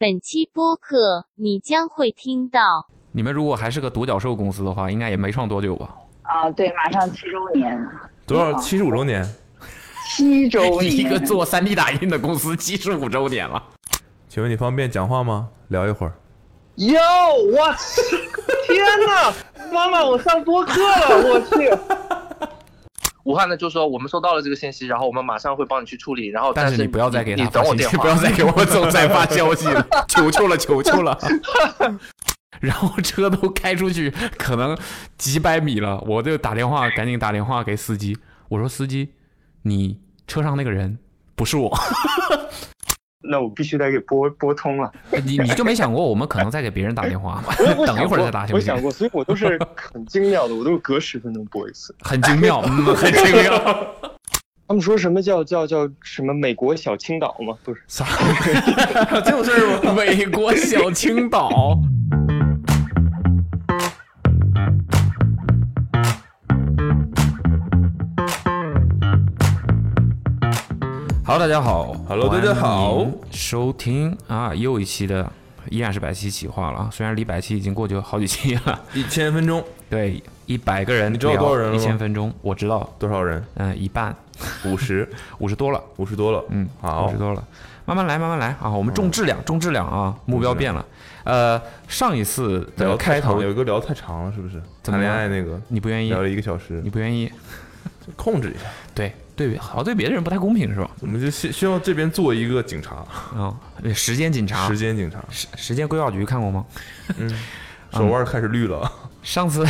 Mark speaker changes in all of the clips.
Speaker 1: 本期播客你将会听到
Speaker 2: 你们如果还是个独角兽公司的话，应该也没创多久吧？
Speaker 3: 啊，对，马上七周年，
Speaker 4: 多少七十五周年？
Speaker 3: 七周年，
Speaker 2: 一个做 3D 打印的公司七十五周年了，
Speaker 4: 请问你方便讲话吗？聊一会儿。
Speaker 5: 哟，我去，天哪！妈妈，我上播 客了，我去。武汉呢就说我们收到了这个信息，然后我们马上会帮你去处理，然后
Speaker 2: 但
Speaker 5: 是
Speaker 2: 是你不要再给
Speaker 5: 你
Speaker 2: 他
Speaker 5: 等
Speaker 2: 发信
Speaker 5: 我电
Speaker 2: 息，
Speaker 5: 话，
Speaker 2: 不要再给我总再发消息了，求求了，求求了。然后车都开出去，可能几百米了，我就打电话，赶紧打电话给司机，我说司机，你车上那个人不是我，
Speaker 6: 那我必须得给拨拨通了。
Speaker 2: 你你就没想过我们可能在给别人打电话吗？
Speaker 6: 我我
Speaker 2: 等一
Speaker 6: 想
Speaker 2: 会
Speaker 6: 过
Speaker 2: 儿再打行
Speaker 6: 我
Speaker 2: 不行
Speaker 6: 想？过，所以我都是很精妙的，我都是隔十分钟拨一次。
Speaker 2: 很精妙，嗯，很精妙。
Speaker 6: 他们说什么叫叫叫什么美国小青岛吗？不是，
Speaker 2: 啥？这种事儿吗？美国小青岛。Hello，大家好
Speaker 4: Hello，大家好，
Speaker 2: 欢迎收听啊，又一期的依然是百期企划了啊，虽然离百期已经过去好几期了，
Speaker 4: 一千分钟
Speaker 2: 对，一百个人，
Speaker 4: 你知道多少人了吗
Speaker 2: 一千分钟，我知道，
Speaker 4: 多少人？
Speaker 2: 嗯、一半，
Speaker 4: 五十，
Speaker 2: 五十多了。
Speaker 4: 五十多了。
Speaker 2: 嗯，
Speaker 4: 好
Speaker 2: 知，道了，慢慢来，慢慢来啊！我们重质量，重质量啊，目标变了。呃，上一次的
Speaker 4: 聊
Speaker 2: 开
Speaker 4: 太长
Speaker 2: 头
Speaker 4: 了，有一个聊太长了，是不是？
Speaker 2: 怎么了
Speaker 4: 谈恋爱那个
Speaker 2: 你不愿意
Speaker 4: 聊，了一个小时
Speaker 2: 你，不愿意，
Speaker 4: 控制一下。
Speaker 2: 对对，好像对别的人不太公平是吧？
Speaker 4: 我们就需需要这边做一个警察，
Speaker 2: 啊，时间警察
Speaker 4: 时，间警察，
Speaker 2: 时时间规划局看过吗？嗯
Speaker 4: 手腕开始绿了。
Speaker 2: 上次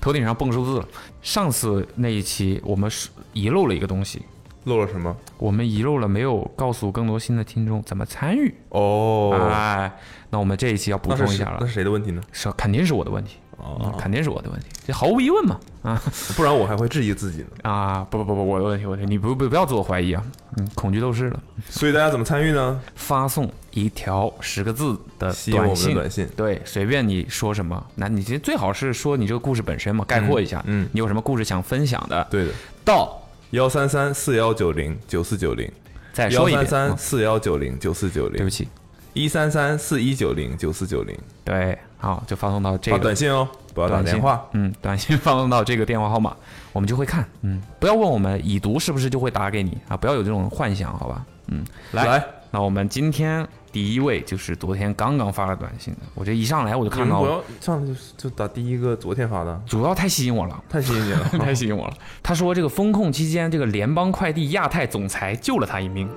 Speaker 2: 头顶上蹦数字了。上次那一期我们是遗漏了一个东西，
Speaker 4: 漏了什么？
Speaker 2: 我们遗漏了没有告诉更多新的听众怎么参与。
Speaker 4: 哦，
Speaker 2: 哎，那我们这一期要补
Speaker 4: 那
Speaker 2: 充
Speaker 4: 是
Speaker 2: 一
Speaker 4: 谁
Speaker 2: 下
Speaker 4: 那
Speaker 2: 了
Speaker 4: 是，谁的问题呢？
Speaker 2: 是肯定是我的问题，嗯
Speaker 4: 哦，
Speaker 2: 肯定是我的问题，这毫无疑问嘛啊。
Speaker 4: 不然我还会质疑自己呢。
Speaker 2: 啊，不不不不，我有问题，我有问题，你不不不要自我怀疑啊，嗯，恐惧斗士了，
Speaker 4: 所以大家怎么参与呢？
Speaker 2: 发送一条十个字的
Speaker 4: 吸引
Speaker 2: 短
Speaker 4: 我们的
Speaker 2: 信，
Speaker 4: 短信。
Speaker 2: 对，随便你说什么，那你其实最好是说你这个故事本身嘛，概括一下，
Speaker 4: 嗯嗯
Speaker 2: 你有什么故事想分享的，
Speaker 4: 对的，
Speaker 2: 到
Speaker 4: 幺三三四幺九零九四九零，
Speaker 2: 再
Speaker 4: 幺
Speaker 2: 说一
Speaker 4: 三
Speaker 2: 遍，
Speaker 4: 三
Speaker 2: 嗯
Speaker 4: 四幺九零九四九零，
Speaker 2: 对不起，
Speaker 4: 一三三四一九零九四九零，
Speaker 2: 对，好，就发送到这
Speaker 4: 发
Speaker 2: 个
Speaker 4: 短信哦，不要打
Speaker 2: 短信
Speaker 4: 电话。，
Speaker 2: 嗯，短信发送到这个电话号码，我们就会看，嗯，不要问我们已读是不是就会打给你啊，不要有这种幻想，好吧，嗯，来，
Speaker 4: 来
Speaker 2: 那我们今天第一位就是昨天刚刚发了短信的，我这一上来我就
Speaker 4: 你
Speaker 2: 看
Speaker 4: 们
Speaker 2: 到
Speaker 4: 不
Speaker 2: 了，
Speaker 4: 要上来就就打第一个昨天发的，
Speaker 2: 主要太吸引我了。
Speaker 4: 太吸引你
Speaker 2: 太
Speaker 4: 了。
Speaker 2: 吸引我了！他说：“这个风控期间，这个联邦快递亚太总裁救了他一命。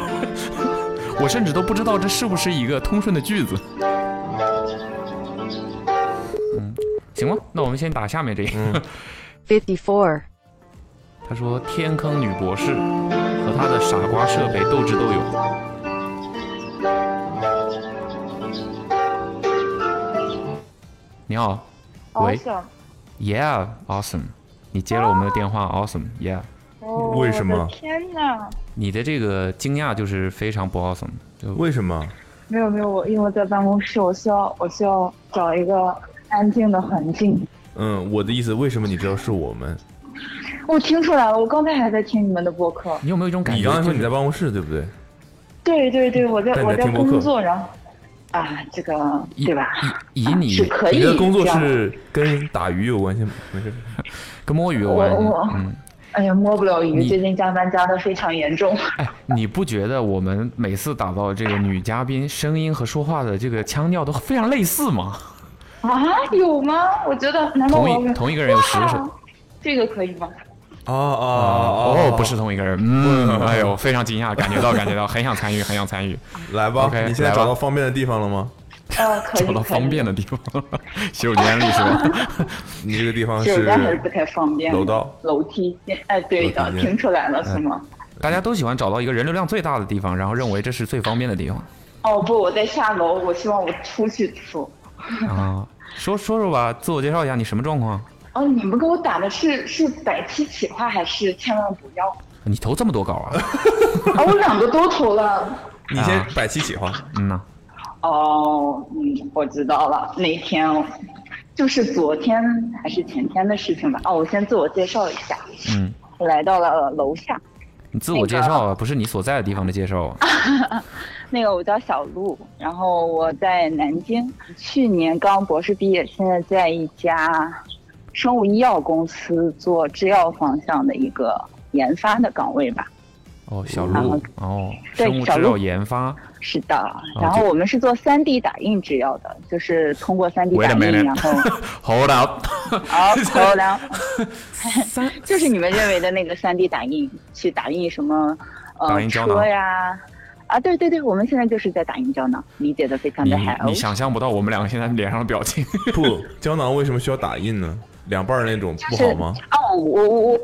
Speaker 2: 我甚至都不知道这是不是一个通顺的句子。”嗯，行吧，那我们先打下面这个。
Speaker 3: fifty four，
Speaker 2: 他说：“天坑女博士和她的傻瓜设备斗智斗勇。你好，喂
Speaker 3: 想，
Speaker 2: ，Yeah，Awesome，你接了我们的电话，Awesome，Yeah。
Speaker 3: 哦
Speaker 4: 为什么
Speaker 3: 我的天哪！
Speaker 2: 你的这个惊讶就是非常不 Awesome，就
Speaker 4: 为什么？
Speaker 3: 没有没有，我因为在办公室，我需要我需要找一个安静的环境。
Speaker 4: 嗯，我的意思，为什么你知道是我们？
Speaker 3: 我听出来了，我刚才还在听你们的播客。
Speaker 2: 你有没有一种感觉？
Speaker 4: 你刚才说
Speaker 2: 就是
Speaker 4: 你在办公室，对不对？
Speaker 3: 对对对，我在
Speaker 4: 但你在
Speaker 3: 我在
Speaker 4: 听播客
Speaker 3: 工作，然后啊，这个
Speaker 2: 以
Speaker 3: 对吧？
Speaker 2: 以以你
Speaker 3: 是可以
Speaker 4: 你
Speaker 3: 这
Speaker 4: 的
Speaker 3: 样。
Speaker 4: 工作是跟打鱼有关系吗？没事，
Speaker 2: 跟摸鱼有
Speaker 3: 我
Speaker 2: 关系。
Speaker 3: 我
Speaker 2: 嗯，
Speaker 3: 哎呀，摸不了鱼，
Speaker 2: 你
Speaker 3: 最近加班加的非常严重。
Speaker 2: 哎，你不觉得我们每次打造这个女嘉宾声音和说话的这个腔调都非常类似吗？
Speaker 3: 啊，有吗？我觉得，难道
Speaker 2: 同
Speaker 3: 我
Speaker 2: 一同一个人有十个手
Speaker 3: 哇这个可以吗？
Speaker 4: 哦
Speaker 2: 哦
Speaker 4: 哦，
Speaker 2: 不是，同一个人。嗯，哎呦，非常惊讶，感觉到感觉到，很想参与，很想参与，
Speaker 4: 来吧
Speaker 2: OK，，
Speaker 4: 你现在
Speaker 2: 来吧
Speaker 4: 找到方便的地方了吗？
Speaker 3: 呃，可以，
Speaker 2: 找到
Speaker 3: 可以
Speaker 2: 方便的地方， 洗手间里是吧？
Speaker 4: 你这个地方
Speaker 3: 洗手
Speaker 4: 是
Speaker 3: 间还是不太方便。
Speaker 4: 楼道、
Speaker 3: 楼梯间，哎，对
Speaker 4: 楼
Speaker 3: 的，
Speaker 4: 梯间哎
Speaker 3: 听出来了是吗？
Speaker 2: 大家都喜欢找到一个人流量最大的地方，然后认为这是最方便的地方。
Speaker 3: 哦不，我在下楼，我希望我出去说。
Speaker 2: 啊，说说说吧，自我介绍一下，你什么状况？
Speaker 3: 哦，你们给我打的是是百期企划还是千万不要？
Speaker 2: 你投这么多稿啊？
Speaker 3: 啊，我两个都投了。
Speaker 4: 你先百期企划，
Speaker 2: 嗯呐，
Speaker 3: 哦，嗯，我知道了，那天就是昨天还是前天的事情吧。哦，我先自我介绍一下，
Speaker 2: 嗯，
Speaker 3: 我来到了楼下。啊
Speaker 2: 你自我介绍啊，不是你所在的地方的介绍啊。
Speaker 3: 那个我叫小鹿，然后我在南京，去年刚博士毕业，现在在一家生物医药公司做制药方向的一个研发的岗位吧。
Speaker 2: 哦，小
Speaker 3: 然
Speaker 2: 鹿
Speaker 3: 后
Speaker 2: 哦，
Speaker 3: 对
Speaker 2: 生物
Speaker 3: 小
Speaker 2: 制
Speaker 3: 鹿
Speaker 2: 药研发，
Speaker 3: 是的，然后
Speaker 2: 哦就
Speaker 3: 我们是做 3D 打印制药的，就是通过 3D
Speaker 2: Wait a
Speaker 3: 打
Speaker 2: minute
Speaker 3: 印，然后
Speaker 2: Hold up，
Speaker 3: 好，好，然后
Speaker 2: 三
Speaker 3: 就是你们认为的那个 3D 打印，去打印什么
Speaker 2: 打
Speaker 3: 呃
Speaker 2: 印胶囊
Speaker 3: 车呀。啊，对对对，我们现在就是在打印胶囊，理解的非常
Speaker 2: 你
Speaker 3: 的好。
Speaker 2: 你想象不到我们两个现在脸上的表情。
Speaker 4: 不，胶囊为什么需要打印呢？两半儿那种不好吗？
Speaker 3: 哦，我我我我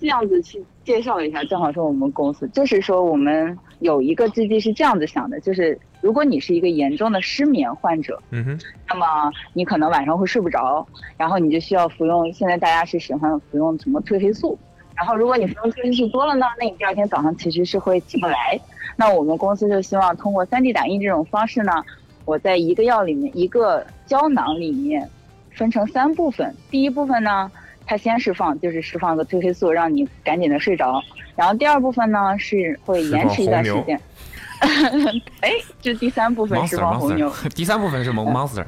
Speaker 3: 这样子去介绍一下，正好是我们公司，就是说我们有一个制剂是这样子想的，就是如果你是一个严重的失眠患者，
Speaker 4: 嗯哼，
Speaker 3: 那么你可能晚上会睡不着，然后你就需要服用，现在大家是喜欢服用什么褪黑素。然后，如果你服用褪黑素多了呢，那你第二天早上其实是会起不来。那我们公司就希望通过 3D 打印这种方式呢，我在一个药里面，一个胶囊里面分成三部分。第一部分呢，它先释放，就是释放个褪黑素，让你赶紧的睡着。然后第二部分呢，是会延迟一段时
Speaker 4: 释放红
Speaker 3: 间。 哎，这第三部分释
Speaker 2: Monster
Speaker 3: 放红牛。
Speaker 2: Monster，第三部分是蒙
Speaker 3: 嗯
Speaker 2: Monster，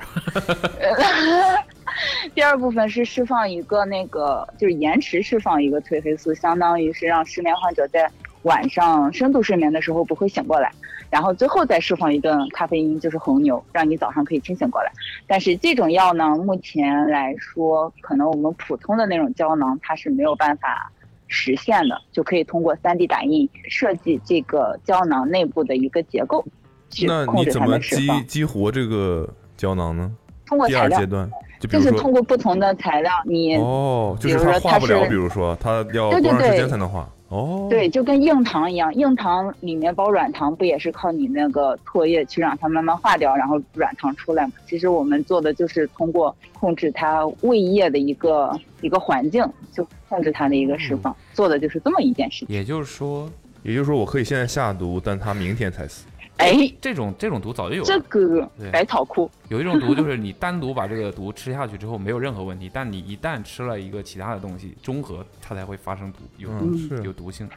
Speaker 3: 第二部分是释放一个那个，就是延迟释放一个褪黑素，相当于是让失眠患者在晚上深度睡眠的时候不会醒过来，然后最后再释放一顿咖啡因，就是红牛，让你早上可以清醒过来。但是这种药呢，目前来说，可能我们普通的那种胶囊它是没有办法实现的，就可以通过 3D 打印设计这个胶囊内部的一个结构去
Speaker 4: 那
Speaker 3: 控
Speaker 4: 你
Speaker 3: 制
Speaker 4: 怎
Speaker 3: 它
Speaker 4: 么
Speaker 3: 的释
Speaker 4: 激
Speaker 3: 放，
Speaker 4: 激活这个胶囊呢？
Speaker 3: 通过
Speaker 4: 第
Speaker 3: 材
Speaker 4: 二
Speaker 3: 料
Speaker 4: 阶。段，就比
Speaker 3: 就
Speaker 4: 如
Speaker 3: 是通
Speaker 4: 说，
Speaker 3: 过不同的材料，你
Speaker 4: 哦，就是
Speaker 3: 比如说
Speaker 4: 它化
Speaker 3: 它
Speaker 4: 不了，
Speaker 3: 是
Speaker 4: 比如说它要
Speaker 3: 对对
Speaker 4: 多长时
Speaker 3: 对
Speaker 4: 间才能化？
Speaker 2: 嗯
Speaker 4: 哦，
Speaker 3: 对，，就跟硬糖一样，硬糖里面包软糖，不也是靠你那个唾液去让它慢慢化掉，然后软糖出来嘛？其实我们做的就是通过控制它胃液的一个一个环境，就控制它的一个
Speaker 2: 嗯
Speaker 3: 释放，做的就是这么一件事情。
Speaker 2: 也就是说
Speaker 4: 也就是说我可以现在下毒，但它明天才死。
Speaker 3: 哎，
Speaker 2: 这种这种毒早就有
Speaker 3: 这
Speaker 2: 了。
Speaker 3: 个
Speaker 2: 对
Speaker 3: 百草枯，
Speaker 2: 有一种毒就是你单独把这个毒吃下去之后没有任何问题，但你一旦吃了一个其他的东西中和，它才会发生毒有
Speaker 4: 嗯，是
Speaker 2: 有毒性，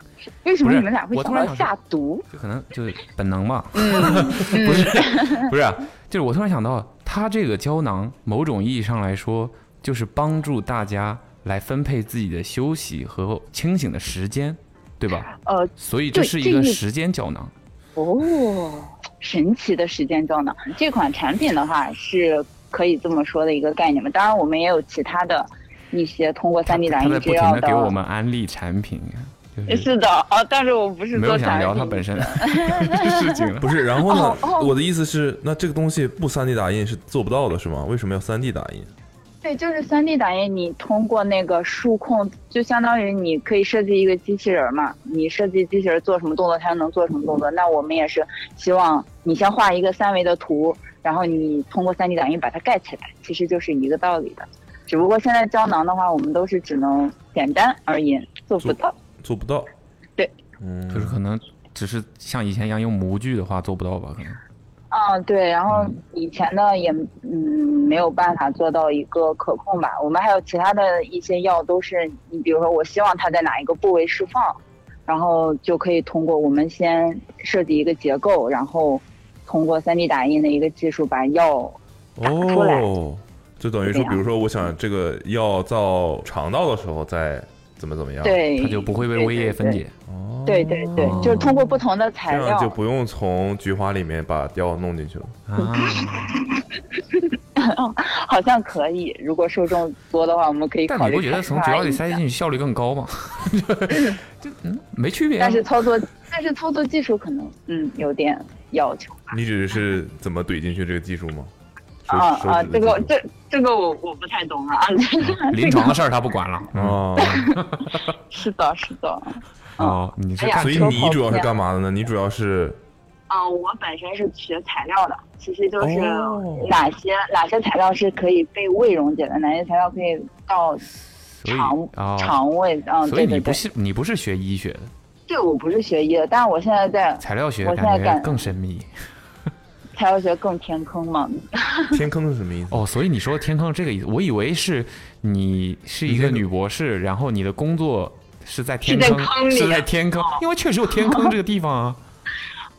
Speaker 3: 为什
Speaker 2: 不
Speaker 3: 么
Speaker 2: 是
Speaker 3: 你们俩会
Speaker 2: 我
Speaker 3: 想
Speaker 2: 突然
Speaker 3: 到
Speaker 2: 想
Speaker 3: 下毒？
Speaker 2: 就可能就是本能嘛。
Speaker 3: 嗯，
Speaker 2: 不是不是啊，就是我突然想到，它这个胶囊某种意义上来说，就是帮助大家来分配自己的休息和清醒的时间，对吧？
Speaker 3: 呃，
Speaker 2: 所以这
Speaker 3: 对
Speaker 2: 是一
Speaker 3: 这
Speaker 2: 个
Speaker 3: 一
Speaker 2: 时间胶囊。
Speaker 3: 哦，神奇的时间胶囊，这款产品的话是可以这么说的一个概念吧。当然，我们也有其他的一些通过
Speaker 2: 他
Speaker 3: 3D 打
Speaker 2: 他在不
Speaker 3: 印制
Speaker 2: 停
Speaker 3: 药
Speaker 2: 的给我们安利产品，啊就是
Speaker 3: 是的啊，但是我不是
Speaker 2: 嗯没
Speaker 3: 做
Speaker 2: 有想
Speaker 3: 产
Speaker 2: 聊
Speaker 3: 品
Speaker 2: 它本 身的事情啊了。
Speaker 4: 不是，然后呢
Speaker 3: 哦？哦
Speaker 4: 我的意思是，那这个东西不 3D 打印是做不到的，是吗？为什么要 3D 打印？
Speaker 3: 对，就是 3D 打印，你通过那个数控，就相当于你可以设计一个机器人儿嘛，你设计机器人儿做什么动作，它就能做什么动作。那我们也是希望你先画一个三维的图，然后你通过 3D 打印把它盖起来，其实就是一个道理的。只不过现在胶囊的话，我们都是只能简单而言，做不到。
Speaker 4: 做不到。
Speaker 3: 对，
Speaker 4: 嗯，
Speaker 2: 就是可能只是像以前一样用模具的话做不到吧？可能
Speaker 3: 嗯，对，然后以前呢也嗯没有办法做到一个可控吧。我们还有其他的一些药都是，你比如说我希望它在哪一个部位释放，然后就可以通过我们先设计一个结构，然后通过 3D 打印的一个技术把药
Speaker 2: 啊
Speaker 3: 出来
Speaker 4: 哦，就等于说，
Speaker 3: 对啊
Speaker 4: 比如说，我想这个药到肠道的时候再怎么怎么样，，
Speaker 3: 对，
Speaker 2: 它就不会被胃液分。解。
Speaker 4: 哦，
Speaker 3: 对对对，对就是通过不同的材
Speaker 4: 这样就
Speaker 3: 料，
Speaker 4: 不用从菊花里面把药弄进去了。
Speaker 2: 啊，
Speaker 3: 好像可以。如果受众多的话，我们可以
Speaker 2: 但
Speaker 3: 考
Speaker 2: 你
Speaker 3: 虑
Speaker 2: 不觉得
Speaker 3: 开
Speaker 2: 从
Speaker 3: 发
Speaker 2: 嘴巴里
Speaker 3: 一
Speaker 2: 塞
Speaker 3: 下
Speaker 2: 进去效率更 高吗？就嗯，没区别啊。
Speaker 3: 但是操作，但是操作技术可能嗯有点要求。
Speaker 4: 你指的是怎么怼进去这个技术吗？手
Speaker 3: 啊
Speaker 4: 手
Speaker 3: 啊，
Speaker 4: 指
Speaker 3: 这
Speaker 4: 的
Speaker 3: 个
Speaker 4: 技术
Speaker 3: 这这个我我不太懂了啊，
Speaker 2: 临床的事儿他不管
Speaker 3: 嗯
Speaker 2: 了。
Speaker 3: 啊
Speaker 4: 哦，
Speaker 3: 是的，是的，
Speaker 2: 哦，你是
Speaker 3: 哎呀
Speaker 2: 干
Speaker 4: 所以
Speaker 3: 说
Speaker 4: 你
Speaker 3: 跑
Speaker 4: 主要是
Speaker 3: 偏
Speaker 4: 干嘛的呢？你主要是
Speaker 3: 啊，我本身是学材料的，其实就是
Speaker 4: 哦
Speaker 3: 哪些、哪些材料是可以被胃溶解的，哪些材料可以到
Speaker 2: 所以
Speaker 3: 肠、
Speaker 2: 哦
Speaker 3: 肠胃，嗯，
Speaker 2: 所以
Speaker 3: 对
Speaker 2: 你
Speaker 3: 对
Speaker 2: 不
Speaker 3: 对，
Speaker 2: 是你不是学医学的，
Speaker 3: 这我不是学医的，但是我现在在
Speaker 2: 材料学
Speaker 3: 我现
Speaker 2: 感
Speaker 3: 在
Speaker 2: 觉
Speaker 3: 干
Speaker 2: 更神秘
Speaker 3: 材料学更填坑嘛，
Speaker 4: 天坑是什么意思？
Speaker 2: 哦。所以你说天坑这个意思，我以为是你是一个女博士，然后你的工作是在天
Speaker 3: 是在
Speaker 2: 坑，
Speaker 3: 坑里哦
Speaker 2: 是在天坑，因为确实有天坑这个地方啊。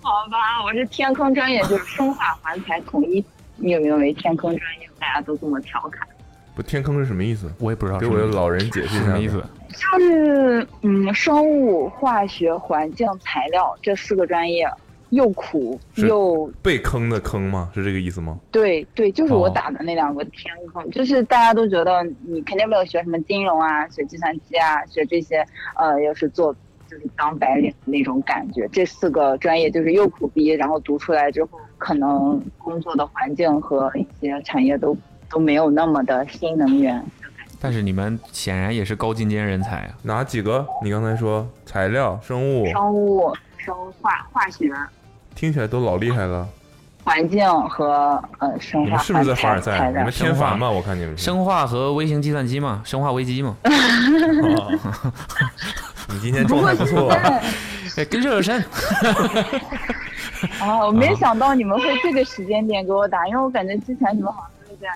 Speaker 3: 好吧，我是天坑专业，就是中华环材统一命名为天坑专业，大家都这么调侃。
Speaker 4: 不，天坑是什么意思？
Speaker 2: 我也不知道
Speaker 4: 给
Speaker 2: 什
Speaker 4: 我
Speaker 2: 么
Speaker 4: 的
Speaker 2: 意思
Speaker 4: 老人解释一
Speaker 2: 啊什
Speaker 4: 下
Speaker 2: 么意思。
Speaker 3: 就是嗯，生物、化学、环境、材料这四个专业，又苦
Speaker 4: 是
Speaker 3: 又
Speaker 4: 被坑的坑吗？是这个意思吗？
Speaker 3: 对对，就是我
Speaker 2: 哦
Speaker 3: 打的那两个天坑，就是大家都觉得你肯定没有学什么金融啊，学计算机啊，学这些呃，又是做就是当白领的那种感觉。这四个专业就是又苦逼，然后读出来之后，可能工作的环境和一些产业都都没有那么的新能源。
Speaker 2: 但是你们显然也是高精尖人才啊！
Speaker 4: 哪几个？你刚才说材料、生物，
Speaker 3: 生物、生化、化学、
Speaker 4: 听起来都老厉害了。
Speaker 3: 环境和呃生
Speaker 4: 你
Speaker 3: 化
Speaker 4: 们是不是在
Speaker 3: 环
Speaker 4: 凡尔
Speaker 3: 材
Speaker 4: 赛？
Speaker 3: 材
Speaker 4: 你
Speaker 3: 料
Speaker 4: 们天凡吧？我看你们是。
Speaker 2: 生化和微型计算机嘛，生化危机 嘛，
Speaker 4: 你今天状态不错。啊
Speaker 2: 哎跟热热身。
Speaker 3: 啊，
Speaker 4: 嗯
Speaker 3: 我没想到你们会这个时间点给我打，因为我感觉之前你们好像都在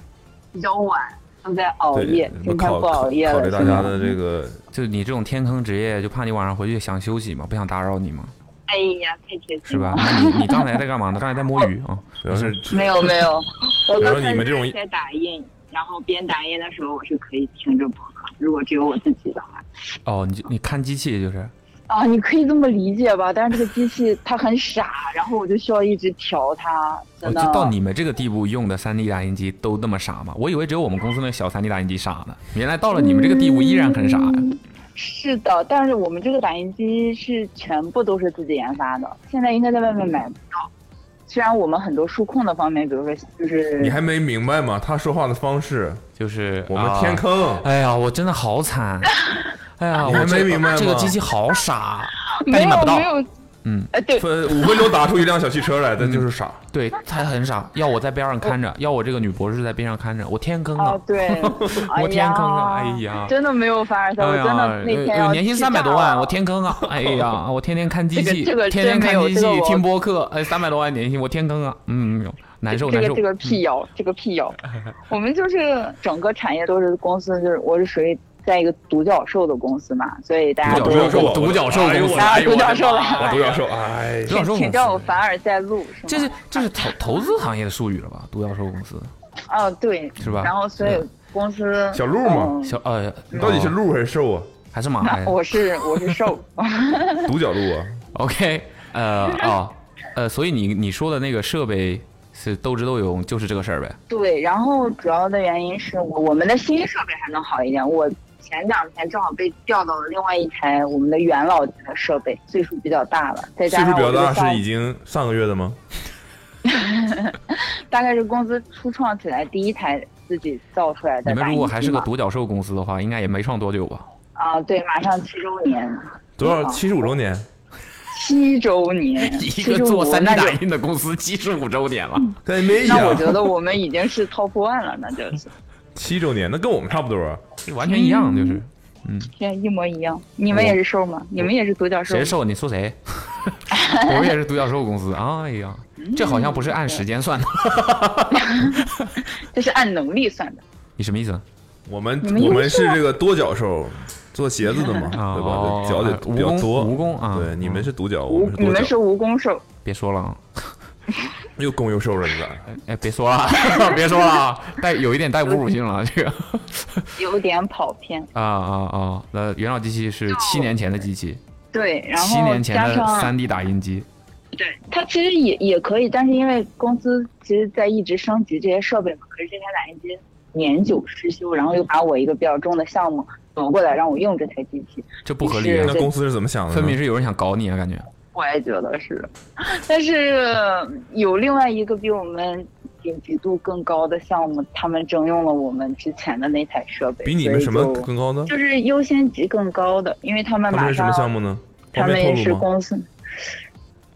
Speaker 3: 比较晚，都在熬夜
Speaker 4: 对，，
Speaker 3: 今天
Speaker 4: 考
Speaker 3: 不熬夜
Speaker 4: 考虑
Speaker 3: 了，
Speaker 4: 大
Speaker 3: 是吗？
Speaker 4: 家的这个
Speaker 2: 就你这种天坑职业，就怕你晚上回去想休息嘛，不想打扰你嘛，
Speaker 3: 哎呀，太贴
Speaker 2: 是
Speaker 3: 心了
Speaker 2: 吧？？
Speaker 4: 嗯
Speaker 2: 那你你刚才在干嘛呢？刚才在摸鱼 啊？
Speaker 4: 主要是
Speaker 3: 没有没 有，我
Speaker 4: 比如
Speaker 3: 刚
Speaker 4: 说
Speaker 3: 才
Speaker 4: 你们这种
Speaker 3: 在打印，然后边打印的时候，我是可以听着播客，如果只有我自己的话。
Speaker 2: 哦，你就你看机器就是，
Speaker 3: 啊，你可以这么理解吧，但是这个机器它很傻，然后我就需要一直调它，
Speaker 2: 哦，
Speaker 3: 真
Speaker 2: 就
Speaker 3: 的。
Speaker 2: 到你们这个地步用的 3D 打印机都那么傻吗？我以为只有我们公司那小 3D 打印机傻呢，原来到了你们这个地步依然很啊傻呀、
Speaker 3: 嗯是的，但是我们这个打印机是全部都是自己研发的，现在应该在外面买不到。虽然我们很多数控的方面，比如说就是
Speaker 4: 你还没明白吗？他说话的方式，
Speaker 2: 就是
Speaker 4: 我们天。坑。
Speaker 2: 啊哎呀，我真的好 惨！哎呀，
Speaker 4: 你还
Speaker 2: 我这
Speaker 4: 没明白吗
Speaker 2: 这个机器好傻，但
Speaker 3: 没
Speaker 2: 你
Speaker 3: 有
Speaker 2: 买不到
Speaker 3: 没。有，
Speaker 2: 嗯，
Speaker 3: 哎对，
Speaker 4: 分五分钟打出一辆小汽车来，但就 是傻。
Speaker 2: 对，他很傻，要我在边上看
Speaker 4: 哦
Speaker 2: 着，要我这个女博士在边上看着，我天坑啊
Speaker 3: 哦！ 对，
Speaker 2: 我天坑啊！哎
Speaker 3: 哎
Speaker 2: 呀，
Speaker 3: 真的没有凡尔赛，我
Speaker 2: 哎呀，
Speaker 3: 真的那
Speaker 2: 呃
Speaker 3: 天要
Speaker 2: 呃年薪
Speaker 3: 气
Speaker 2: 三百
Speaker 3: 炸
Speaker 2: 多万，
Speaker 3: 了
Speaker 2: 我天坑 啊！哎呀，我天天看机器，
Speaker 3: 这个这个
Speaker 2: 天天
Speaker 3: 真没
Speaker 2: 看
Speaker 3: 有
Speaker 2: 机
Speaker 3: 这个
Speaker 2: 器，
Speaker 3: 我
Speaker 2: 听播客，哎，三百多万年薪，我天坑啊！嗯，难受
Speaker 3: 这
Speaker 2: 难
Speaker 3: 个
Speaker 2: 受嗯
Speaker 3: 这。个辟谣，这个辟 谣。我们就是整个产业都是公司，就是我是属于在一个独角兽的公司嘛，所以大家都
Speaker 4: 独角兽，
Speaker 2: 独角兽
Speaker 4: 哎呦我的
Speaker 3: 啊
Speaker 4: 哎呦我
Speaker 3: 独
Speaker 4: 的
Speaker 3: 角兽了
Speaker 4: 我独角兽，哎呀，
Speaker 2: 独角兽
Speaker 3: 请
Speaker 2: 公司
Speaker 3: 叫我凡尔赛路是吗？
Speaker 2: 这是这是投投资行业的术语了吧？独角兽公司
Speaker 3: 哦，对，
Speaker 2: 是吧
Speaker 3: 然后所
Speaker 2: 是
Speaker 3: 以公司
Speaker 4: 小鹿嘛
Speaker 3: 嗯
Speaker 2: 小呃，
Speaker 4: 你到底是
Speaker 2: 哦
Speaker 4: 鹿还是兽啊？
Speaker 2: 还是马呀
Speaker 3: 那我是我 是瘦，哎
Speaker 4: 独角鹿啊？
Speaker 2: ？OK，呃哦呃，所以你你说的那个设备是斗智斗勇，就是这个事儿呗？
Speaker 3: 对，然后主要的原因是我我们的新设备还能好一点，我前两天正好被调到了另外一台我们的元老级的设备，岁数比较大了，再
Speaker 4: 岁
Speaker 3: 加
Speaker 4: 数
Speaker 3: 上
Speaker 4: 比较
Speaker 3: 我这
Speaker 4: 大
Speaker 3: 个项
Speaker 4: 是
Speaker 3: 目
Speaker 4: 已经上个月的吗？
Speaker 3: 大概是公司初创起来第一台自己造出来的
Speaker 2: 你
Speaker 3: 打印机嘛。
Speaker 2: 们如果还是个独角兽公司的话，应该也没创多久吧？
Speaker 3: 啊，对，马上七周年，
Speaker 4: 多少？七十五周年，
Speaker 3: 七周年，
Speaker 2: 一
Speaker 3: 七
Speaker 2: 个
Speaker 3: 周
Speaker 2: 做
Speaker 3: 五
Speaker 2: 三 D
Speaker 3: 那就
Speaker 2: 打印的公司七十五周年了，
Speaker 4: 但没
Speaker 3: 那
Speaker 2: 啊
Speaker 3: 我
Speaker 4: 呀，
Speaker 3: 觉得我们已经是 top one 了，那就是
Speaker 4: 七周年，那跟我们差不多啊。
Speaker 2: 完全一样，就是
Speaker 3: 嗯现在一模一样。你们也是瘦吗？你们也是独角兽
Speaker 2: 谁？瘦你说 谁？我们也是独角兽公司，哎呀，这好像不是
Speaker 3: 嗯
Speaker 2: 按时间算的，
Speaker 3: 这是按能力算的。
Speaker 2: 你什么意思？
Speaker 4: 我们
Speaker 3: 你们啊
Speaker 4: 我
Speaker 3: 优
Speaker 4: 们是
Speaker 3: 秀啊
Speaker 4: 这个多角兽，做鞋子的 嘛，对吧？
Speaker 2: 哦
Speaker 4: 这脚
Speaker 3: 哎
Speaker 4: 得
Speaker 2: 蜈
Speaker 4: 比较
Speaker 2: 蚣
Speaker 4: 多，
Speaker 2: 蜈蚣啊
Speaker 4: 对，你们是独角，我
Speaker 3: 蜈
Speaker 4: 们是
Speaker 3: 嗯你
Speaker 4: 多
Speaker 3: 们是
Speaker 4: 角，
Speaker 3: 蜈蚣兽，
Speaker 2: 别说了啊，
Speaker 4: 又攻又受了，你咋？
Speaker 2: 哎，别说了， 别说了啊，带有一点带侮辱性了，这个
Speaker 3: 有点跑偏。
Speaker 2: 啊啊啊！那元老机器是七年前的机器，
Speaker 3: 对，然
Speaker 2: 七
Speaker 3: 后
Speaker 2: 年前
Speaker 3: 加
Speaker 2: 的
Speaker 3: 上
Speaker 2: 三 D 打印机，
Speaker 3: 对，它其实也也可以，但是因为公司其实在一直升级这些设备嘛，可是这台打印机年久失修，然后又把我一个比较重的项目挪过来让我用这台机器，
Speaker 2: 这不合理啊
Speaker 4: 那，公司是怎么想的呢？
Speaker 2: 分明是有人想搞你啊，感觉。
Speaker 3: 我也觉得是， 但是有另外一个比我们紧急度更高的项目，他们征用了我们之前的那台设备，
Speaker 4: 比你们什么
Speaker 3: 所以就
Speaker 4: 更高呢？
Speaker 3: 就是优先级更高的，因为他们
Speaker 4: 他们
Speaker 3: 马
Speaker 4: 是什么项
Speaker 3: 上
Speaker 4: 目呢？
Speaker 3: 他
Speaker 4: 方
Speaker 3: 们
Speaker 4: 便
Speaker 3: 也
Speaker 4: 透
Speaker 3: 是
Speaker 4: 露吗？
Speaker 3: 公司，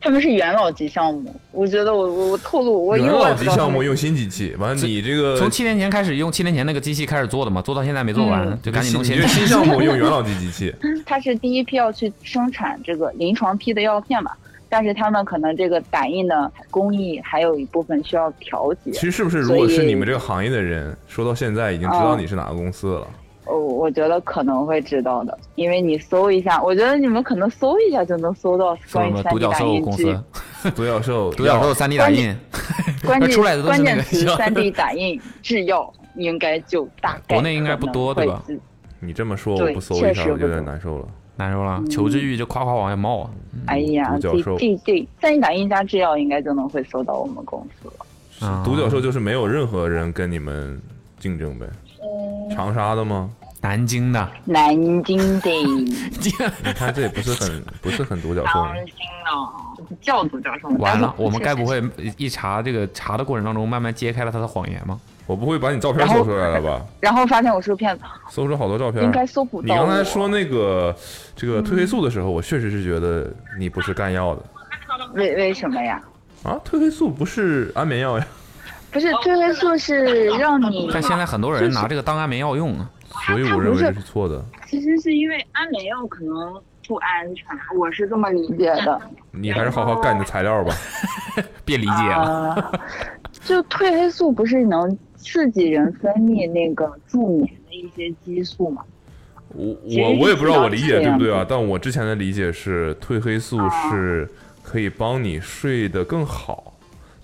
Speaker 3: 他们是元老级项目。我觉得我我我透露我因
Speaker 4: 元
Speaker 3: 为我
Speaker 4: 老
Speaker 3: 也不
Speaker 4: 级
Speaker 3: 知道
Speaker 4: 项
Speaker 3: 他
Speaker 4: 目
Speaker 3: 们
Speaker 4: 用新机器，完了你这个
Speaker 2: 从七年前开始用七年前那个机器开始做的嘛，做到现在没做
Speaker 3: 嗯
Speaker 2: 完，就赶紧弄
Speaker 4: 你
Speaker 2: 新
Speaker 4: 这
Speaker 2: 的。
Speaker 4: 新项目用元老级机 器，
Speaker 3: 他是第一批要去生产这个临床批的药片嘛，但是他们可能这个打印的工艺还有一部分需要调节
Speaker 4: 其。实是不是？如
Speaker 3: 所以啊
Speaker 4: 果是你们这个行业的人，说到现在已经知道你是哪个公司了，
Speaker 3: 哦，我觉得可能会知道的，因为你搜一下，我觉得你们可能搜一下就能搜到
Speaker 2: 说
Speaker 3: 关
Speaker 2: 什
Speaker 3: 于
Speaker 2: 么
Speaker 3: 三
Speaker 2: 独
Speaker 3: D
Speaker 2: 角
Speaker 3: 打
Speaker 2: 兽
Speaker 3: 印
Speaker 2: 公
Speaker 3: 制
Speaker 2: 司、
Speaker 4: 独角 兽，
Speaker 2: 独角兽三 D 打印，
Speaker 3: 关键
Speaker 2: 出来的都是
Speaker 3: 关
Speaker 2: 那
Speaker 3: 键
Speaker 2: 个
Speaker 3: 词
Speaker 2: 药
Speaker 3: 三 D 打印制药，应该就大概
Speaker 2: 国内应该不多
Speaker 3: 可能
Speaker 2: 对吧
Speaker 3: 会知？
Speaker 4: 你这么说我
Speaker 3: 对
Speaker 4: 不搜
Speaker 3: 确
Speaker 4: 一下
Speaker 3: 实
Speaker 4: 我就
Speaker 3: 不
Speaker 4: 有点
Speaker 3: 搜
Speaker 4: 难受了。
Speaker 2: 难受
Speaker 4: 嗯
Speaker 2: 了，求知欲就夸夸往外冒啊。
Speaker 3: 哎呀，
Speaker 4: 独角
Speaker 3: 这
Speaker 4: 兽
Speaker 3: 这这三 D 打印加制药应该就能会搜到我们公司了。
Speaker 2: 啊
Speaker 4: 独角兽就是没有任何人跟你们竞争呗？
Speaker 3: 嗯
Speaker 4: 长沙的吗？
Speaker 2: 南京的，
Speaker 3: 南京 的，
Speaker 4: 你看这也不是很不是很独角 兽
Speaker 3: 当，心了，叫独角兽。
Speaker 2: 完了
Speaker 4: 哎
Speaker 3: 但，是
Speaker 2: 我们该不会一查这个查的过程当中，慢慢揭开了他的谎言 吗？
Speaker 4: 我不会把你照片搜出来了吧？
Speaker 3: 然后发现我是个骗子，
Speaker 4: 搜出好多照片，
Speaker 3: 应该搜不到。
Speaker 4: 你刚才说，那个这个褪黑素的时候，我确实是觉得你不是干药的
Speaker 3: 为为什么呀？
Speaker 4: 啊，褪黑素不是安眠药呀？
Speaker 3: 不是褪黑素是让你，
Speaker 2: 但现在很多人拿这个当安眠药用啊。
Speaker 4: 所以我认为这是错的。
Speaker 7: 其实是因为安眠药可能不安全，我是这么理
Speaker 3: 解
Speaker 7: 解的。
Speaker 3: 的。
Speaker 4: 你还是好好
Speaker 3: 哦
Speaker 4: 干你的材料吧。
Speaker 2: 别理解了，
Speaker 3: 啊，就褪黑素不是能刺激人分泌那个助眠的一些激素吗？
Speaker 4: 我
Speaker 3: 其实
Speaker 4: 我我也不知道我理解
Speaker 3: 是这
Speaker 4: 对不
Speaker 3: 样哦
Speaker 4: 对啊，但我之前的理解是褪黑素是可以帮你睡得更好，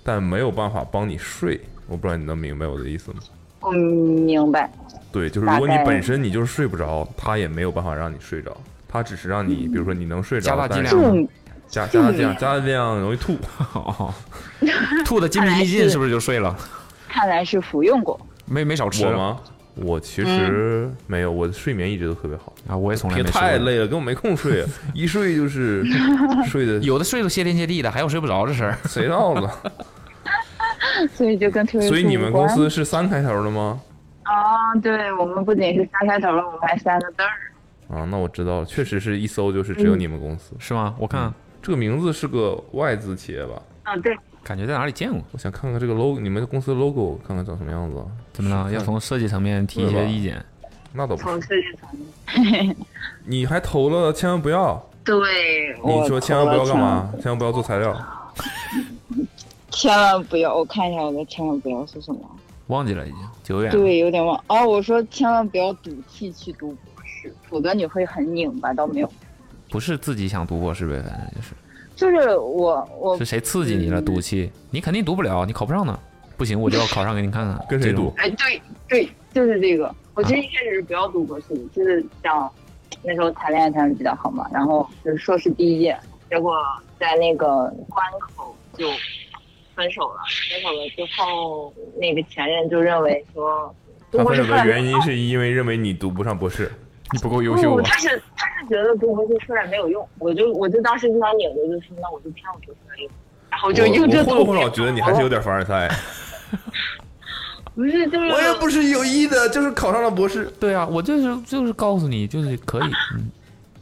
Speaker 4: 但没有办法帮你睡。我不知道你能明白我的意思吗？
Speaker 3: 嗯，明白。
Speaker 4: 对，就是
Speaker 3: 大
Speaker 4: 如果你
Speaker 3: 概
Speaker 4: 本身你就是睡不着，它也没有办法让你睡着，它只是让
Speaker 3: 嗯
Speaker 4: 你，比如说你能睡着，
Speaker 2: 加大剂
Speaker 4: 但是
Speaker 2: 量
Speaker 3: 助
Speaker 4: 加加大剂
Speaker 3: 嗯
Speaker 4: 量，加大剂量容 易吐。啊
Speaker 2: 哦，吐的筋疲力尽是不是就睡 了？
Speaker 3: 看来是服用过。
Speaker 2: 没没少吃啊
Speaker 4: 我吗？我其实
Speaker 3: 嗯
Speaker 4: 没有，我的睡眠一直都特别好。
Speaker 2: 啊，我也从来
Speaker 4: 别
Speaker 2: 没睡过
Speaker 4: 太累了，根本没空睡 啊，一睡就是睡的
Speaker 2: 有的睡得谢天谢地的，还有睡不着这事儿。
Speaker 4: 谁到了？
Speaker 3: 所以就跟褪黑素
Speaker 4: 所以你
Speaker 3: 无
Speaker 4: 们
Speaker 3: 关
Speaker 4: 公司是三开头的吗？
Speaker 3: 啊，对我们不仅是三开头了，我们还三个字儿。
Speaker 4: 啊，那我知道了，确实是一搜就是
Speaker 2: 嗯
Speaker 4: 只有你们公司。
Speaker 2: 是吗？我看
Speaker 4: 这个名字是个外资企业吧？
Speaker 7: 嗯，对，
Speaker 2: 感觉在哪里见过。
Speaker 4: 我想看看这个 logo，你们的公司 logo 看看长什么样子啊。
Speaker 2: 怎么了？要从设计层面提一些意见。
Speaker 4: 那倒不
Speaker 7: 从
Speaker 4: 是，
Speaker 7: 设计层面，
Speaker 4: 你还投了，千万不要！
Speaker 7: 对，
Speaker 4: 你
Speaker 3: 我
Speaker 4: 说千万不要
Speaker 3: 投了
Speaker 4: 干嘛？千万不要做材料。
Speaker 3: 千万不要，我看一下我的千万不要是什么？
Speaker 2: 忘记了已经，久
Speaker 4: 哎
Speaker 2: 远了。
Speaker 3: 对，有点忘。哦，我说千万不要赌气去读博士，否则你会很拧巴到没有。
Speaker 2: 不是自己想读博士呗，反正就是
Speaker 3: 就是我我
Speaker 2: 是谁刺激你了，赌气，你肯定读不了，你考不上呢。不行，我就要考上给你看看。
Speaker 4: 跟谁
Speaker 2: 这种
Speaker 4: 赌？
Speaker 7: 哎，对对，
Speaker 3: 就是这个，
Speaker 7: 我其实一开始是不要读博士，就是想
Speaker 3: 那时候谈恋爱谈的比较好嘛，然后就是硕士毕业，
Speaker 7: 结果
Speaker 3: 在那个
Speaker 7: 关口就分手了，分手了之后，那个前任就认为说，
Speaker 4: 他
Speaker 7: 读博
Speaker 4: 分
Speaker 7: 士
Speaker 4: 手
Speaker 7: 出
Speaker 4: 的
Speaker 7: 来
Speaker 4: 原因是因为认为你读不上博士。
Speaker 2: 你不够
Speaker 3: 哦
Speaker 2: 优秀
Speaker 7: 不，
Speaker 2: 啊！
Speaker 7: 他是他是觉得读博士出来没有用，我就我就当时就想拧着，就说那我就偏要读出来用，然后
Speaker 4: 我
Speaker 7: 就硬着
Speaker 4: 我或多
Speaker 7: 头
Speaker 4: 或少觉得你还是有点凡尔赛。
Speaker 7: 不是就是
Speaker 4: 我也不是有意的，就是考上了博士。
Speaker 2: 对啊，我就是就是告诉你，就是可以。嗯，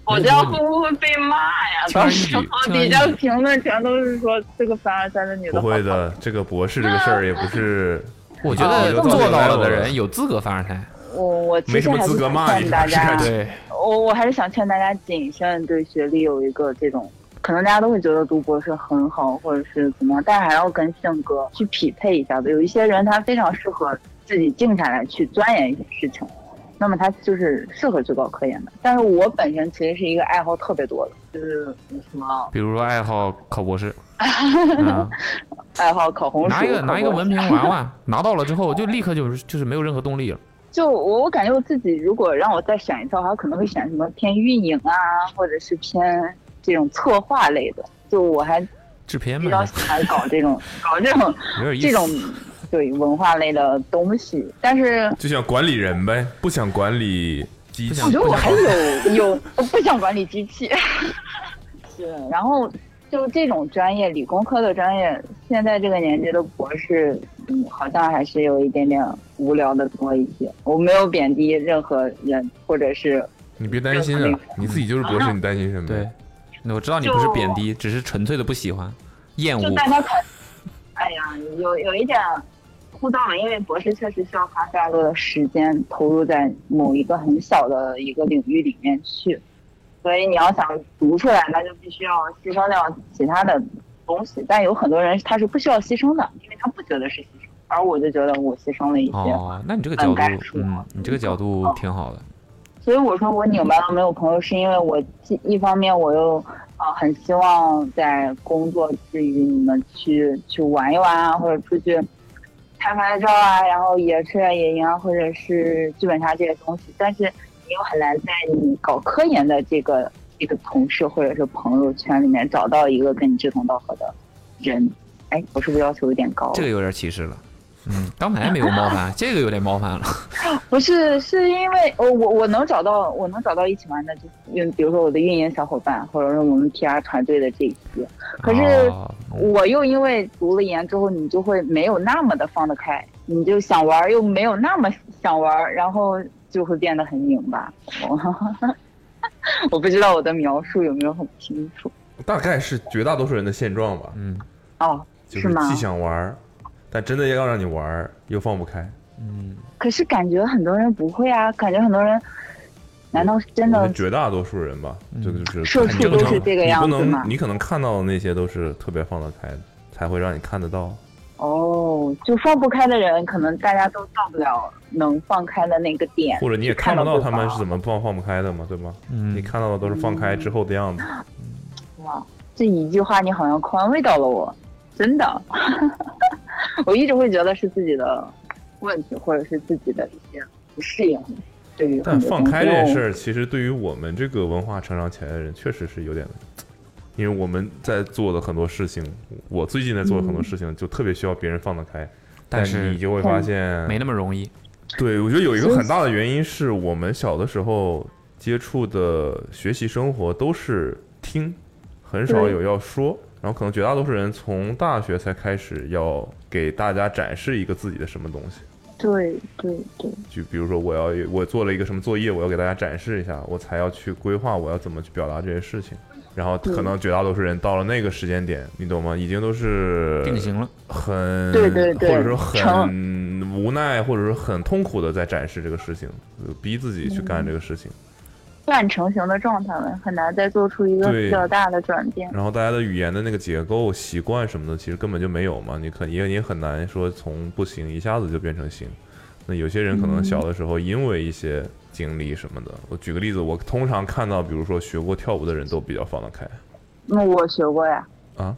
Speaker 7: 我这样会不会被骂呀？
Speaker 2: 轻而
Speaker 7: 当
Speaker 2: 易
Speaker 7: 时
Speaker 2: 举， 轻而易
Speaker 3: 底下
Speaker 2: 举。
Speaker 3: 评论全都是说这个凡尔赛的女的
Speaker 4: 不 会的，这个博士这个事儿也不是，
Speaker 2: 我觉
Speaker 4: 啊
Speaker 2: 得
Speaker 4: 我就
Speaker 2: 做到了的
Speaker 4: 做到了
Speaker 2: 人有资格凡尔赛。
Speaker 3: 我我其
Speaker 4: 没
Speaker 3: 实
Speaker 4: 什么
Speaker 3: 还
Speaker 4: 资
Speaker 3: 是
Speaker 4: 格
Speaker 3: 想
Speaker 4: 骂你
Speaker 3: 劝大
Speaker 4: 是啊
Speaker 3: 家，
Speaker 4: 吧
Speaker 2: 对，
Speaker 3: 我我还是想劝大家谨慎对学历有一个这种，可能大家都会觉得读博士很好，或者是怎么样，但是还要跟性格去匹配一下的。有一些人他非常适合自己静下来去钻研一些事情，那么他就是适合去搞科研的。但是我本身其实是一个爱好特别多的，就是什么
Speaker 2: 比如说爱好考博士，啊
Speaker 3: 爱好烤红薯，
Speaker 2: 拿一个
Speaker 3: 烤
Speaker 2: 拿一个
Speaker 3: 火
Speaker 2: 文凭玩玩，拿到了之后就立刻就是就是没有任何动力了。
Speaker 3: 就我我感觉我自己如果让我再选一套，还可能会选什么偏运营啊，或者是偏这种策划类的。就我还
Speaker 2: 制片
Speaker 3: 比较
Speaker 2: 嘛，
Speaker 3: 喜欢搞 这种搞这种
Speaker 2: 有点意思。
Speaker 3: 这种对文化类的东西，但是
Speaker 4: 就想管理人呗，不想管理机
Speaker 2: 不
Speaker 4: 器
Speaker 2: 想。
Speaker 3: 我觉得我还 有有我不想管理机器，是，然后就这种专业，理工科的专业，现在这个年纪的博士，嗯，好像还是有一点点无聊的多一些。我没有贬低任何人，或者是
Speaker 4: 你别担心啊，你自己就是博士，你担心什么？
Speaker 2: 对，，那我知道你不是贬低，只是纯粹的不喜欢、厌
Speaker 7: 就
Speaker 2: 恶。
Speaker 7: 大家看，哎呀，有有一点枯燥了，因为博士确实需要花
Speaker 3: 大多的时间投入在某一个很小的一个领域里面去，所以你要想读出来，那就必须要牺牲掉其他的东西。但有很多人他是不需要牺牲的，因为他不觉得是牺牲，而我就觉得我牺牲了一些。
Speaker 2: 哦，那你这个角
Speaker 3: 很
Speaker 2: 度
Speaker 3: 干，触
Speaker 2: 嗯，你这个角度挺好的。
Speaker 3: 所以我说我拧巴到没有朋友，是因为我既一方面我又呃很希望在工作之余你们去去玩一玩啊，或者出去拍拍照啊，然后野吃啊野营啊，或者是剧本杀这些东西，但是你又很难在你搞科研的这个这个同事或者是朋友圈里面找到一个跟你志同道合的人。哎，我是不是要求有点高了？
Speaker 2: 这个有点歧视了。嗯，刚才没有冒 犯，这个有点冒犯了。
Speaker 3: 不是，是因为哦我我我能找到我能找到一起玩的，就是运比如说我的运营小伙伴，或者是我们 PR 团队的这一些。可是
Speaker 2: 哦
Speaker 3: 我又因为读了研之后，你就会没有那么的放得开，你就想玩又没有那么想玩，然后就会变得很拧巴。我 我不知道我的描述有没有很清楚
Speaker 4: 大概是绝大多数人的现状吧，
Speaker 2: 嗯
Speaker 3: 哦，
Speaker 4: 就
Speaker 3: 是
Speaker 4: 是
Speaker 3: 吗
Speaker 4: 既想玩儿，但真的要让你玩儿又放不开。
Speaker 2: 嗯，
Speaker 3: 可是感觉很多人不会啊，感觉很多人难道是真
Speaker 4: 我觉
Speaker 3: 的
Speaker 4: 得绝大多数人吧，这个就是
Speaker 3: 社
Speaker 2: 很
Speaker 3: 畜
Speaker 2: 正
Speaker 3: 都是
Speaker 2: 常
Speaker 3: 这个
Speaker 4: 你
Speaker 3: 样
Speaker 4: 不
Speaker 3: 子吗
Speaker 4: 能，？你可能看到的那些都是特别放得开的，才会让你看得到。
Speaker 3: 哦，就放不开的人，可能大家都到不了能放开的那个点，
Speaker 4: 或者你也
Speaker 3: 去看
Speaker 4: 看不到
Speaker 3: 对
Speaker 4: 他们
Speaker 3: 方
Speaker 4: 是怎么放放不开的嘛，对吧？
Speaker 2: 嗯
Speaker 4: 你看到的都是放开之后的样子。
Speaker 3: 哇，这一句话你好像宽慰到了我，真的。 我一直会觉得是自己的问题，或者是自己的一些不适应。对于
Speaker 4: 但
Speaker 3: 很多
Speaker 4: 放开这
Speaker 3: 东
Speaker 4: 件
Speaker 3: 西
Speaker 4: 事，儿，其实对于我们这个文化成长起来的人，确实是有点，因为我们在做的很多事情，我最近在做的很多事情，就特别需要别人放得开。
Speaker 2: 但
Speaker 4: 但
Speaker 2: 是
Speaker 4: 你就会发现，
Speaker 2: 没那么容易。
Speaker 4: 对我觉得有一个很大的原因是我们小的时候接触的学习生活都是听，很少有要说。然后可能绝大多数人从大学才开始要给大家展示一个自己的什么东西。
Speaker 3: 对对对，
Speaker 4: 就比如说我要我做了一个什么作业，我要给大家展示一下，我才要去规划我要怎么去表达这些事情。然后可能绝大多数人到了那个时间点，你懂吗？已经都是
Speaker 2: 定型了，
Speaker 4: 很
Speaker 3: 对对对
Speaker 4: 或者说
Speaker 3: 成
Speaker 4: 很无奈，或者说很痛苦的在展示这个事情，呃逼自己去干这个事情。
Speaker 3: 半成型的状态了，很难再做出一个
Speaker 4: 对
Speaker 3: 比较大的转变。
Speaker 4: 然后大家的语言的那个结构、习惯什么的，其实根本就没有嘛。你可也也很难说从不行一下子就变成行。那有些人可能小的时候因为一些经历什么的，我举个例子，我通常看到，比如说学过跳舞的人都比较放得开
Speaker 3: 那我学过呀，
Speaker 4: 啊，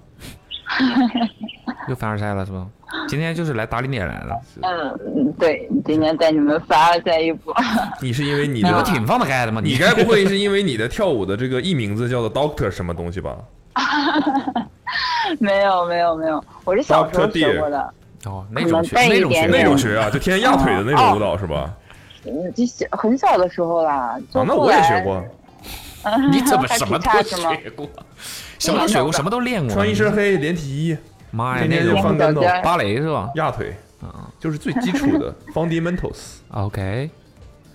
Speaker 2: 又凡尔赛了是吧？
Speaker 3: 啊
Speaker 2: 今天就是来打你脸来了，
Speaker 3: 嗯，对，今天带你们发了再一波。
Speaker 4: 你是因为你
Speaker 2: 你不
Speaker 4: 的。
Speaker 2: 挺放得开的吗？
Speaker 4: 你
Speaker 2: 你
Speaker 4: 该不会是因为你的跳舞的这个艺名字叫做 Doctor 什么东西吧？
Speaker 3: 没有没有没有，我是小时候
Speaker 4: Dr.
Speaker 3: 学过的，
Speaker 2: 哦那种学
Speaker 3: 可能带
Speaker 2: 那
Speaker 3: 一
Speaker 2: 种哦学
Speaker 3: 点
Speaker 4: 那
Speaker 3: 点
Speaker 4: 种学啊，就天天压腿的那种舞蹈是吧？
Speaker 3: 嗯，就小很小的时候啦。就
Speaker 2: 哦
Speaker 4: 啊，那
Speaker 3: 后
Speaker 4: 我也学
Speaker 3: 来
Speaker 4: 过，
Speaker 2: 你怎么
Speaker 3: 还
Speaker 2: 什
Speaker 3: 劈
Speaker 2: 么
Speaker 3: 叉
Speaker 2: 都
Speaker 3: 是吗
Speaker 2: 学过？什么都学过，什么都练过。
Speaker 4: 穿一身黑连体衣，
Speaker 2: 妈呀，
Speaker 4: 天
Speaker 2: 哎那
Speaker 4: 天就
Speaker 2: 种
Speaker 4: 翻跟头
Speaker 3: 脚尖儿
Speaker 2: 芭蕾是吧
Speaker 4: 压腿，
Speaker 2: 嗯
Speaker 4: 就是最基 础的 fundamentals。
Speaker 2: 啊？OK，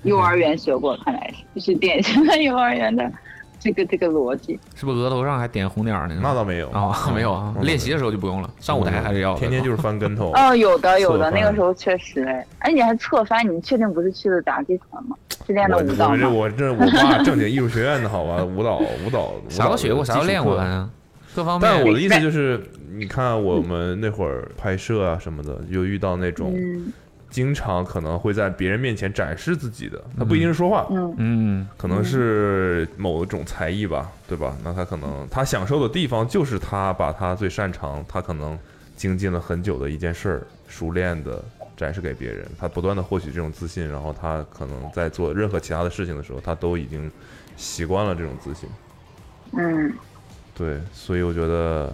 Speaker 3: 幼儿
Speaker 4: 嗯
Speaker 3: 园学过，看来是就是典型的幼儿园的这个这个逻辑。
Speaker 2: 是不是额头上还点红点儿呢？
Speaker 4: 那倒没有嗯
Speaker 2: 哦，没有啊，练习的时候就不用了，上舞台还是要的。
Speaker 4: 天天就是翻跟头。
Speaker 3: 哦，有的有的，
Speaker 4: 侧翻
Speaker 3: 那个时候确实哎，哎，你还侧翻，你确定不是去的杂技团吗？是练的
Speaker 4: 我
Speaker 3: 舞蹈
Speaker 4: 我这
Speaker 3: 吗？
Speaker 4: 我这我爸正经艺术学院的好吧，舞蹈舞蹈舞蹈
Speaker 2: 啥都学过，啥都练过
Speaker 4: 基础课
Speaker 2: 啊，各方面。
Speaker 4: 但我的意思就是，你看我们那会儿拍摄啊什么的，又遇到那种
Speaker 3: 嗯
Speaker 4: 经常可能会在别人面前展示自己的，他不一定是说话，
Speaker 3: 嗯，
Speaker 2: 嗯，
Speaker 4: 可能是某一种才艺吧，对吧？那他可能他享受的地方就是他把他最擅长，他可能精进了很久的一件事儿，熟练的展示给别人，他不断的获取这种自信，然后他可能在做任何其他的事情的时候，他都已经习惯了这种自信。
Speaker 3: 嗯，
Speaker 4: 对，所以我觉得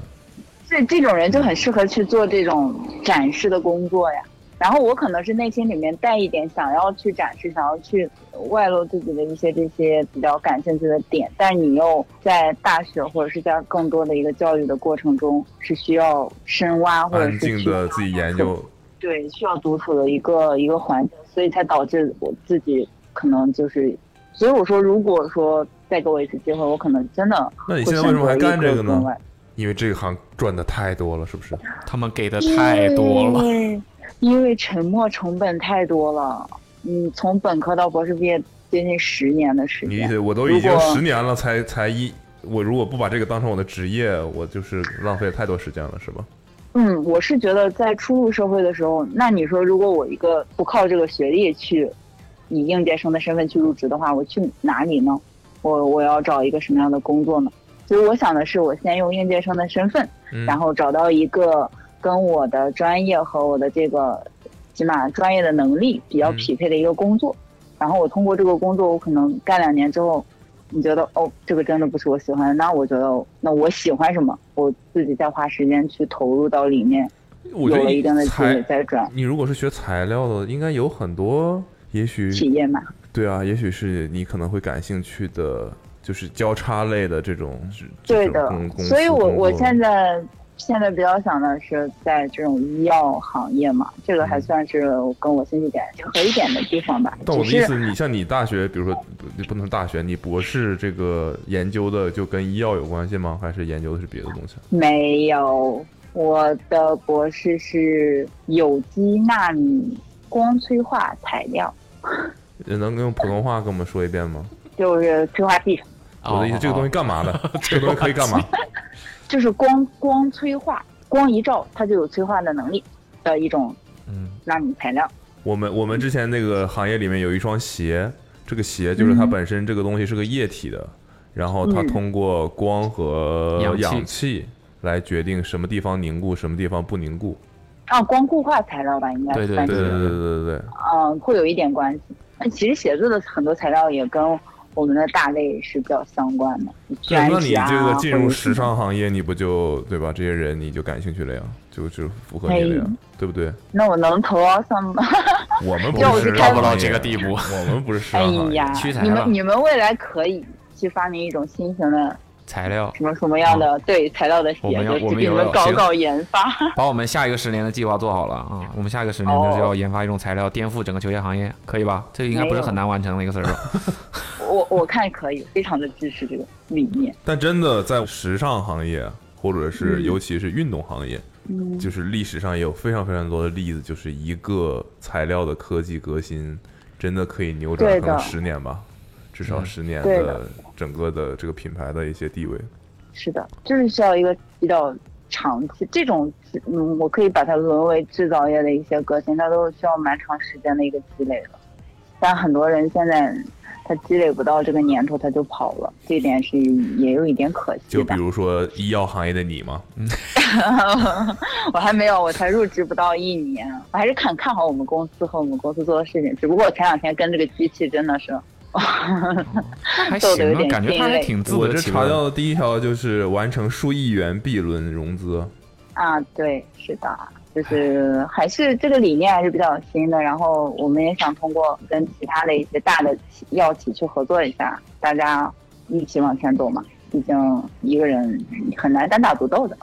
Speaker 3: 这这种人就很适合去做这种展示的工作呀。然后我可能是内心里面带一点想要去展示、想要去外露自己的一些这些比较感兴趣的点，但你又在大学或者是在更多的一个教育的过程中是需要深挖或者
Speaker 4: 安
Speaker 3: 是
Speaker 4: 静
Speaker 3: 去
Speaker 4: 的自己研究，
Speaker 3: 对，需要独处的一个一个环境，所以才导致我自己可能就是，所以我说，如果说再给我一次机会，我可能真的
Speaker 4: 那
Speaker 3: 会
Speaker 4: 你
Speaker 3: 选择
Speaker 4: 现在为什么还干这
Speaker 3: 一
Speaker 4: 个
Speaker 3: 个
Speaker 4: 呢
Speaker 3: 更？外
Speaker 4: 因为这个行赚的太多了，是不是？
Speaker 2: 他们给的太多了。
Speaker 3: 因为因为沉没成本太多了。嗯，从本科到博士毕业接近十年的时
Speaker 4: 你意
Speaker 3: 间
Speaker 4: 思，我都已经
Speaker 3: 如果
Speaker 4: 十年了才，才一，我如果不把这个当成我的职业，我就是浪费太多时间了，是吧？
Speaker 3: 嗯，我是觉得在初入社会的时候，那你说如果我一个不靠这个学历去以应届生的身份去入职的话，我去哪里呢？我我要找一个什么样的工作呢？所以我想的是，我先用应届生的身份，
Speaker 4: 嗯
Speaker 3: 然后找到一个跟我的专业和我的这个起码专业的能力比较
Speaker 4: 嗯
Speaker 3: 匹配的一个工作，然后我通过这个工作，我可能干两年之后，你觉得哦，这个真的不是我喜欢的，那我觉得那我喜欢什么，我自己再花时间去投入到里面，
Speaker 4: 我觉
Speaker 3: 有
Speaker 4: 得
Speaker 3: 了一定的积累
Speaker 4: 材，
Speaker 3: 再转
Speaker 4: 你如果是学材料的，应该有很多，也许
Speaker 3: 企业嘛。
Speaker 4: 对啊，也许是你可能会感兴趣的，就是交叉类的这种，
Speaker 3: 对
Speaker 4: 这
Speaker 3: 的
Speaker 4: 种公公，司
Speaker 3: 所以我
Speaker 4: 工作
Speaker 3: 我现在现在比较想的是在这种医药行业嘛，这个还算是跟我兴趣点结合一点的地方吧。
Speaker 4: 嗯但我
Speaker 3: 只
Speaker 4: 的意
Speaker 3: 是
Speaker 4: 思，你像你大学，比如说不你不能大学，你博士这个研究的就跟医药有关系吗？还是研究的是别的东西？
Speaker 3: 没有，我的博士是有机纳米光催化材料，
Speaker 4: 能用普通话跟我们说一遍吗？
Speaker 3: 就是催化剂，
Speaker 4: 我的意思，这个东西
Speaker 2: 哦
Speaker 4: 干嘛 的？这个东西可以干嘛？
Speaker 3: 就是光光催化，光一照它就有催化的能力的一种
Speaker 2: 嗯，
Speaker 3: 纳米材料。
Speaker 4: 我们我们之前那个行业里面有一双鞋，这个鞋就是它本身这个东西是个液体的，然后它
Speaker 3: 嗯
Speaker 4: 通过光和
Speaker 2: 氧气
Speaker 4: 氧气来决定什么地方凝固，什么地方不凝固。
Speaker 3: 啊，光固化材料吧，应该
Speaker 2: 对对
Speaker 3: 算是
Speaker 4: 对对对对对对，
Speaker 3: 嗯，会有一点关系。那其实鞋子的很多材料也跟我们的大类是比较相关的，
Speaker 4: 对
Speaker 3: 卷
Speaker 4: 那你
Speaker 3: 纸啊，
Speaker 4: 这个进入
Speaker 3: 或者
Speaker 4: 时尚行业，你不就对吧？这些人你就感兴趣了呀，就就符合你了呀
Speaker 3: 哎，
Speaker 4: 对不对？
Speaker 3: 那我能投奥桑吗？
Speaker 4: 我们不
Speaker 3: 要我
Speaker 4: 是
Speaker 3: 就
Speaker 4: 时
Speaker 3: 开
Speaker 2: 到
Speaker 4: 尚
Speaker 2: 不到
Speaker 4: 行业
Speaker 2: 这个地步
Speaker 4: 我们不是时
Speaker 3: 哎
Speaker 4: 尚行业
Speaker 3: 呀
Speaker 2: 屈才，
Speaker 3: 你
Speaker 2: 了
Speaker 3: 们你们未来可以去发明一种新型的
Speaker 2: 材料，
Speaker 3: 什么什么样的、对材料的鞋
Speaker 2: 啊我们要
Speaker 3: 子，
Speaker 2: 我们
Speaker 3: 就给你
Speaker 2: 有
Speaker 3: 们
Speaker 2: 有
Speaker 3: 搞
Speaker 2: 行
Speaker 3: 搞研发。
Speaker 4: 啊
Speaker 2: 把我们下一个十年的计划做好了啊、我们下一个十年就是要研发一种材料，颠覆整个球鞋行业，可以吧？这个应该不是很难完成的一个事儿吧？
Speaker 3: 我我看可以，非常的支持这个理念。
Speaker 4: 但真的在时尚行业，或者是尤其是运动行业，
Speaker 3: 嗯
Speaker 4: 就是历史上也有非常非常多的例子，就是一个材料的科技革新，真的可以扭转
Speaker 3: 对
Speaker 4: 可
Speaker 3: 的
Speaker 4: 能十年吧，至少十年
Speaker 3: 对
Speaker 4: 的
Speaker 3: 的
Speaker 4: 整个的这个品牌的一些地位。
Speaker 3: 是的，就是需要一个比较长期这种，嗯，我可以把它沦为制造业的一些革新，它都是需要蛮长时间的一个积累的。但很多人现在他积累不到这个年头，他就跑了，这一点是也有一点可惜
Speaker 4: 就
Speaker 3: 的
Speaker 4: 比。如说医药行业的你嘛，
Speaker 3: 我还没有，我才入职不到一年，我还是很看好我们公司和我们公司做的事情。只不过我前两天跟这个机器真的是，
Speaker 2: 还
Speaker 3: 逗得
Speaker 2: 行
Speaker 3: 有
Speaker 2: 啊，
Speaker 3: 点
Speaker 2: 感觉他
Speaker 3: 心
Speaker 2: 还
Speaker 3: 累
Speaker 2: 挺自
Speaker 4: 我
Speaker 2: 得
Speaker 4: 这
Speaker 2: 其
Speaker 4: 查
Speaker 2: 乐
Speaker 4: 到
Speaker 2: 的。
Speaker 4: 的第一条就是完成数亿元 B 轮融资，
Speaker 3: 啊，对，是的，就是还是这个理念还是比较新的。然后我们也想通过跟其他的一些大的企药企去合作一下，大家一起往前走嘛。毕竟一个人很难单打独斗的。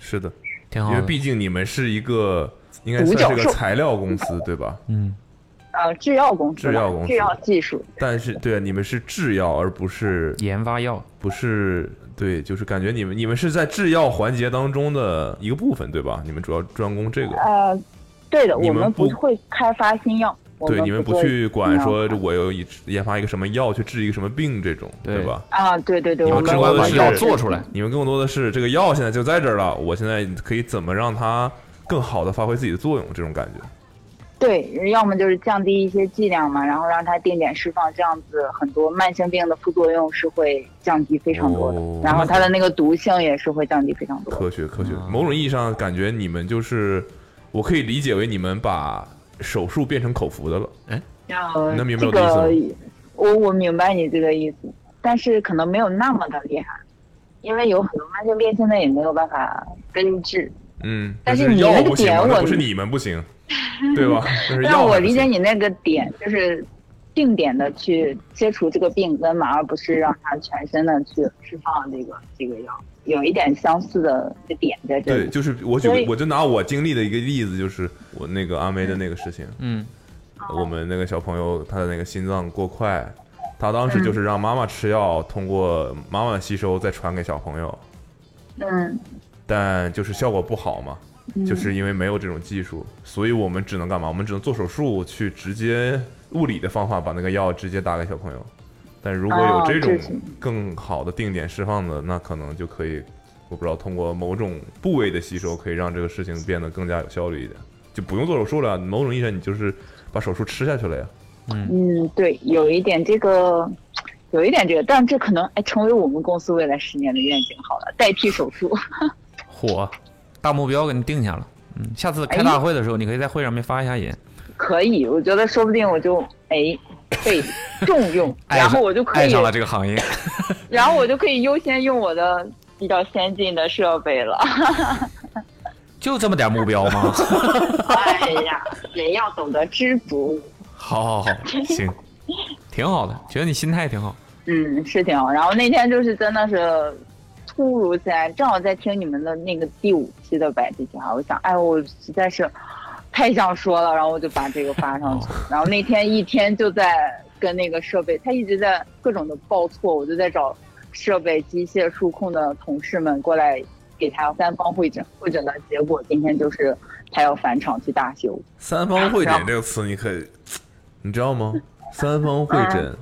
Speaker 4: 是的，
Speaker 2: 挺
Speaker 4: 因
Speaker 2: 好
Speaker 4: 为
Speaker 2: 的，
Speaker 4: 毕竟你们是一个应该
Speaker 3: 独
Speaker 4: 算
Speaker 3: 角
Speaker 4: 是个
Speaker 3: 兽
Speaker 4: 材料公司对吧？
Speaker 2: 嗯，
Speaker 3: 呃，制药公司吧，
Speaker 4: 制药公司
Speaker 3: 制药技术，
Speaker 4: 但是对啊，你们是制药而不是
Speaker 2: 研发药，
Speaker 4: 不是对，就是感觉你们你们是在制药环节当中的一个部分，对吧？你们主要专攻这个，
Speaker 3: 呃，对的，
Speaker 4: 你
Speaker 3: 我
Speaker 4: 们
Speaker 3: 们不
Speaker 4: 不
Speaker 3: 会开发新药，我
Speaker 4: 对，你们
Speaker 3: 们
Speaker 4: 不
Speaker 3: 做
Speaker 4: 去管
Speaker 3: 新药
Speaker 4: 说我有一研发一个什么药去治一个什么病这种，
Speaker 2: 对
Speaker 4: 对吧？
Speaker 3: 啊，对对对，
Speaker 4: 你
Speaker 3: 我
Speaker 4: 们
Speaker 3: 们
Speaker 4: 只
Speaker 2: 只
Speaker 4: 管
Speaker 2: 管
Speaker 3: 我
Speaker 2: 把
Speaker 3: 们
Speaker 4: 是
Speaker 2: 药
Speaker 3: 要
Speaker 2: 做出来。
Speaker 4: 你们更多的是这个药现在就在这儿了，我现在可以怎么让它更好的发挥自己的作用？这种感觉，
Speaker 3: 对，要么就是降低一些剂量嘛，然后让它定点释放，这样子很多慢性病的副作用是会降低非常多的，
Speaker 4: 哦
Speaker 3: 然后它的那个毒性也是会降低非常多的。
Speaker 4: 科学科学
Speaker 2: 啊，
Speaker 4: 某种意义上感觉你们就是，我可以理解为你们把手术变成口服的了，
Speaker 3: 呃
Speaker 4: 你能明白
Speaker 3: 这
Speaker 4: 我的意思吗
Speaker 3: 个我我明白你这个意思，但是可能没有那么的厉害，因为有很多慢性病现在也没有办法根治。
Speaker 4: 嗯，
Speaker 3: 但是
Speaker 4: 是
Speaker 3: 你
Speaker 4: 药
Speaker 3: 那个
Speaker 4: 不行
Speaker 3: 点
Speaker 4: 嘛，那
Speaker 3: 我
Speaker 4: 不是你们不 行，对吧？但是
Speaker 3: 但
Speaker 4: 药
Speaker 3: 我
Speaker 4: 还不
Speaker 3: 理解
Speaker 4: 行
Speaker 3: 你那个点，就是定点的去切除这个病根嘛，而不是让它全身的去释放这个这个药，有一点相似的点在这
Speaker 4: 对，
Speaker 3: 里。
Speaker 4: 就是我举个
Speaker 3: 所，以
Speaker 4: 我就拿我经历的一个例子，就是我那个阿梅的那个事情，
Speaker 2: 嗯，
Speaker 4: 我们那个小朋友他的那个心脏过快，他当时
Speaker 3: 嗯
Speaker 4: 就是让妈妈吃药，通过妈妈的吸收再传给小朋友，
Speaker 3: 嗯，
Speaker 4: 但就是效果不好嘛，
Speaker 3: 嗯
Speaker 4: 就是因为没有这种技术，所以我们只能干嘛？我们只能做手术去直接物理的方法把那个药直接打给小朋友。但如果有
Speaker 3: 哦
Speaker 4: 这种
Speaker 3: 这是
Speaker 4: 更好的定点释放的，那可能就可以，我不知道通过某种部位的吸收，可以让这个事情变得更加有效率一点，就不用做手术了。某种意义上，你就是把手术吃下去了呀。
Speaker 2: 嗯，
Speaker 3: 嗯，对，有一点这个，有一点这个，但这可能哎成为我们公司未来十年的愿景好了，代替手术。
Speaker 2: 火，大目标给你定下了。嗯，下次开大会的时候，你可以在会上面发一下言。
Speaker 3: 可以，我觉得说不定我就哎被重 用，
Speaker 2: 爱
Speaker 3: 然
Speaker 2: 上
Speaker 3: 后我就可
Speaker 2: 爱
Speaker 3: 以
Speaker 2: 上，了这个行业，
Speaker 3: 然后我就可以优先用我的比较先进的设备了。
Speaker 2: 就这么点目标吗？
Speaker 7: 哎呀，人要懂得知足。
Speaker 2: 好好好，行，挺好的，觉得你心态挺好。
Speaker 3: 嗯，是挺好。然后那天就是真的是突如其来，正好在听你们的那个第五期的百集计划，我想，哎，我实在是太想说了，然后我就把这个发上去。然后那天一天就在跟那个设备，他一直在各种的报错，我就在找设备、机械、数控的同事们过来给他三方会诊。会诊的结果今天就是他要返场去大修。
Speaker 4: 三方会诊这个词，你可以，你知道吗？三方会诊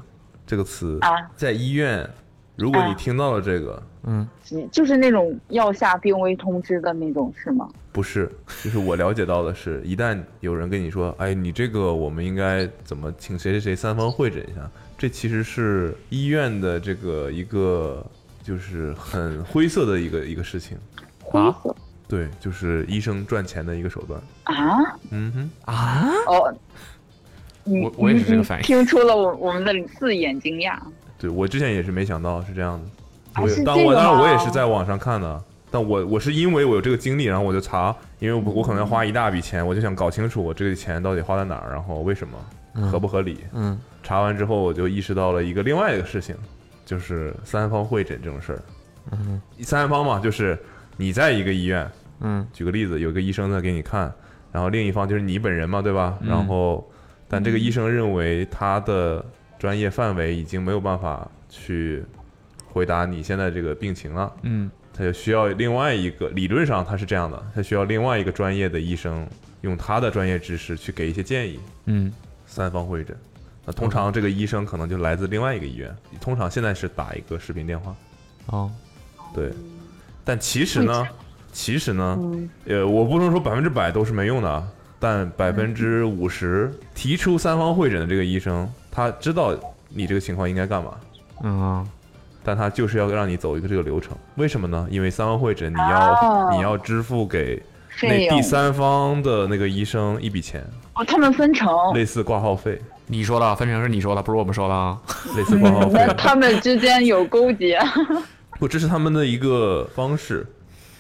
Speaker 4: 这个词
Speaker 3: 啊，
Speaker 4: 在医院，如果你
Speaker 3: 啊
Speaker 4: 听到了这个，
Speaker 2: 嗯，
Speaker 3: 就是那种要下病危通知的那种，是吗？
Speaker 2: 啊
Speaker 4: 不是，就是我了解到的是， 一旦有人跟你说，哎，你这个我们应该怎么请谁谁谁三方会诊一下，这其实是医院的这个一个就是很灰色的一个一个事情，
Speaker 3: 灰
Speaker 2: 啊
Speaker 3: 色
Speaker 4: 对，就是医生赚钱的一个手段。
Speaker 3: 啊？
Speaker 4: 嗯哼，
Speaker 2: 啊，
Speaker 3: 哦，你
Speaker 2: 我我也是这个反应
Speaker 3: 你听出了我我们的四眼惊讶，
Speaker 4: 对我之前也是没想到是这样的，
Speaker 3: 啊
Speaker 4: 我也
Speaker 3: 是
Speaker 4: 当
Speaker 3: 这
Speaker 4: 我
Speaker 3: 个
Speaker 4: 当然我也
Speaker 3: 吗
Speaker 4: 是在网上看的，但我我是因为我有这个经历，然后我就查，因为我我可能要花一大笔钱，我就想搞清楚我这个钱到底花在哪儿，然后为什么
Speaker 2: 嗯
Speaker 4: 合不合理。
Speaker 2: 嗯，
Speaker 4: 查完之后，我就意识到了一个另外一个事情，就是三方会诊这种事儿。
Speaker 2: 嗯，
Speaker 4: 三方嘛，就是你在一个医院，
Speaker 2: 嗯，
Speaker 4: 举个例子，有个医生在给你看，然后另一方就是你本人嘛，对吧？
Speaker 2: 嗯
Speaker 4: 然后，但这个医生认为他的专业范围已经没有办法去回答你现在这个病情了，
Speaker 2: 嗯，
Speaker 4: 他就需要另外一个，理论上他是这样的，他需要另外一个专业的医生用他的专业知识去给一些建议。
Speaker 2: 嗯，
Speaker 4: 三方会诊。那通常这个医生可能就来自另外一个医院，通常现在是打一个视频电话。啊
Speaker 2: 哦，
Speaker 4: 对，但其实呢，其实呢，
Speaker 3: 嗯
Speaker 4: 呃，我不能说百分之百都是没用的，啊，但百分之
Speaker 3: 嗯
Speaker 4: 五十提出三方会诊的这个医生，他知道你这个情况应该干嘛，
Speaker 2: 嗯啊，
Speaker 4: 但他就是要让你走一个这个流程。为什么呢？因为三方会诊你要、
Speaker 3: 哦
Speaker 4: 你要支付给
Speaker 3: 费
Speaker 4: 那
Speaker 3: 用
Speaker 4: 第三方的那个医生一笔钱，
Speaker 3: 哦，他们分成，
Speaker 4: 类似挂号费，
Speaker 2: 你说的，分成是你说的，不是我们说的啊。
Speaker 4: 类似挂号费
Speaker 3: 那。他们之间有勾结，
Speaker 4: 不，这是他们的一个方式。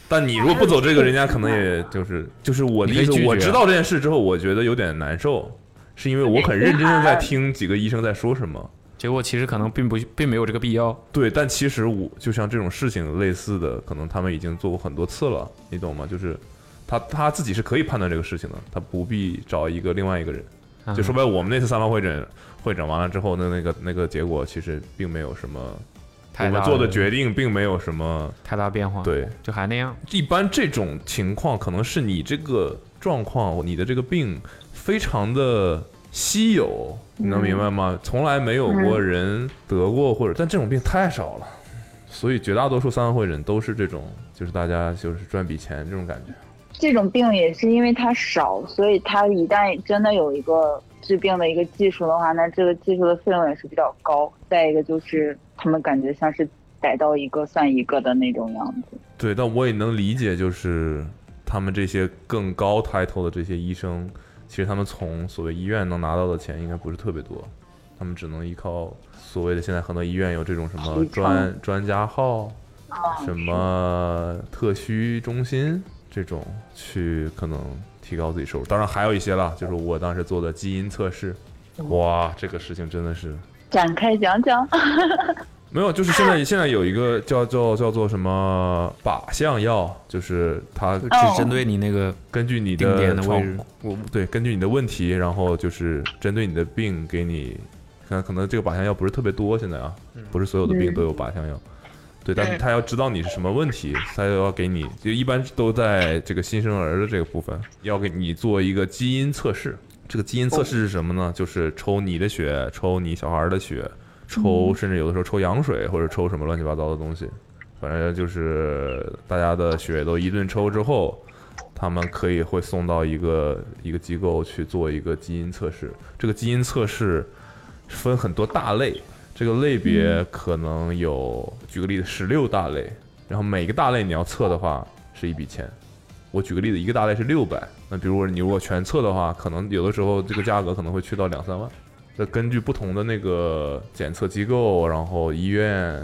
Speaker 4: 但你如果不走这个，人家可能也就是就是我的
Speaker 2: 你可
Speaker 4: 意
Speaker 2: 以
Speaker 4: 思
Speaker 2: 拒，绝啊
Speaker 4: 我知道这件事之后，我觉得有点难受，是因为我很认真的在听几个医生在说什么。
Speaker 2: 结果其实可能并不并没有这个必要。
Speaker 4: 对，但其实我就像这种事情类似的，可能他们已经做过很多次了，你懂吗？就是他他自己是可以判断这个事情的，他不必找一个另外一个人。
Speaker 2: 啊
Speaker 4: 就说白了，我们那次三方会诊会诊完了之后，那那个那个结果其实并没有什么，我
Speaker 2: 太大
Speaker 4: 们做的决定并没有什么
Speaker 2: 太大变化，，
Speaker 4: 对。
Speaker 2: 就还那样。
Speaker 4: 一般这种情况可能是你这个状况，你的这个病非常的稀有，你能明白吗？从来没有过人得过，或者但这种病太少了，所以绝大多数三会诊都是这种，就是大家就是赚笔钱这种感觉。
Speaker 3: 这种病也是因为它少，所以它一旦真的有一个治病的一个技术的话，那这个技术的费用也是比较高。再一个就是他们感觉像是逮到一个算一个的那种样子。
Speaker 4: 对，但我也能理解，就是他们这些更高 title 的这些医生，其实他们从所谓医院能拿到的钱应该不是特别多，他们只能依靠所谓的现在很多医院有这种什么
Speaker 3: 提成
Speaker 4: 专专家号、什么特需中心这种去可能提高自己收入。当然还有一些啦，就是我当时做的基因测试，哇，这个事情真的是
Speaker 3: 展开讲讲，
Speaker 4: 没有，就是现在现在有一个叫叫叫做什么靶向药，就是它
Speaker 2: 只针对你那个
Speaker 4: 根据你
Speaker 2: 定点
Speaker 4: 的
Speaker 2: 的
Speaker 4: 床
Speaker 2: 位置
Speaker 4: 我对，根据你的问题，然后就是针对你的病给你，看可能这个靶向药不是特别多，现在啊，
Speaker 2: 嗯
Speaker 4: 不是所有的病都有靶向药，对，但是他要知道你是什么问题，他就要给你，就一般都在这个新生儿的这个部分，要给你做一个基因测试。这个基因测试是什么呢？就是抽你的血，抽你小孩儿的血，
Speaker 2: 嗯
Speaker 4: 抽甚至有的时候抽羊水或者抽什么乱七八糟的东西，反正就是大家的血都一顿抽之后，他们可以会送到一个一个机构去做一个基因测试。这个基因测试分很多大类，这个类
Speaker 3: 嗯
Speaker 4: 别可能有，举个例子，十六大类，然后每个大类你要测的话是一笔钱。我举个例子，一个大类是六百，那比如说你如果全测的话，可能有的时候这个价格可能会去到两三万。那根据不同的那个检测机构，然后医院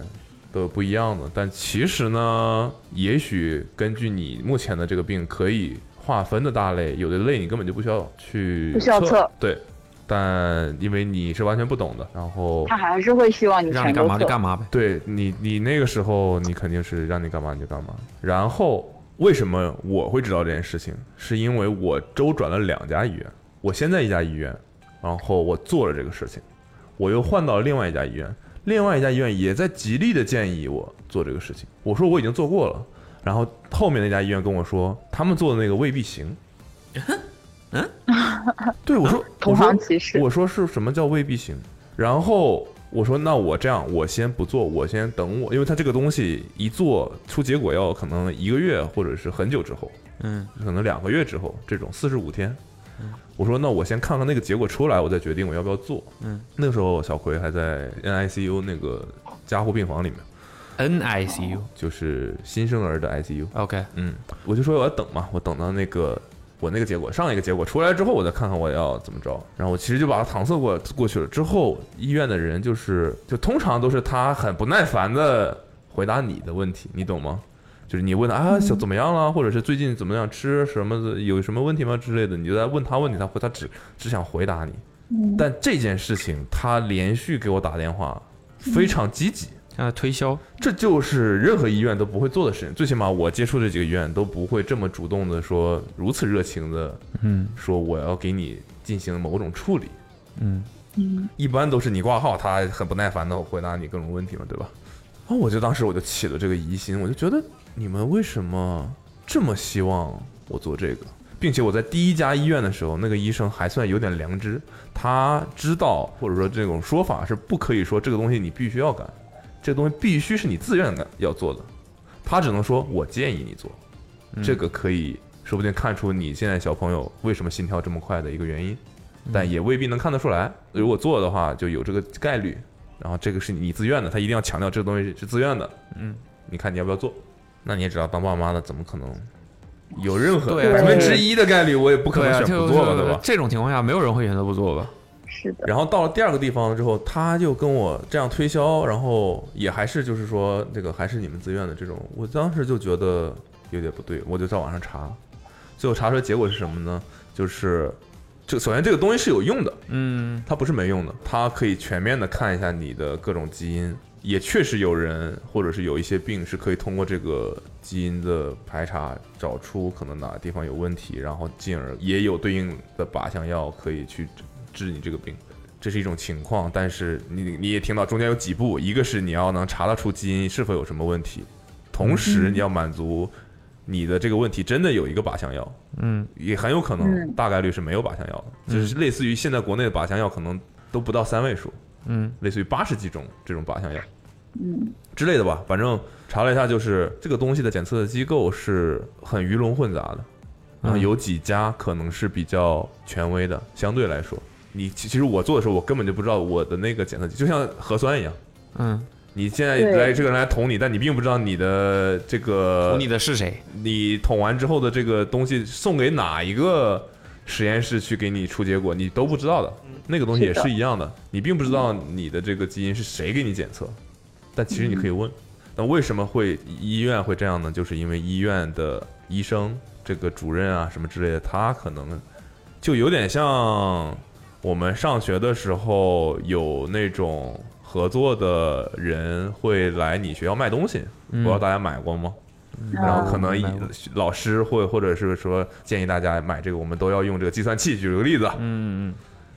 Speaker 4: 都有不一样的。但其实呢，也许根据你目前的这个病可以划分的大类，有的类你根本就不需要去
Speaker 3: 不需要测
Speaker 4: 对。但因为你是完全不懂的，然后
Speaker 3: 他还是会希望你
Speaker 2: 让
Speaker 3: 全
Speaker 2: 你干
Speaker 3: 都
Speaker 2: 嘛就
Speaker 3: 测。
Speaker 2: 干嘛呗。
Speaker 4: 对你，你那个时候你肯定是让你干嘛你就干嘛。然后为什么我会知道这件事情？是因为我周转了两家医院，我先在一家医院，然后我做了这个事情，我又换到了另外一家医院，另外一家医院也在极力的建议我做这个事情。我说我已经做过了，然后后面那家医院跟我说，他们做的那个未必行。嗯，对我说，
Speaker 3: 同
Speaker 4: 我说
Speaker 3: 行歧视，
Speaker 4: 我说是什么叫未必行？然后我说那我这样，我先不做，我先等我，因为它这个东西一做出结果要可能一个月或者是很久之后，
Speaker 2: 嗯，
Speaker 4: 可能两个月之后这种四十五天。我说那我先看看那个结果出来，我再决定我要不要做。
Speaker 2: 嗯，
Speaker 4: 那个时候小葵还在 NICU 那个加护病房里面，
Speaker 2: NICU。
Speaker 4: 就是新生儿的 ICU。
Speaker 2: OK，
Speaker 4: 嗯，我就说我要等嘛，我等到那个我那个结果上一个结果出来之后，我再看看我要怎么着。然后我其实就把它搪塞过过去了。之后医院的人就是就通常都是他很不耐烦的回答你的问题，你懂吗？就是你问他啊，小怎么样了，或者是最近怎么样，吃什么的有什么问题吗之类的，你就在问他问题，他回他只只想回答你。但这件事情，他连续给我打电话，非常积极。
Speaker 2: 现在推销
Speaker 4: 这就是任何医院都不会做的事情。最起码我接触这几个医院都不会这么主动的说，如此热情的，
Speaker 2: 嗯，
Speaker 4: 说我要给你进行某种处理。
Speaker 2: 嗯
Speaker 4: 一般都是你挂号，他很不耐烦的回答你各种问题嘛，对吧？啊，我就当时我就起了这个疑心，我就觉得你们为什么这么希望我做这个？并且我在第一家医院的时候，那个医生还算有点良知，他知道或者说这种说法是不可以说这个东西你必须要干，这个东西必须是你自愿的要做的，他只能说我建议你做，这个可以说不定看出你现在小朋友为什么心跳这么快的一个原因，但也未必能看得出来。如果做的话，就有这个概率。然后这个是你自愿的，他一定要强调这个东西是自愿的。
Speaker 2: 嗯，
Speaker 4: 你看你要不要做？那你也知道，当爸妈的怎么可能有任何
Speaker 2: 对啊啊
Speaker 4: 百分之一的概率？我也不
Speaker 2: 不
Speaker 4: 可能选不做吧，对吧？
Speaker 2: 这种情况下，没有人会选择不做吧？
Speaker 3: 是的，
Speaker 4: 然后到了第二个地方之后，他就跟我这样推销，然后也还是就是说这个还是你们自愿的这种，我当时就觉得有点不对，我就在网上查，最后查出来结果是什么呢？就是这首先这个东西是有用的，
Speaker 2: 嗯，
Speaker 4: 它不是没用的，它可以全面的看一下你的各种基因，也确实有人或者是有一些病是可以通过这个基因的排查找出可能哪个地方有问题，然后进而也有对应的靶向药可以去治你这个病。这是一种情况，但是你你也听到中间有几步，一个是你要能查得出基因是否有什么问题，同时你要满足你的这个问题真的有一个靶向药，
Speaker 2: 嗯，
Speaker 4: 也很有可能
Speaker 3: 嗯
Speaker 4: 大概率是没有靶向药的，就是类似于现在国内的靶向药可能都不到三位数，
Speaker 2: 嗯，
Speaker 4: 类似于八十几种这种靶向药
Speaker 3: 嗯，
Speaker 4: 之类的吧，反正查了一下，就是这个东西的检测的机构是很鱼龙混杂的，然后
Speaker 2: 嗯
Speaker 4: 有几家可能是比较权威的，相对来说，你其其实我做的时候，我根本就不知道我的那个检测机，就像核酸一样。
Speaker 2: 嗯，
Speaker 4: 你现在
Speaker 3: 对
Speaker 4: 来这个人来捅你，但你并不知道你的这个
Speaker 2: 捅你的是谁？
Speaker 4: 你捅完之后的这个东西送给哪一个实验室去给你出结果，你都不知道的。那个东西也是一样的，你并不知道你的这个基因是谁给你检测，但其实你可以问。那为什么会医院会这样呢？就是因为医院的医生、这个主任啊什么之类的，他可能就有点像我们上学的时候有那种合作的人会来你学校卖东西，
Speaker 2: 嗯
Speaker 4: 不知道大家买过吗？
Speaker 3: 嗯
Speaker 4: 然后可能一老师会或者是说建议大家买这个，我们都要用这个计算器。举个例子，
Speaker 2: 嗯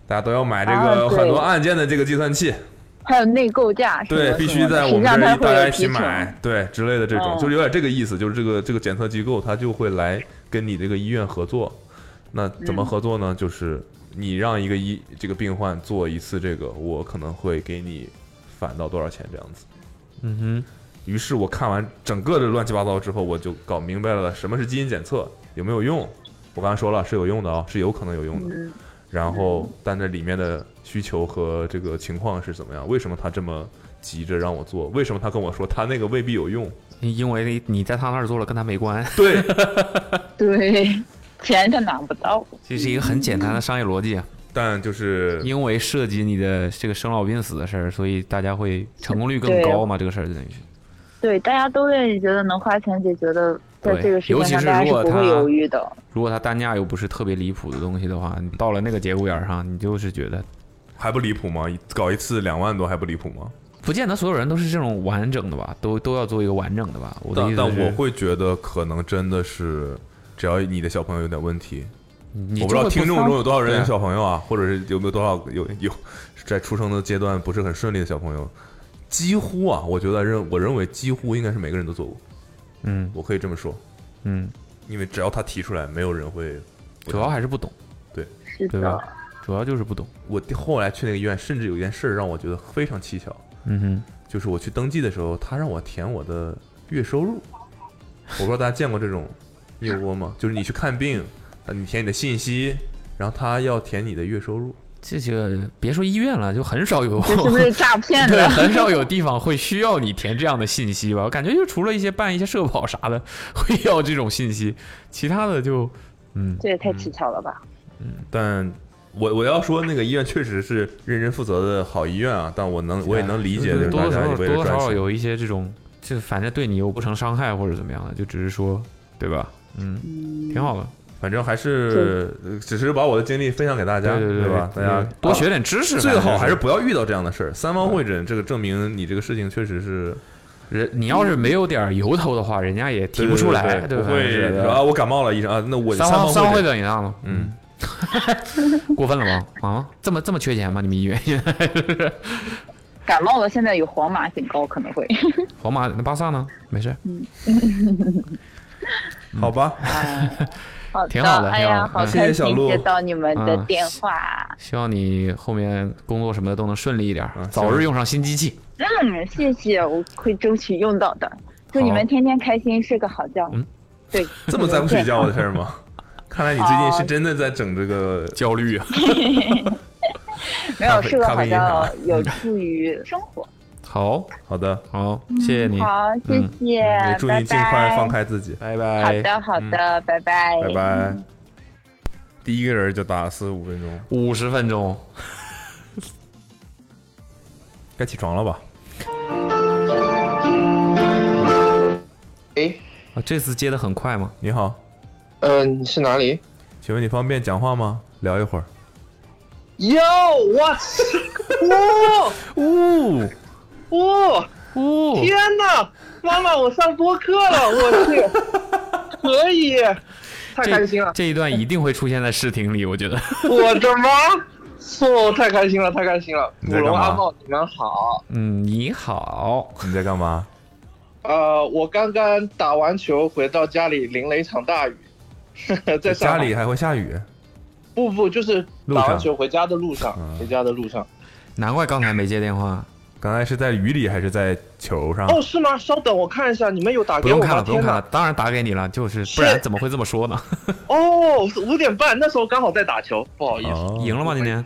Speaker 4: 大家都要买这
Speaker 3: 啊
Speaker 4: 个
Speaker 3: 对
Speaker 4: 很多按键的这个计算器，
Speaker 3: 还有内购价什么什么
Speaker 4: 对，
Speaker 3: 的，
Speaker 4: 必须在我
Speaker 3: 实际
Speaker 4: 们
Speaker 3: 上
Speaker 4: 这
Speaker 3: 它
Speaker 4: 儿
Speaker 3: 会
Speaker 4: 大家
Speaker 3: 有
Speaker 4: 一起
Speaker 3: 提成
Speaker 4: 买，对之类的这种，
Speaker 3: 嗯
Speaker 4: 就是有点这个意思，就是这个这个检测机构它就会来跟你这个医院合作。那
Speaker 3: 嗯
Speaker 4: 怎么合作呢？就是你让一个医这个病患做一次这个，我可能会给你返到多少钱这样子。
Speaker 2: 嗯
Speaker 4: 于是我看完整个的乱七八糟之后，我就搞明白了什么是基因检测，有没有用？我刚才说了是有用的啊、是有可能有用的。
Speaker 3: 嗯
Speaker 4: 然后，但这里面的需求和这个情况是怎么样？为什么他这么急着让我做？为什么他跟我说他那个未必有用？
Speaker 2: 因为你在他那儿做了，跟他没 关。
Speaker 4: 对，
Speaker 3: 对，钱他拿不到。
Speaker 2: 这是一个很简单的商业逻辑，啊
Speaker 4: 但就是
Speaker 2: 因为涉及你的这个生老病死的事儿，所以大家会成功率更高嘛？这个事儿就等于是，
Speaker 3: 对，大家都愿意觉得能花钱解决的，在
Speaker 2: 对
Speaker 3: 这个事
Speaker 2: 尤
Speaker 3: 情
Speaker 2: 其
Speaker 3: 上
Speaker 2: 是
Speaker 3: 大家
Speaker 2: 如果
Speaker 3: 是不
Speaker 2: 他
Speaker 3: 会犹豫 的。
Speaker 2: 如果它单价又不是特别离谱的东西的话，你到了那个节骨眼儿上，你就是觉得，
Speaker 4: 还不离谱吗？搞一次两万多还不离谱吗？
Speaker 2: 不见得所有人都是这种完整的吧，都都要做一个完整的吧。我的意
Speaker 4: 但
Speaker 2: 思
Speaker 4: 但
Speaker 2: 是
Speaker 4: 我会觉得可能真的是，只要你的小朋友有点问题，
Speaker 2: 你
Speaker 4: 我不知道
Speaker 2: 就会
Speaker 4: 听众
Speaker 2: 方
Speaker 4: 中有多少人有
Speaker 2: 对
Speaker 4: 小朋友啊，或者是有没有多少有有在出生的阶段不是很顺利的小朋友，几乎啊，我觉得认我认为几乎应该是每个人都做过，
Speaker 2: 嗯
Speaker 4: 我可以这么说，
Speaker 2: 嗯，
Speaker 4: 因为只要他提出来，没有人会。
Speaker 2: 主要还是不懂，
Speaker 3: 是
Speaker 2: 对
Speaker 3: 的
Speaker 2: 吧，？主要就是不懂。
Speaker 4: 我后来去那个医院，甚至有一件事儿让我觉得非常蹊跷，
Speaker 2: 嗯哼，
Speaker 4: 就是我去登记的时候，他让我填我的月收入。我不知道大家见过这种虐窝吗？就是你去看病，呃你填你的信息，然后他要填你的月收入。
Speaker 2: 这个别说医院了，就很少有，
Speaker 3: 这是不是诈骗
Speaker 2: 对，
Speaker 3: 的？
Speaker 2: 很少有地方会需要你填这样的信息吧？我感觉就除了一些办一些社保啥的会要这种信息，其他的就嗯，
Speaker 3: 这也太蹊跷了吧！
Speaker 4: 但我我要说，那个医院确实是认真负责的好医院啊，但我能我也能理解，就是
Speaker 2: 多
Speaker 4: 大
Speaker 2: 多少
Speaker 4: 家
Speaker 2: 少
Speaker 4: 为
Speaker 2: 多多
Speaker 4: 了
Speaker 2: 少
Speaker 4: 赚
Speaker 2: 少
Speaker 4: 钱。
Speaker 2: 有一些这种，就反正对你又不成伤害或者怎么样的，就只是说对吧？嗯，挺好的，
Speaker 4: 反正还是呃只是把我的经历分享给大家，
Speaker 2: 对对
Speaker 4: 吧？大家啊
Speaker 2: 多学点知识，
Speaker 4: 最好还是
Speaker 2: 反正
Speaker 4: 不要遇到这样的事儿。三方会诊，这个证明你这个事情确实是
Speaker 2: 是人，你要是没有点由头的话，人家也提不出来，
Speaker 4: 对对对
Speaker 2: 吧？
Speaker 4: 不会
Speaker 2: 是
Speaker 4: 说啊，我感冒了，医生啊，那我
Speaker 2: 三
Speaker 4: 方
Speaker 2: 方三会
Speaker 4: 会诊，
Speaker 2: 诊一样了，
Speaker 4: 嗯，
Speaker 2: 过分了吧？啊，这么这么缺钱吗？你们医院 现在是
Speaker 3: 感冒了，现在有黄马警告可能会。
Speaker 2: 皇马那巴萨呢？没事，嗯
Speaker 4: 好吧，
Speaker 3: 好的，
Speaker 2: 挺好的
Speaker 3: 哎
Speaker 2: 挺好
Speaker 3: 呀，
Speaker 2: 的
Speaker 3: 好
Speaker 2: 嗯
Speaker 4: 谢谢
Speaker 3: 开
Speaker 4: 小
Speaker 3: 心
Speaker 4: 鹿
Speaker 3: 接到你们的
Speaker 2: 嗯
Speaker 3: 电话。
Speaker 2: 希望你后面工作什么的都能顺利一点，
Speaker 4: 嗯
Speaker 2: 早日用上新机器。
Speaker 3: 嗯，谢谢，我会争取用到的。祝你
Speaker 2: 好
Speaker 3: 们天天开心，睡个好觉。
Speaker 2: 嗯
Speaker 3: 对，
Speaker 4: 这么在乎睡觉的事儿 吗？看来你最近是真的在整这个
Speaker 2: 焦虑啊！
Speaker 3: 没
Speaker 4: 咖
Speaker 3: 有
Speaker 4: 啡
Speaker 3: 睡个
Speaker 4: 咖
Speaker 3: 好
Speaker 4: 啡因啊
Speaker 3: 觉有助于生活。
Speaker 2: 好
Speaker 4: 好的，
Speaker 2: 好，谢谢你，
Speaker 3: 好，谢
Speaker 2: 嗯
Speaker 3: 谢，
Speaker 4: 也祝你尽快
Speaker 3: 啊
Speaker 4: 放
Speaker 3: 拜
Speaker 4: 开自己，
Speaker 2: 拜
Speaker 3: 拜。好
Speaker 2: 拜。
Speaker 3: 的，好的，拜拜，
Speaker 4: 拜。拜。第一个人就打四十五分钟，
Speaker 2: 五十分钟，
Speaker 4: 该起床了吧？
Speaker 5: 哎，
Speaker 2: 啊这次接的很快吗？
Speaker 4: 你好，
Speaker 5: 呃，你是哪里？
Speaker 4: 请问你方便讲话吗？聊一会儿。
Speaker 5: 哟，我去，哇
Speaker 2: 呜
Speaker 5: 哦哇！
Speaker 4: 哦
Speaker 2: 呜，
Speaker 5: 天哪，妈妈，我上播客了，我去，可以，太开心
Speaker 2: 这
Speaker 5: 了，
Speaker 2: 这一段一定会出现在视频里，我觉得。
Speaker 5: 我的妈！哦，太开心了，太开心了！
Speaker 4: 你
Speaker 5: 古
Speaker 4: 在干
Speaker 5: 龙
Speaker 4: 嘛
Speaker 5: 阿茂，你们好。
Speaker 2: 嗯，你好，
Speaker 4: 你在干嘛？
Speaker 5: 呃，我刚刚打完球回到家里，淋了一场大雨， 在上
Speaker 4: 家
Speaker 5: 海
Speaker 4: 里还会下雨？
Speaker 5: 不不，就是
Speaker 4: 路
Speaker 5: 打完
Speaker 4: 上
Speaker 5: 球回家的路上
Speaker 4: 嗯，
Speaker 5: 回家的路上。
Speaker 2: 难怪刚才没接电话。
Speaker 4: 刚才是在雨里还是在球上？
Speaker 5: 哦，是吗？稍等，我看一下，你们有打
Speaker 2: 啊不
Speaker 5: 给
Speaker 2: 用
Speaker 5: 我
Speaker 2: 看了，
Speaker 5: 吗？
Speaker 2: 不用
Speaker 5: 天
Speaker 2: 看了，
Speaker 5: 哪！
Speaker 2: 当然打给你了，就是
Speaker 5: 是
Speaker 2: 不然怎么会这么说呢？
Speaker 5: 哦，五点半，那时候刚好在打球，不好意思。
Speaker 4: 哦
Speaker 2: 赢了吗？今天？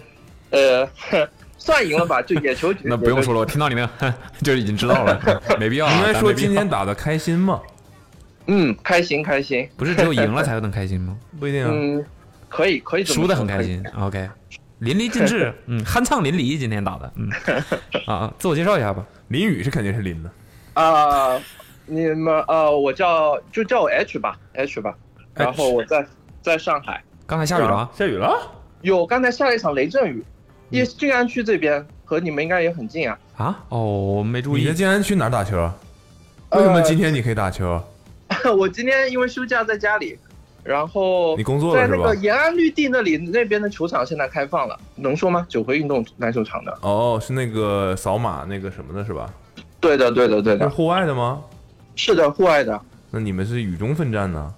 Speaker 5: 呃， 算赢了吧，就野球
Speaker 2: 那不用说了，我听到你那个 就已经知道了，没必要啊。
Speaker 4: 应该
Speaker 2: 咱
Speaker 4: 说
Speaker 2: 没必要
Speaker 4: 今天打的开心吗？
Speaker 5: 嗯，开心开心，
Speaker 2: 不是只有赢了才能开心吗？
Speaker 4: 不一定啊。
Speaker 5: 嗯，可以可以这么说，
Speaker 2: 输的很开
Speaker 5: 可以
Speaker 2: 心。。OK，淋漓尽 致，嗯，酣畅淋漓。今天打的，嗯，啊啊，自我介绍一下吧。
Speaker 4: 淋雨是肯定是淋的。
Speaker 5: 啊、你们呃，我叫就叫我 H 吧，H 吧。然后我在在上海，
Speaker 2: 刚才下雨了啊，
Speaker 4: 下雨了？
Speaker 5: 有刚才下了一场雷阵雨，
Speaker 2: 嗯
Speaker 5: 也静安区这边和你们应该也很近啊。
Speaker 2: 啊？哦，我没注
Speaker 4: 你在
Speaker 2: 意。
Speaker 4: 静安区哪儿打球啊？
Speaker 5: 呃
Speaker 4: 为什么今天你可以打球？啊
Speaker 5: 我今天因为休假在家里，然后
Speaker 4: 你工作了
Speaker 5: 在
Speaker 4: 是
Speaker 5: 那
Speaker 4: 吧
Speaker 5: 个？延安绿地那里那边的球场现在开放了，能说吗？九回运动篮球场的。
Speaker 4: 哦，是那个扫码那个什么的是吧？
Speaker 5: 对的，对的，对啊
Speaker 4: 是
Speaker 5: 的，
Speaker 4: 户外的吗？
Speaker 5: 嗯是的，户外的。
Speaker 4: 那你们是雨中奋战呢？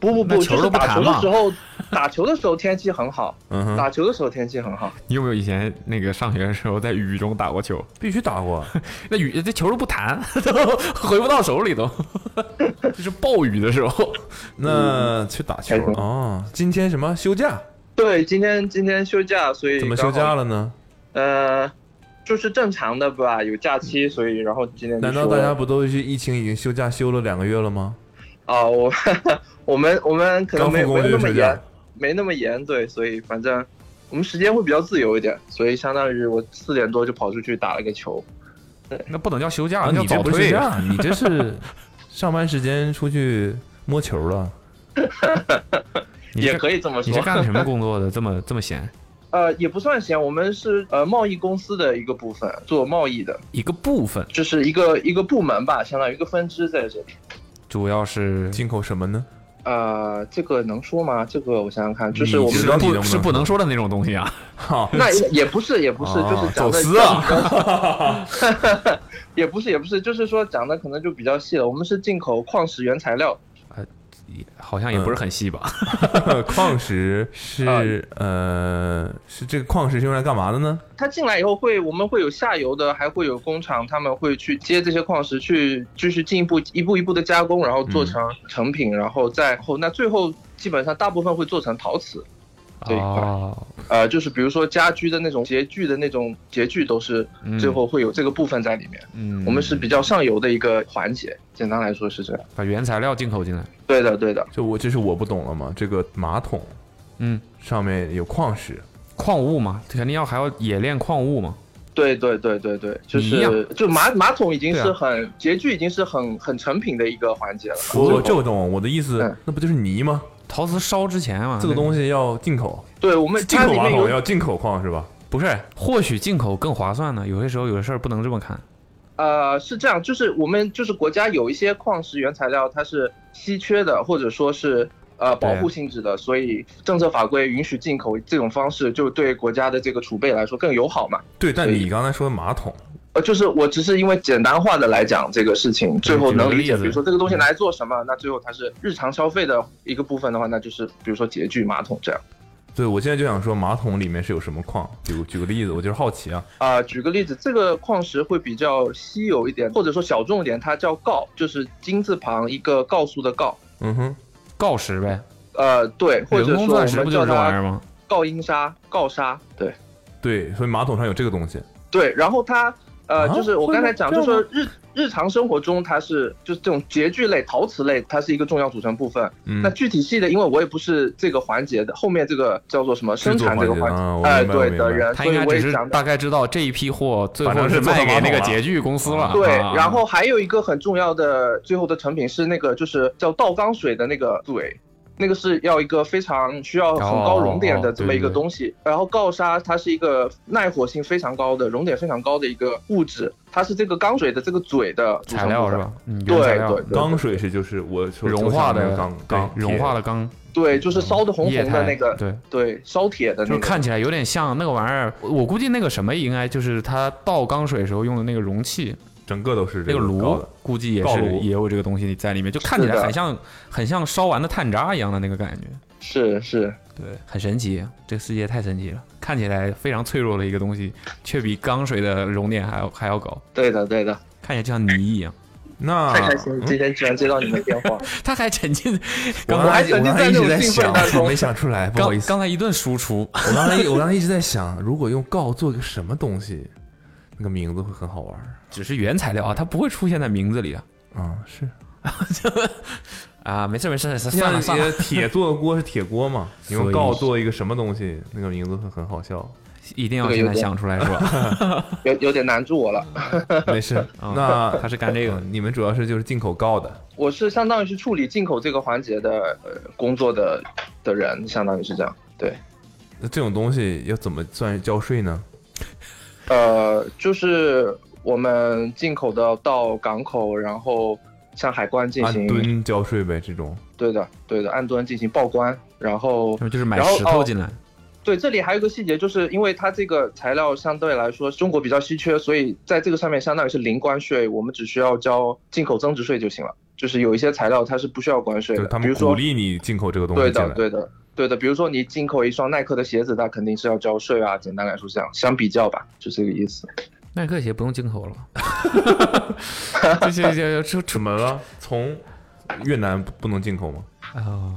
Speaker 5: 不不
Speaker 2: 那
Speaker 5: 不，
Speaker 2: 球
Speaker 5: 就是
Speaker 2: 都不
Speaker 5: 打球
Speaker 2: 弹
Speaker 5: 的
Speaker 2: 了
Speaker 5: 时候，打球的时候天气很好，
Speaker 4: 嗯哼，
Speaker 5: 打球的时候天气很好。
Speaker 2: 你有没有以前那个上学的时候在雨中打过球？
Speaker 4: 必须打过。
Speaker 2: 那雨这球都不弹，都回不到手里都。 就是暴雨的时候。
Speaker 4: 那去打球
Speaker 5: 开心
Speaker 4: 啊！今天什么休假？
Speaker 5: 对，今天今天休假，所以
Speaker 4: 怎么休假了
Speaker 5: 了？
Speaker 4: 呢？
Speaker 5: 呃，就是正常的吧，有假期，所以然后今天就
Speaker 4: 难道
Speaker 5: 说
Speaker 4: 大家不都是疫情已经休假休了两个月了吗？
Speaker 5: 啊？我我们我们可能
Speaker 4: 刚
Speaker 5: 没
Speaker 4: 复
Speaker 5: 没
Speaker 4: 工
Speaker 5: 那
Speaker 4: 就
Speaker 5: 么
Speaker 4: 休假
Speaker 5: 严，，没那么严，对，所以反正我们时间会比较自由一点，所以相当于我四点多就跑出去打了个球。
Speaker 2: 那不能叫休假，
Speaker 4: 啊，
Speaker 2: 那
Speaker 4: 你
Speaker 2: 叫早
Speaker 4: 这不是休
Speaker 2: 退。
Speaker 4: 假，你这 是上班时间出去摸球了。
Speaker 2: 你
Speaker 5: 也
Speaker 2: 这
Speaker 5: 可以这么
Speaker 2: 你
Speaker 5: 说
Speaker 2: 是，干 什么工作的？这么这么闲？
Speaker 5: 呃，也不算闲，我们是呃贸易公司的一个部分，做贸易的，
Speaker 2: 一个部分
Speaker 5: 就是一个一个部门吧，相当于一个分支在这里。
Speaker 2: 主要是
Speaker 4: 进口什么呢？
Speaker 5: 呃，这个能说吗？这个我想想看，就
Speaker 4: 你
Speaker 5: 是我
Speaker 4: 知
Speaker 5: 们
Speaker 4: 道
Speaker 2: 是
Speaker 4: 你
Speaker 2: 不
Speaker 4: 能不能
Speaker 2: 是不能说的那种东西
Speaker 5: 嗯
Speaker 2: 啊。
Speaker 4: 哈，
Speaker 5: 那也也不是，也不是，就是讲
Speaker 2: 哦走
Speaker 5: 的
Speaker 2: 私啊，
Speaker 5: 也不是，也不是，就是说讲的可能就比较细了。我们是进口矿石原材料，
Speaker 2: 好像也不是很细吧？
Speaker 4: 矿石是呃是这个矿石是用来干嘛的呢？
Speaker 5: 它进来以后会，我们会有下游的，还会有工厂，他们会去接这些矿石，去就是进一步一步一步的加工，然后做成
Speaker 2: 嗯
Speaker 5: 成品，然后再后那最后基本上大部分会做成陶瓷，这一块
Speaker 2: 哦，
Speaker 5: 呃，就是比如说家居的那种洁具的那种洁具都是
Speaker 2: 嗯
Speaker 5: 最后会有这个部分在里面。
Speaker 2: 嗯，
Speaker 5: 我们是比较上游的一个环节，简单来说是这样。
Speaker 2: 把原材料进口进来。
Speaker 5: 对的，对的，
Speaker 4: 就我这是我不懂了嘛，这个马桶
Speaker 2: 嗯，
Speaker 4: 上面有矿石，
Speaker 2: 矿物嘛，肯定要还要冶炼矿物嘛。
Speaker 5: 对对对对对，就
Speaker 2: 你一样
Speaker 5: 是就马马桶已经
Speaker 2: 对啊
Speaker 5: 是很洁具已经是很很成品的一个环节了。
Speaker 4: 我我这我懂，我的意思
Speaker 5: 嗯
Speaker 4: 那不就是泥吗？
Speaker 2: 陶瓷烧之前嘛，
Speaker 4: 这啊个东
Speaker 2: 西
Speaker 4: 西要进口，
Speaker 5: 对我们
Speaker 4: 进
Speaker 5: 它
Speaker 4: 口
Speaker 5: 里
Speaker 4: 马
Speaker 5: 面有
Speaker 4: 桶要进口矿是吧？
Speaker 2: 不是，或许进口更划算呢。有些时候有些事儿不能这么看。
Speaker 5: 呃，是这样，就是我们就是国家有一些矿石原材料它是稀缺的，或者说是呃保护性质的，所以政策法规允许进口这种方式，就对国家的这个储备来说更友好嘛。
Speaker 4: 对，但
Speaker 5: 对
Speaker 4: 你刚才说的马桶，
Speaker 5: 呃，就是我只是因为简单化的来讲这个事情，最后
Speaker 2: 嗯举个
Speaker 5: 能理
Speaker 2: 例
Speaker 5: 解。
Speaker 2: 子
Speaker 5: 比如说这个东西拿来做什么，那最后它是日常消费的一个部分的话，那就是比如说洁具、马桶这样。
Speaker 4: 对我现在就想说马桶里面是有什么矿？举举个例子，我就是好奇啊。
Speaker 5: 啊、举个例子，这个矿石会比较稀有一点，或者说小众一点，它叫锆，就是金字旁一个告诉的告。
Speaker 4: 嗯哼，
Speaker 2: 锆石呗，
Speaker 5: 呃，对，或
Speaker 2: 人
Speaker 5: 者
Speaker 2: 工
Speaker 5: 说我
Speaker 2: 钻石不
Speaker 5: 们
Speaker 2: 就
Speaker 5: 叫
Speaker 2: 是这玩意
Speaker 5: 它
Speaker 2: 儿吗？
Speaker 5: 锆音砂、锆砂，对
Speaker 4: 对，所以马桶上有这个东西。
Speaker 5: 对。然后它呃，
Speaker 4: 啊
Speaker 5: 就是我
Speaker 4: 会
Speaker 5: 刚才
Speaker 4: 吗
Speaker 5: 讲，
Speaker 4: 这
Speaker 5: 就
Speaker 4: 样
Speaker 5: 说日日常生活中它是就是这种洁具类、陶瓷类，它是一个重要组成部分。
Speaker 4: 嗯
Speaker 5: 那，具体细的，因为我也不是这个环节的后面这个叫做什么
Speaker 4: 制
Speaker 5: 生
Speaker 4: 作
Speaker 5: 产这个
Speaker 4: 环节
Speaker 5: 环节
Speaker 4: 啊我，
Speaker 5: 哎、
Speaker 4: 明白我
Speaker 5: 对
Speaker 4: 明
Speaker 5: 的
Speaker 4: 白
Speaker 5: 人，
Speaker 2: 他
Speaker 5: 所
Speaker 2: 应
Speaker 5: 以
Speaker 2: 该
Speaker 5: 我
Speaker 2: 只
Speaker 5: 也
Speaker 2: 是
Speaker 5: 讲到。
Speaker 2: 大概知道这一批货最
Speaker 4: 反
Speaker 2: 后
Speaker 4: 正是做
Speaker 2: 卖
Speaker 4: 到
Speaker 2: 给
Speaker 4: 马
Speaker 2: 那个
Speaker 4: 桶了
Speaker 2: 洁具公司了。
Speaker 5: 对，
Speaker 2: 啊
Speaker 5: 然后还有一个很重要的最后的成品是那个就是叫倒缸水的那个嘴，那个是要一个非常需要很高熔点的这么一个东
Speaker 2: 哦
Speaker 5: 西。然后锆砂它是一个耐火性非常高的、熔点非常高的一个物质，它是这个缸水的这个嘴的组
Speaker 2: 材
Speaker 5: 成
Speaker 2: 料
Speaker 5: 部
Speaker 2: 是
Speaker 5: 分。
Speaker 2: 吧？嗯，
Speaker 5: 对
Speaker 2: 原材料
Speaker 5: 对对
Speaker 4: 钢水是就是我说
Speaker 2: 融化
Speaker 4: 我
Speaker 2: 的
Speaker 4: 想到那个
Speaker 2: 对
Speaker 4: 钢钢铁
Speaker 2: 融化的钢
Speaker 5: 对，就是烧的红
Speaker 2: 哦液
Speaker 5: 红的
Speaker 2: 态
Speaker 5: 那个，
Speaker 2: 对。
Speaker 5: 对，烧铁的那
Speaker 2: 就
Speaker 5: 个。
Speaker 2: 是看起来有点像那个玩意儿，我估计那个什么应该就是他倒钢水时候用的那个容器，
Speaker 4: 整个都是
Speaker 2: 那
Speaker 4: 这
Speaker 2: 个
Speaker 4: 高
Speaker 2: 炉
Speaker 4: 的，
Speaker 2: 估计也
Speaker 4: 高
Speaker 2: 是
Speaker 4: 炉
Speaker 2: 也有这个东西在里面，就看起来
Speaker 5: 是的
Speaker 2: 很像很像烧完的炭渣一样的那个感觉，
Speaker 5: 是是，
Speaker 2: 对，很神奇，这个世界太神奇了，看起来非常脆弱的一个东西，却比钢水的熔点还要还要高，
Speaker 5: 对的对的。
Speaker 2: 看起来就像泥一样。啊
Speaker 4: 那
Speaker 5: 太开心了，今天居然接到你 们电话。
Speaker 2: 他还沉浸，
Speaker 4: 我
Speaker 2: 刚
Speaker 4: 刚
Speaker 2: 才
Speaker 4: 才
Speaker 5: 还沉
Speaker 4: 我
Speaker 5: 浸
Speaker 4: 刚才
Speaker 5: 在
Speaker 4: 一直
Speaker 5: 那种
Speaker 4: 在
Speaker 5: 兴奋
Speaker 4: 想
Speaker 5: 当，中
Speaker 4: 没想出来，不好意
Speaker 2: 刚
Speaker 4: 思。
Speaker 2: 刚才一顿输出，
Speaker 4: 我刚才一我刚才一直在想，如果用锆做个什么东西，那个名字会很好玩儿
Speaker 2: 只是原材料啊，它不会出现在名字里啊。
Speaker 4: 啊。是，
Speaker 2: 啊，没事没事，算
Speaker 4: 像
Speaker 2: 了
Speaker 4: 那
Speaker 2: 算了
Speaker 4: 些，铁做的锅是铁锅嘛，你用
Speaker 2: 所以
Speaker 4: 锆做一个什么东西，那个名字会很好笑。
Speaker 2: 一定要现在想出来是 吧？
Speaker 5: 有有点难住我了。
Speaker 4: 没事，
Speaker 2: 啊
Speaker 4: 那
Speaker 2: 他是干这个的
Speaker 4: 嗯你们主要是就是进口锆的，
Speaker 5: 我是相当于是处理进口这个环节的呃工作的的人，相当于是这样。对，
Speaker 4: 那这种东西要怎么算是交税呢？
Speaker 5: 呃，就是我们进口的到港口，然后向海关进
Speaker 4: 按
Speaker 5: 行，
Speaker 4: 吨交税呗，这种。
Speaker 5: 对的，对的，按吨进行报关，然后
Speaker 2: 要么就是买
Speaker 5: 然后
Speaker 2: 石头
Speaker 5: 哦
Speaker 2: 进来，
Speaker 5: 对，这里还有一个细节，就是因为它这个材料相对来说中国比较稀缺，所以在这个上面相当于是零关税，我们只需要交进口增值税就行了。就是有一些材料它是不需要关税
Speaker 4: 就
Speaker 5: 的，
Speaker 4: 是他
Speaker 5: 比
Speaker 4: 们
Speaker 5: 如说
Speaker 4: 鼓励你进口这个东西
Speaker 5: 对
Speaker 4: 进
Speaker 5: 的
Speaker 4: 来，，
Speaker 5: 对的，对的。比如说你进口一双耐克的鞋子，那肯定是要交税啊。简单来说是这样，相比较吧，就这个意思。
Speaker 2: 耐 克鞋不用进口了吧？这些这些这
Speaker 4: 怎么了？从越南不能进口吗？
Speaker 2: 哦，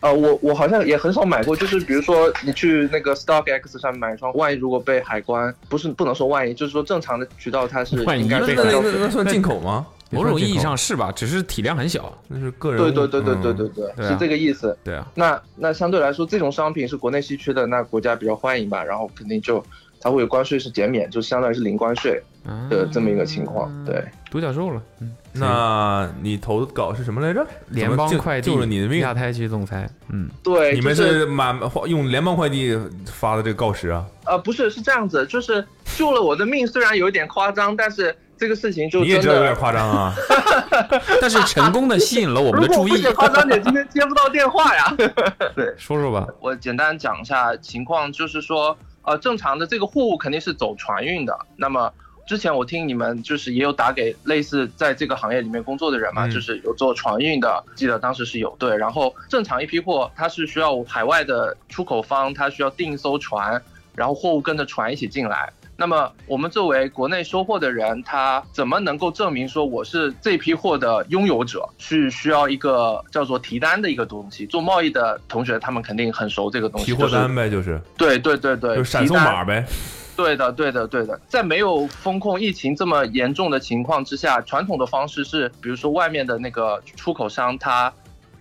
Speaker 6: 呃，我我好像也很少买过，就是比如说你去那个 StockX 上面买一双，万一如果被海关不是不能说万一，就是说正常的渠道它是
Speaker 2: 万一
Speaker 6: 应该
Speaker 4: 那
Speaker 6: 被
Speaker 4: 那
Speaker 2: 被
Speaker 4: 那
Speaker 6: 看
Speaker 2: 海关
Speaker 6: 到
Speaker 4: 那那算进口吗？
Speaker 2: 某种意义
Speaker 4: 也算进口
Speaker 2: 上是吧？只是体量很小。
Speaker 4: 那是个人物。
Speaker 6: 对对对对对对
Speaker 4: 嗯
Speaker 6: 对，
Speaker 2: 对啊
Speaker 6: 是这个意思。
Speaker 2: 对啊，
Speaker 6: 那那相对来说，这种商品是国内稀缺的，那国家比较欢迎吧，然后肯定就它会有关税是减免，就相当于是零关税
Speaker 2: 啊
Speaker 6: 的这么一个情况。
Speaker 4: 嗯
Speaker 6: 对，
Speaker 2: 独角兽了，嗯，
Speaker 4: 那你投稿是什么来着？
Speaker 2: 联邦
Speaker 4: 怎么救
Speaker 2: 快递
Speaker 4: 救了你的命
Speaker 2: 亚！太区总裁，嗯，
Speaker 6: 对，
Speaker 4: 你们
Speaker 6: 就是
Speaker 4: 满用联邦快递发的这个锆石啊？
Speaker 6: 呃，不是，是这样子，就是救了我的命，虽然有一点夸张，但是这个事情就
Speaker 4: 你也
Speaker 6: 真
Speaker 4: 知道有点
Speaker 6: 的。
Speaker 4: 夸张啊！
Speaker 2: 但是成功的吸引了我们
Speaker 6: 如
Speaker 2: 的
Speaker 6: 果
Speaker 2: 注
Speaker 6: 不
Speaker 2: 意
Speaker 6: 写。夸张点，今天接不到电话呀。
Speaker 2: 说说吧，
Speaker 5: 我简单讲一下情况，就是说，呃，正常的这个货物肯定是走船运的。那么之前我听你们就是也有打给类似在这个行业里面工作的人嘛，
Speaker 4: 嗯
Speaker 5: 就是有做船运的，记得当时是有对。然后正常一批货，它是需要海外的出口方，它需要订一艘船，然后货物跟着船一起进来。那么我们作为国内收货的人，他怎么能够证明说我是这批货的拥有者？是需要一个叫做提单的一个东西。做贸易的同学他们肯定很熟这个东西。
Speaker 4: 提货
Speaker 5: 就
Speaker 4: 单
Speaker 5: 是
Speaker 4: 呗，就是
Speaker 5: 对对对对，
Speaker 4: 就是闪
Speaker 5: 提
Speaker 4: 送
Speaker 5: 单
Speaker 4: 码呗。
Speaker 5: 对的，对的，对的，在没有风控疫情这么严重的情况之下，传统的方式是，比如说外面的那个出口商他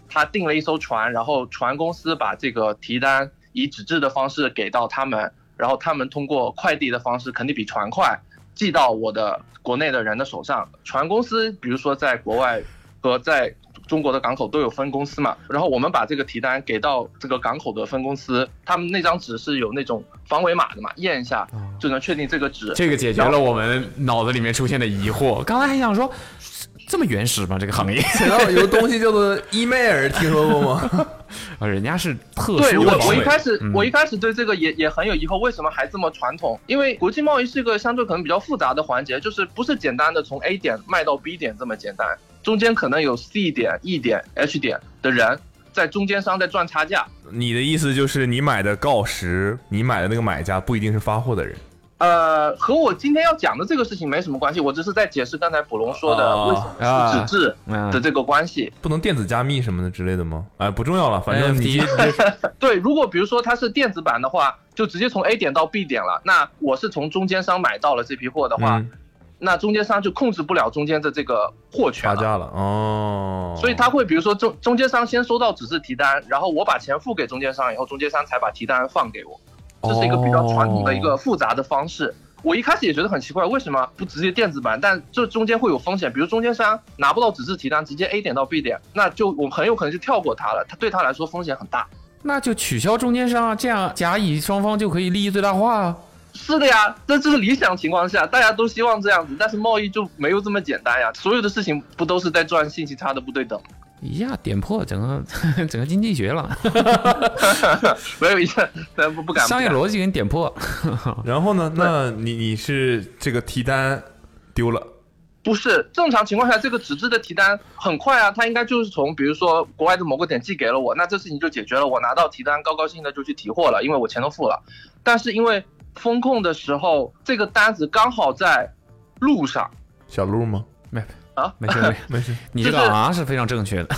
Speaker 5: 他订了一艘船，然后船公司把这个提单以纸质的方式给到他们，然后他们通过快递的方式，肯定比船快，寄到我的国内的人的手上。船公司比如说在国外和在中国的港口都有分公司嘛，然后我们把这个提单给到这个港口的分公司，他们那张纸是有那种防伪码的嘛，验一下就能确定这个纸。
Speaker 2: 这个解决了我们脑子里面出现的疑惑。刚才还想说，这么原始吗？这个行业
Speaker 4: 想到有个东西叫做伊麦尔，听说过吗？
Speaker 2: 啊，人家是特
Speaker 5: 对
Speaker 2: 殊
Speaker 5: 我
Speaker 2: 的，
Speaker 5: 我一开始、
Speaker 2: 嗯
Speaker 5: 我一开始对这个也也很有疑惑，为什么还这么传统？因为国际贸易是个相对可能比较复杂的环节，就是不是简单的从 A 点卖到 B 点这么简单，中间可能有 C 点、E 点、H 点的人在中间商在赚差价。
Speaker 4: 你的意思就是你买的锆石，你买的那个买家不一定是发货的人。
Speaker 5: 呃，和我今天要讲的这个事情没什么关系，我只是在解释刚才卜龙说的
Speaker 4: 哦
Speaker 5: 为什么是纸质
Speaker 2: 嗯
Speaker 5: 的这个关系。
Speaker 4: 不能电子加密什么的之类的吗？哎，不重要了，反正你
Speaker 2: NFT
Speaker 5: 对，如果比如说它是电子版的话，就直接从 A 点到 B 点了。那我是从中间商买到了这批货的话，
Speaker 4: 嗯
Speaker 5: 那中间商就控制不了中间的这个货权
Speaker 4: 发
Speaker 5: 了。
Speaker 4: 价了哦。
Speaker 5: 所以他会比如说中中间商先收到纸质提单，然后我把钱付给中间商以后，中间商才把提单放给我。这是一个比较传统的一个复杂的方式。我一开始也觉得很奇怪，为什么不直接电子版？但这中间会有风险，比如中间商拿不到纸质提单，直接 A 点到 B 点，那就我们很有可能就跳过它了。它对他来说风险很大。
Speaker 2: 那就取消中间商啊，这样甲乙双方就可以利益最大化啊。
Speaker 5: 是的呀，这就是理想情况下，大家都希望这样子，但是贸易就没有这么简单呀。所有的事情不都是在赚信息差的不对等吗？
Speaker 2: 一下点破整个 整个经济学了，
Speaker 5: 没有一下，咱不不敢。不
Speaker 2: 商业
Speaker 5: 敢
Speaker 2: 逻辑给你点破。
Speaker 4: 然后呢？那你你是这个提单丢了，
Speaker 5: 不是正常情况下，这个纸质的提单很快啊，它应该就是从比如说国外的某个点寄给了我，那这事情就解决了，我拿到提单高高兴兴的就去提货了，因为我钱都付了。但是因为风控的时候，这个单子刚好在路上，
Speaker 4: 小鹿吗？
Speaker 2: 没
Speaker 5: 啊
Speaker 2: 没事没事，
Speaker 4: 没事，
Speaker 2: 你这个
Speaker 5: 就是
Speaker 2: 啊是非常正确的。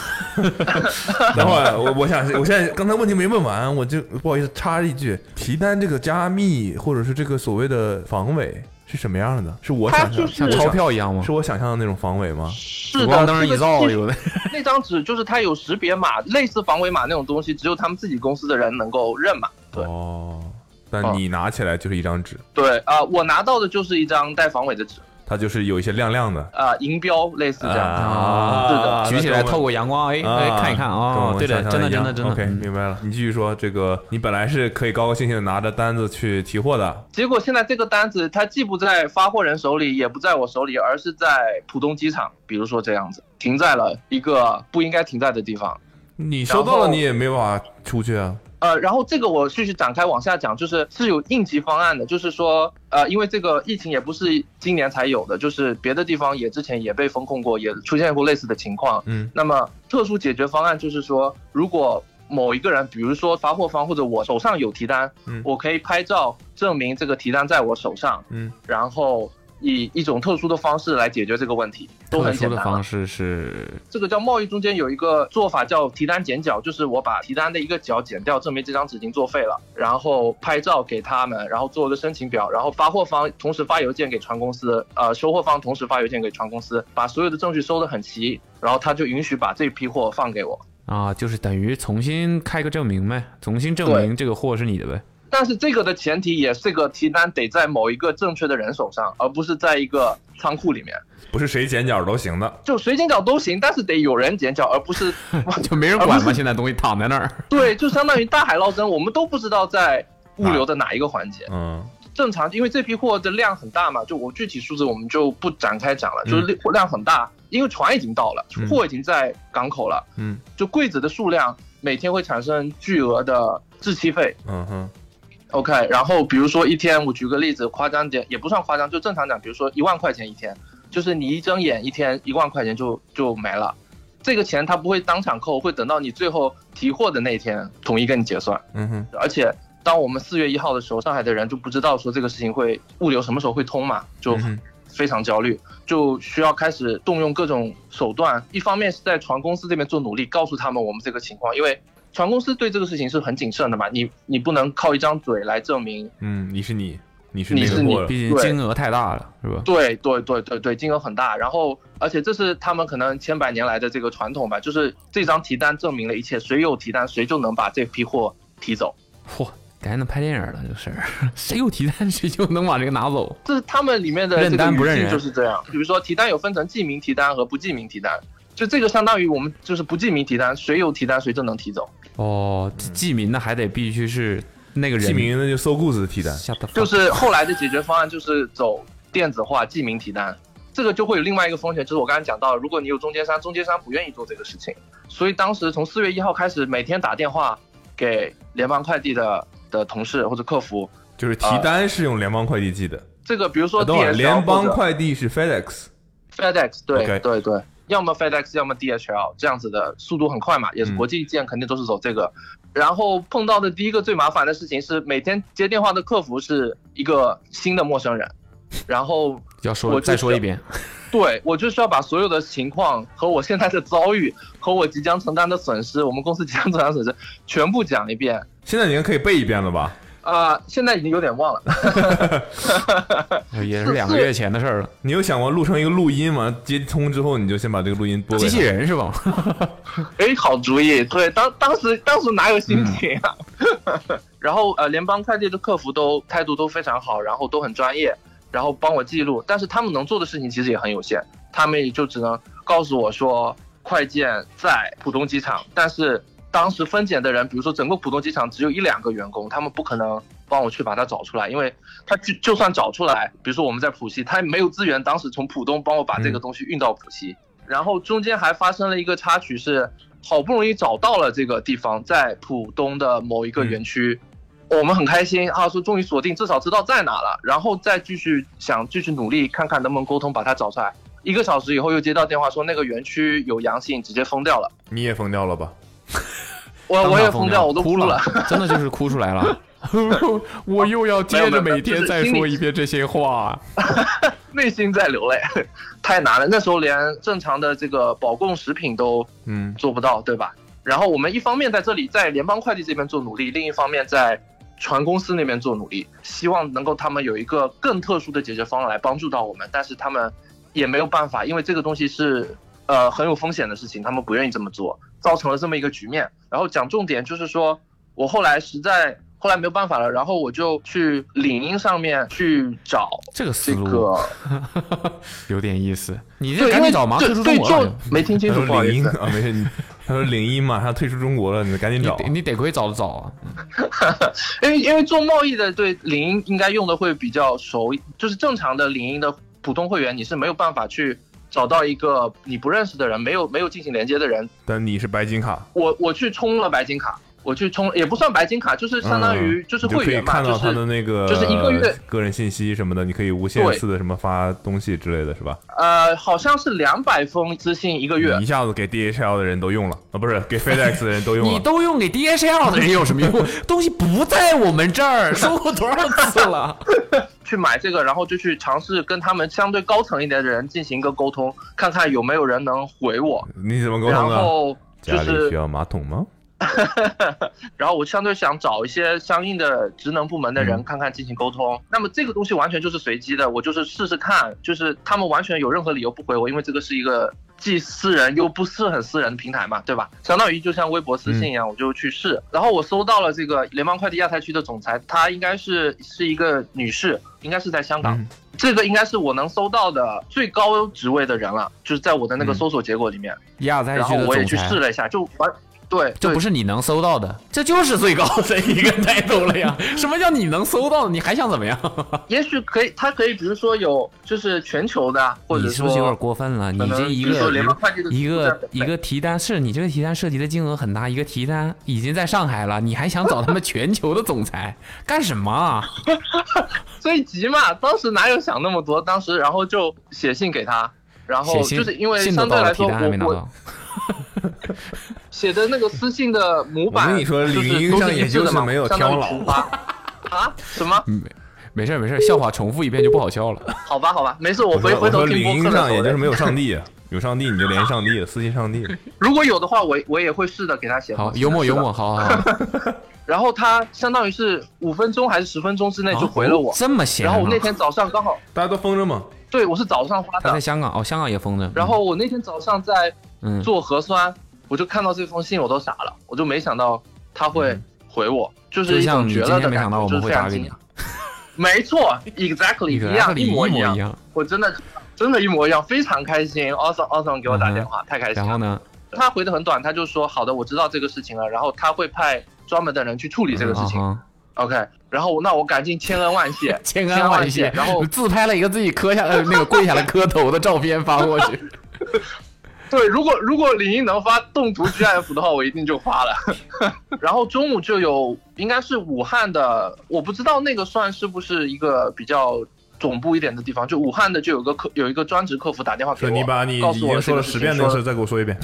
Speaker 4: 等会儿我我想，我现在刚才问题没问完，我就不好意思插一句，提单这个加密或者是这个所谓的防伪是什么样的？是我
Speaker 5: 它
Speaker 4: 想象
Speaker 5: 就是
Speaker 2: 像
Speaker 4: 我
Speaker 2: 钞
Speaker 4: 想
Speaker 2: 票一样吗
Speaker 4: 是？我想象的那种防伪吗？
Speaker 5: 是
Speaker 2: 曙
Speaker 5: 的，
Speaker 2: 光灯一
Speaker 5: 这
Speaker 2: 照，
Speaker 5: 个
Speaker 2: 有 的
Speaker 5: 那张纸就是它有识别码，类似防伪码那种东西，只有他们自己公司的人能够认嘛。对
Speaker 4: 哦，但你拿起来就是一张
Speaker 2: 哦
Speaker 4: 纸，
Speaker 5: 对啊、我拿到的就是一张带防伪的纸
Speaker 4: 它就是有一些亮亮的。
Speaker 5: 啊、银标类似这样。
Speaker 4: 啊
Speaker 5: 是的
Speaker 2: 举起来透
Speaker 4: 透
Speaker 2: 过
Speaker 4: 过
Speaker 2: 阳光，哎
Speaker 5: 啊
Speaker 4: 啊
Speaker 2: 哎看一看哦，对的，真的真的真的。
Speaker 4: OK，
Speaker 2: 嗯
Speaker 4: 明白了。你继续说，这个你本来是可以高高兴兴的拿着单子去提货的，
Speaker 5: 结果现在这个单子，它既不在发货人手里，也不在我手里，而是在浦东机场，比如说这样子，停在了一个不应该停在的地方。
Speaker 4: 你收到了你也没办法出去啊。
Speaker 5: 呃，然后这个我继续展开往下讲，就是是有应急方案的，就是说，呃，因为这个疫情也不是今年才有的，就是别的地方也之前也被封控过，也出现过类似的情况。
Speaker 4: 嗯，
Speaker 5: 那么特殊解决方案就是说，如果某一个人，比如说发货方或者我手上有提单，
Speaker 4: 嗯
Speaker 5: 我可以拍照证明这个提单在我手上，
Speaker 4: 嗯，
Speaker 5: 然后以一种特殊的方式来解决这个问题，都
Speaker 2: 特
Speaker 5: 很
Speaker 2: 殊
Speaker 5: 简
Speaker 2: 的
Speaker 5: 单
Speaker 2: 方
Speaker 5: 嘛。
Speaker 2: 式是
Speaker 5: 这个叫贸易中间有一个做法叫提单减角，就是我把提单的一个角减掉，证明这张纸巾作废了，然后拍照给他们，然后做个申请表，然后发货方同时发邮件给船公司，呃，收货方同时发邮件给船公司，把所有的证据收得很齐，然后他就允许把这批货放给我。
Speaker 2: 啊，就是等于重新开个证明呗，重新证
Speaker 5: 对
Speaker 2: 明这个货是你的呗。
Speaker 5: 但是这个的前提也是这个提单得在某一个正确的人手上，而不是在一个仓库里面。
Speaker 4: 不是谁剪角都行的。
Speaker 5: 就谁剪脚都行，但是得有人剪脚，而不是
Speaker 2: 就没人管
Speaker 5: 而
Speaker 2: 吗？
Speaker 5: 不是
Speaker 2: 现在东西躺在那儿，
Speaker 5: 对，就相当于大海捞针，我们都不知道在物流的哪一个环节。
Speaker 4: 嗯，
Speaker 5: 正常，因为这批货的量很大嘛，就我具体数字我们就不展开讲了，
Speaker 2: 嗯
Speaker 5: 就是量量很大，因为船已经到了
Speaker 4: 嗯，
Speaker 5: 货已经在港口了，
Speaker 4: 嗯，
Speaker 5: 就柜子的数量每天会产生巨额的置气费。
Speaker 4: 嗯哼，
Speaker 5: OK，然后比如说一天，我举个例子，夸张点也不算夸张，就正常讲，比如说一万块钱一天，就是你一睁眼一天一万块钱就就没了，这个钱他不会当场扣，会等到你最后提货的那一天统一跟你结算。
Speaker 4: 嗯哼，
Speaker 5: 而且当我们四月一号的时候，上海的人就不知道说这个事情会物流什么时候会通嘛，就
Speaker 4: 嗯哼
Speaker 5: 非常焦虑，就需要开始动用各种手段。一方面是在船公司这边做努力，告诉他们我们这个情况，因为船公司对这个事情是很谨慎的嘛，你你不能靠一张嘴来证明。
Speaker 4: 嗯，你是你，你是
Speaker 5: 你
Speaker 4: 那
Speaker 5: 是
Speaker 4: 个
Speaker 5: 你
Speaker 4: 货了。
Speaker 2: 毕竟
Speaker 5: 对
Speaker 2: 金额太大了，是吧？
Speaker 5: 对对对对对，金额很大。然后，而且这是他们可能千百年来的这个传统吧，就是这张提单证明了一切，谁有提单谁就能把这批货提走。
Speaker 2: 嚯，感觉能拍电影了，这个事儿， 谁有提单谁就能把这个拿走。
Speaker 5: 这是他们里面的这
Speaker 2: 认
Speaker 5: 个
Speaker 2: 单不
Speaker 5: 语
Speaker 2: 认
Speaker 5: 境
Speaker 2: 人
Speaker 5: 就是这样。比如说提单有分成记名提单和不记名提单，就这个相当于我们就是不记名提单，谁有提单谁就能提走，
Speaker 2: 哦，记名的还得必须是那个人
Speaker 4: 记名那就搜 goods 替代。
Speaker 2: 吓得
Speaker 5: 就是后来的解决方案就是走电子化记名提单。这个就会有另外一个风险，就是我刚才讲到，如果你有中间商，中间商不愿意做这个事情，所以当时从四月一号开始，每天打电话给联邦快递的的同事或者客服，
Speaker 4: 就是提
Speaker 2: 啊
Speaker 4: 单是用联邦快递寄的，
Speaker 5: 这个比如
Speaker 4: 啊
Speaker 5: 说
Speaker 4: 等会儿
Speaker 5: DHL
Speaker 4: 联邦
Speaker 5: 或者
Speaker 4: 快递是 FedEx，
Speaker 5: FedEx，对
Speaker 4: OK
Speaker 5: 对对，要么 FedEx，要么 DHL，这样子的速度很快嘛，也是
Speaker 4: 嗯
Speaker 5: 国际件肯定都是走这个。然后碰到的第一个最麻烦的事情是，每天接电话的客服是一个新的陌生人，然后
Speaker 2: 要说
Speaker 5: 我就
Speaker 2: 再说
Speaker 5: 是
Speaker 2: 一遍，
Speaker 5: 对我就需要把所有的情况和我现在的遭遇和我即将承担的损失，我们公司即将承担的损失全部讲一遍。
Speaker 4: 现在已经可以背一遍了吧？
Speaker 5: 啊、现在已经有点忘了，
Speaker 2: 哎也是两个月前的事儿了。
Speaker 4: 你有想过录成一个录音吗？接通之后你就先把这个录音播给
Speaker 2: 机
Speaker 4: 他
Speaker 2: 器人是吧？
Speaker 5: 哎，好主意！对，当当时当时哪有心情啊？ 然后呃，联邦快递的客服都态度都非常好，然后都很专业，然后帮我记录。但是他们能做的事情其实也很有限，他们也就只能告诉我说快件在浦东机场，但是当时分拣的人，比如说整个浦东机场只有一两个员工，他们不可能帮我去把它找出来，因为他就就算找出来，比如说我们在浦西，他也没有资源，当时从浦东帮我把这个东西运到浦西。然后中间还发生了一个插曲是，好不容易找到了这个地方，在浦东的某一个园区，我们很开心啊，说终于锁定，至少知道在哪了，然后再继续想继续努力，看看能不能沟通把它找出来。一个小时以后又接到电话说那个园区有阳性，直接封掉了。
Speaker 4: 你也封掉了吧？
Speaker 5: 我
Speaker 2: 当
Speaker 5: 我
Speaker 2: 场
Speaker 5: 也封掉，我都
Speaker 2: 哭
Speaker 5: 哭了。，
Speaker 2: 真的就是哭出来 了。我又要接着每天再说一遍这些话，
Speaker 5: 内心在流泪， 太难了。那时候连正常的这个保供食品都
Speaker 4: 嗯
Speaker 5: 做不到，对吧？然后我们一方面在这里在联邦快递这边做努力，另一方面在船公司那边做努力，希望能够他们有一个更特殊的解决方案来帮助到我们，但是他们也没有办法，因为这个东西是呃很有风险的事情，他们不愿意这么做，造成了这么一个局面。然后讲重点就是说，我后来实在后来没有办法了，然后我就去领英上面去找
Speaker 2: 这个思
Speaker 5: 这
Speaker 2: 路
Speaker 5: 个。
Speaker 2: 有点意思。你这
Speaker 5: 对，
Speaker 2: 赶
Speaker 5: 因为
Speaker 2: 紧找忙，
Speaker 5: 对
Speaker 2: 退出中
Speaker 5: 对
Speaker 2: 国了哎
Speaker 5: 就。没听
Speaker 4: 他
Speaker 5: 清楚，不
Speaker 4: 说
Speaker 5: 好
Speaker 4: 领
Speaker 5: 意
Speaker 4: 英
Speaker 5: 思。
Speaker 4: 啊，没事，你他说领英嘛，他退出中国了，你赶紧
Speaker 2: 你
Speaker 4: 找
Speaker 2: 得你得亏找得早啊！
Speaker 5: 因为因为做贸易的对领英应该用的会比较熟，就是正常的领英的普通会员你是没有办法去找到一个你不认识的人，没有没有进行连接的人。
Speaker 4: 但你是白金卡，
Speaker 5: 我我去充了白金卡，我去充，也不算白金卡，就是相当于
Speaker 4: 嗯
Speaker 5: 就是
Speaker 4: 你就
Speaker 5: 会
Speaker 4: 可以
Speaker 5: 员嘛，
Speaker 4: 看
Speaker 5: 就
Speaker 4: 到他
Speaker 5: 是
Speaker 4: 的那个
Speaker 5: 就是一个月
Speaker 4: 个人信息什么的，你可以无限
Speaker 5: 对
Speaker 4: 次的什么发东西之类的是吧？
Speaker 5: 呃，好像是两百封私信一个月
Speaker 4: 你一，下子给 DHL 的人都用了啊，不是 给 FedEx 的人都用
Speaker 2: 你
Speaker 4: 了。
Speaker 2: 都用给 DHL 的人有什么 用？东西不在我们这 儿，说过多少次了？
Speaker 5: 去买这个，然后就去尝试跟他们相对高层一点的人进行一个沟通，看看有没有人能回我。
Speaker 4: 你怎么沟
Speaker 5: 然
Speaker 4: 通的？
Speaker 5: 后就
Speaker 4: 家里需
Speaker 5: 是，
Speaker 4: 要马桶吗？
Speaker 5: 然后我相对想找一些相应的职能部门的人
Speaker 4: 嗯
Speaker 5: 看看进行沟通。那么这个东西完全就是随机的，我就是试试看，就是他们完全有任何理由不回我，因为这个是一个既私人又不是很私人的平台嘛，对吧？相当于就像微博私信一样，我就去试。然后我搜到了这个联邦快递亚太区的总裁，她应该是是一个女士，应该是在香港。
Speaker 4: 嗯
Speaker 5: 这个应该是我能搜到的最高职位的人了，就是在我的那个
Speaker 4: 嗯
Speaker 5: 搜索结果里面。
Speaker 2: 亚太
Speaker 5: 然
Speaker 2: 区
Speaker 5: 后
Speaker 2: 的
Speaker 5: 我也
Speaker 2: 总
Speaker 5: 去试
Speaker 2: 裁，
Speaker 5: 了一下，就完，对，
Speaker 2: 这
Speaker 5: 对
Speaker 2: 不是你能搜到的，这就是最高的一个 title 了 呀！什么叫你能搜到的？你还想怎么样？
Speaker 5: 也许可以，它可以，比如说有就是全球的啊，或者
Speaker 2: 你是不
Speaker 5: 说
Speaker 2: 是有点过分了？你
Speaker 5: 可能
Speaker 2: 这一
Speaker 5: 比如说
Speaker 2: 个
Speaker 5: 联邦快递的
Speaker 2: 一
Speaker 5: 总裁
Speaker 2: 个一个提单，是你这个提单涉及的金额很大，一个提单已经在上海了，你还想找他们全球的总裁干什么啊？
Speaker 5: 最急嘛，当时哪有想那么多，当时然后就写信给他。然后
Speaker 2: 写信
Speaker 5: 就是因为
Speaker 2: 信
Speaker 5: 相
Speaker 2: 都
Speaker 5: 对
Speaker 2: 到
Speaker 5: 来
Speaker 2: 了，
Speaker 5: 说，
Speaker 2: 提单还没拿
Speaker 5: 我我
Speaker 2: 到。
Speaker 5: 写的那个私信的模
Speaker 4: 我
Speaker 5: 板，
Speaker 4: 跟你说
Speaker 5: 就是
Speaker 4: 领英
Speaker 5: 都
Speaker 4: 上
Speaker 5: 是
Speaker 4: 也
Speaker 5: 一致
Speaker 4: 就
Speaker 5: 的
Speaker 4: 是
Speaker 5: 嘛
Speaker 4: 没有
Speaker 5: 相当于
Speaker 4: 挑老
Speaker 5: 重发啊？什么？
Speaker 2: 没事儿没事儿，笑话重复一遍就不好笑了。
Speaker 5: 好吧，好吧，没事，我
Speaker 4: 我
Speaker 5: 回
Speaker 4: 说
Speaker 5: 回
Speaker 4: 我
Speaker 5: 头
Speaker 4: 说
Speaker 5: 听
Speaker 4: 领
Speaker 5: 播
Speaker 4: 英
Speaker 5: 客的时候
Speaker 4: 上也就是
Speaker 5: 再
Speaker 4: 没有上帝，啊有上帝你就连上帝了，私信上帝。
Speaker 5: 如果有的话，我我也会试着给他写。
Speaker 2: 好，幽默
Speaker 5: 是的
Speaker 2: 幽默，。好好 好。
Speaker 5: 然后他相当于是五分钟还是十分钟之内就回了我
Speaker 2: 哦，这么闲
Speaker 5: 然
Speaker 2: 啊。
Speaker 5: 后我那天早上刚好，
Speaker 4: 大家都封着嘛，
Speaker 5: 对我是早上发
Speaker 2: 他在
Speaker 5: 的，
Speaker 2: 香港哦，香港也封着。
Speaker 5: 然后我那天早上在
Speaker 2: 嗯，
Speaker 5: 做核酸，我就看到这封信，我都傻了，我就没想到他会回我，就是
Speaker 2: 嗯就
Speaker 5: 一种
Speaker 2: 像你
Speaker 5: 绝
Speaker 2: 今
Speaker 5: 了的
Speaker 2: 天没
Speaker 5: 感
Speaker 2: 想到
Speaker 5: 觉，
Speaker 2: 我
Speaker 5: 就
Speaker 2: 们
Speaker 5: 是
Speaker 2: 会
Speaker 5: 非
Speaker 2: 打
Speaker 5: 常
Speaker 2: 给
Speaker 5: 惊
Speaker 2: 你啊
Speaker 5: 讶。，没错，exactly
Speaker 2: 你
Speaker 5: 一样，
Speaker 2: 一
Speaker 5: 一模
Speaker 2: 一
Speaker 5: 一样，
Speaker 2: 样。
Speaker 5: 我真的真的，一模一样，非常开心。awesome awesome 给我打电话，太开心
Speaker 2: 然
Speaker 5: 了
Speaker 2: 后。呢？
Speaker 5: 他回的很短，他就说好的，我知道这个事情了，然后他会派专门的人去处理这个事情。
Speaker 2: 啊哈，
Speaker 5: OK，然后那我赶紧千恩万谢
Speaker 2: 千
Speaker 5: 恩
Speaker 2: 恩
Speaker 5: 万
Speaker 2: 万
Speaker 5: 谢
Speaker 2: 谢。
Speaker 5: 然后
Speaker 2: 自拍了一个自己磕下呃那个跪下来磕头的照片发过去。
Speaker 5: 对，如果如果李英能发动图 GIF 的话，我一定就发了。 然后中午就有，应该是武汉的，我不知道那个算是不是一个比较总部一点的地方，就武汉的就有个客有一个专职客服打电话给
Speaker 4: 说
Speaker 5: 我，
Speaker 4: 你把你
Speaker 5: 告
Speaker 4: 已
Speaker 5: 诉我
Speaker 4: 经说了
Speaker 5: 这
Speaker 4: 十
Speaker 5: 个
Speaker 4: 遍
Speaker 5: 事
Speaker 4: 那
Speaker 5: 情
Speaker 4: 个事儿再给我说一 遍。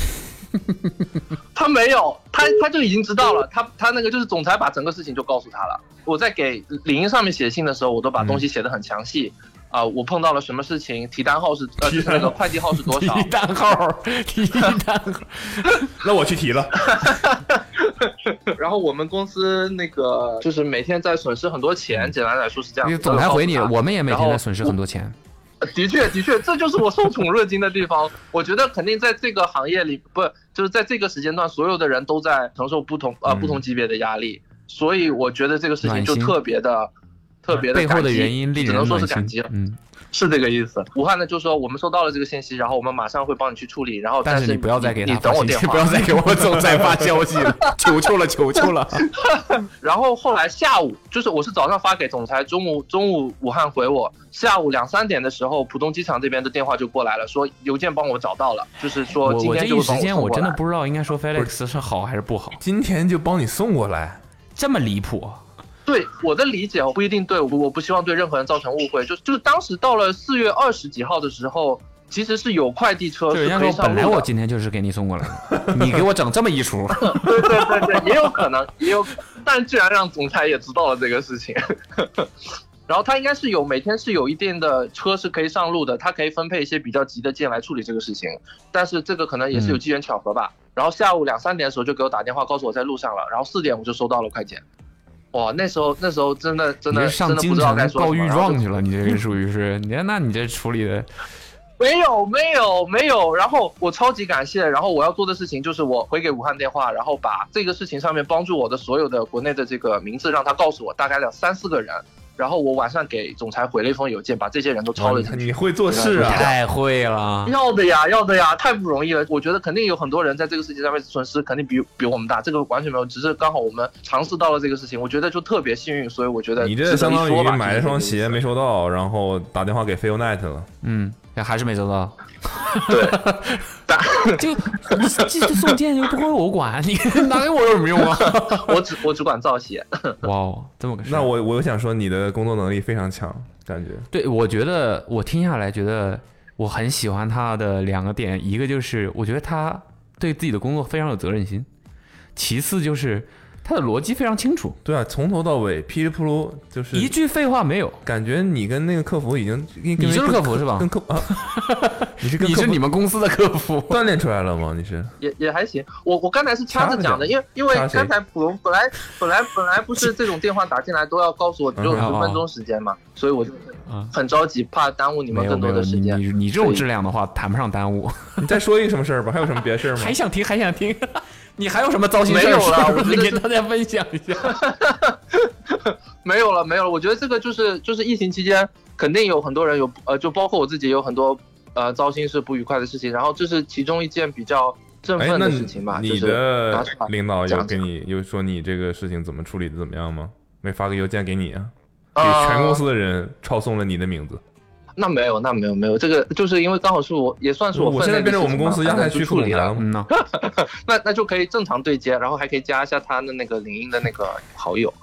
Speaker 5: 他没有，他他就已经知道了，他他那个就是总裁把整个事情就告诉他了。我在给领英上面写信的时候，我都把东
Speaker 4: 嗯
Speaker 5: 西写的很详细。啊、我碰到了什么事情？提单号是呃，就是那个快递号是 多少
Speaker 2: 提？单号，提单号。
Speaker 4: 那我去提了，
Speaker 5: 然后我们公司那个 嗯就是每天在损失很多钱，简单来说是这样
Speaker 2: 你
Speaker 5: 子。
Speaker 2: 总裁回你，
Speaker 5: 然后
Speaker 2: 我们也每
Speaker 5: 然
Speaker 2: 天
Speaker 5: 后
Speaker 2: 在损失很多钱。
Speaker 5: 啊的确的确，这就是我受宠若惊的地方。我觉得肯定在这个行业里，不就是在这个时间段，所有的人都在承受不同呃
Speaker 4: 嗯
Speaker 5: 不同级别的压力，所以我觉得这个事情就
Speaker 2: 暖心
Speaker 5: 特别的。特别的
Speaker 2: 背后的
Speaker 5: 感激
Speaker 2: 原因令
Speaker 5: 只能
Speaker 2: 人
Speaker 5: 说是
Speaker 2: 暖
Speaker 5: 感激
Speaker 2: 心
Speaker 5: 了。，
Speaker 2: 嗯，
Speaker 5: 是这个意思。武汉呢就说我们收到了这个信息，然后我们马上会帮你去处理，然 后
Speaker 2: 但
Speaker 5: 是
Speaker 2: 是你不要再给
Speaker 5: 你
Speaker 2: 他
Speaker 5: 等
Speaker 2: 发
Speaker 5: 我
Speaker 2: 信
Speaker 5: 电
Speaker 2: 息，
Speaker 5: 话，
Speaker 2: 不要再给我总裁发消息 了，求求了，求求了。
Speaker 5: 然后后来下午，就是我是早上发给总裁，中午中午武汉回我，下午两三点的时候，浦东机场这边的电话就过来了，说邮件帮我找到了，就是说
Speaker 2: 我
Speaker 5: 今
Speaker 2: 我这
Speaker 5: 天就
Speaker 2: 一
Speaker 5: 会帮
Speaker 2: 时间
Speaker 5: 送
Speaker 2: 我
Speaker 5: 过来。
Speaker 2: 真的不知道应该说 FedEx 是好还是不好，
Speaker 4: 今天就帮你送过来。
Speaker 2: 这么离谱。
Speaker 5: 对我的理解，我不一定对，我我不希望对任何人造成误会。就就是当时到了四月二十几号的时候，其实是有快递车
Speaker 2: 就是人家
Speaker 5: 可以
Speaker 2: 说
Speaker 5: 上
Speaker 2: 本来
Speaker 5: 路
Speaker 2: 我
Speaker 5: 的，
Speaker 2: 今天就是给你送过来的，你给我整这么一出，
Speaker 5: 对对对对，也有可能， 也有，但居然让总裁也知道了这个事情。 然后他应该是有每天是有一定的车是可以上路的，他可以分配一些比较急的件来处理这个事情，但是这个可能也是
Speaker 2: 嗯
Speaker 5: 有机缘巧合吧。然后下午两三点的时候就给我打电话告诉我在路上了，然后四点我就收到了快件。哇，那时候那时候真的真
Speaker 2: 你
Speaker 5: 的
Speaker 2: 这
Speaker 5: 真
Speaker 2: 上
Speaker 5: 的
Speaker 2: 京
Speaker 5: 不知道
Speaker 2: 城
Speaker 5: 该说什
Speaker 2: 告
Speaker 5: 么
Speaker 2: 御
Speaker 5: 然后就
Speaker 2: 状去了，你这个属于是，你看那你这处理 的，
Speaker 5: 没有没有没有，然后我超级感谢，然后我要做的事情就是我回给武汉电话，然后把这个事情上面帮助我的所有的国内的这个名字让他告诉我，大概两三四个人，然后我晚上给总裁回了一封邮件，把这些人都抄了进去。
Speaker 4: 哦你会做事啊？
Speaker 2: 太会了。
Speaker 5: 要的呀，要的呀，太不容易了。我觉得肯定有很多人在这个事情上面损失，肯定比比我们大，这个完全没有，只是刚好我们尝试到了这个事情，我觉得就特别幸运，所以我觉得
Speaker 4: 你
Speaker 5: 值
Speaker 4: 这
Speaker 5: 得
Speaker 4: 相当
Speaker 5: 一说
Speaker 4: 于
Speaker 5: 吧
Speaker 4: 买了双，
Speaker 5: 就是这个意
Speaker 4: 鞋
Speaker 5: 思
Speaker 4: 没收到，然后打电话给 f i o n e t 了。
Speaker 2: 嗯，还是没收到。
Speaker 5: 对，但
Speaker 2: 就这这送件又不归我管，你 拿给我有什么用啊？
Speaker 5: 我只我 只管造血。
Speaker 2: 哇哦，这么个事儿
Speaker 4: 那我我想说，你的工作能力非常强，感觉
Speaker 2: 对我觉得我听下来觉得我很喜欢他的两个点，一个就是我觉得他对自己的工作非常有责任心，其次就是他的逻辑非常清楚，
Speaker 4: 对啊，从头到尾噼里扑噜，就是
Speaker 2: 一句废话没有。
Speaker 4: 感觉你跟那个客服已经，你
Speaker 2: 你就是客服是吧
Speaker 4: 跟客 啊，你是跟
Speaker 2: 你
Speaker 4: 客
Speaker 2: 是
Speaker 4: 服
Speaker 2: 你们公司的客服，
Speaker 4: 锻炼出来了吗？你是
Speaker 5: 也也还行。我我刚才是掐着讲的，因为因为
Speaker 4: 掐谁
Speaker 5: 刚才普龙本来本来本来不是这种电话打进来都要告诉我只有
Speaker 2: 嗯
Speaker 5: 十分钟时间嘛，所以我就
Speaker 4: 嗯
Speaker 2: 啊
Speaker 5: 很着急，怕耽 误你
Speaker 2: 没
Speaker 5: 们
Speaker 2: 有
Speaker 5: 更
Speaker 2: 没
Speaker 5: 多
Speaker 2: 有，
Speaker 5: 的
Speaker 2: 你
Speaker 5: 时间。
Speaker 2: 你你这种质量的话谈不上耽误。
Speaker 4: 你再说一个什么事儿吧？还有什么别的事儿吗？
Speaker 2: 还想听还想听， 你还有什么糟心事儿
Speaker 5: 没有了
Speaker 2: 说
Speaker 5: 我觉
Speaker 2: 你
Speaker 5: 得
Speaker 2: 给
Speaker 5: 是
Speaker 2: 大家分享一 下。
Speaker 5: 没有了，没有了。我觉得这个就是就是疫情期间，肯定有很多人有呃，就包括我自己有很多呃糟心事、不愉快的事情。然后这是其中一件比较振
Speaker 4: 哎，
Speaker 5: 奋
Speaker 4: 那
Speaker 5: 的
Speaker 4: 你
Speaker 5: 事情吧，就
Speaker 4: 你
Speaker 5: 是
Speaker 4: 的
Speaker 5: 拿出来
Speaker 4: 领导有
Speaker 5: 讲
Speaker 4: 给你有说你这个事情怎么处理的怎么样吗？没发个邮件给你啊？给
Speaker 5: 啊
Speaker 4: 全公司的人抄送了你的名字。
Speaker 5: 那没有，那没有，没有。这个就是因为刚好是我也算是我
Speaker 4: 我
Speaker 5: 分
Speaker 4: 现在
Speaker 5: 内的
Speaker 4: 变成我
Speaker 5: 事
Speaker 4: 们
Speaker 5: 情
Speaker 4: 公
Speaker 5: 嘛
Speaker 4: 司
Speaker 5: 反
Speaker 4: 亚太
Speaker 5: 正
Speaker 4: 区
Speaker 5: 就处
Speaker 4: 副总
Speaker 5: 理
Speaker 4: 裁
Speaker 5: 了
Speaker 4: 了，吗？
Speaker 2: 嗯呐，
Speaker 5: 那那就可以正常对接，然后还可以加一下他的那个领英的那个好友。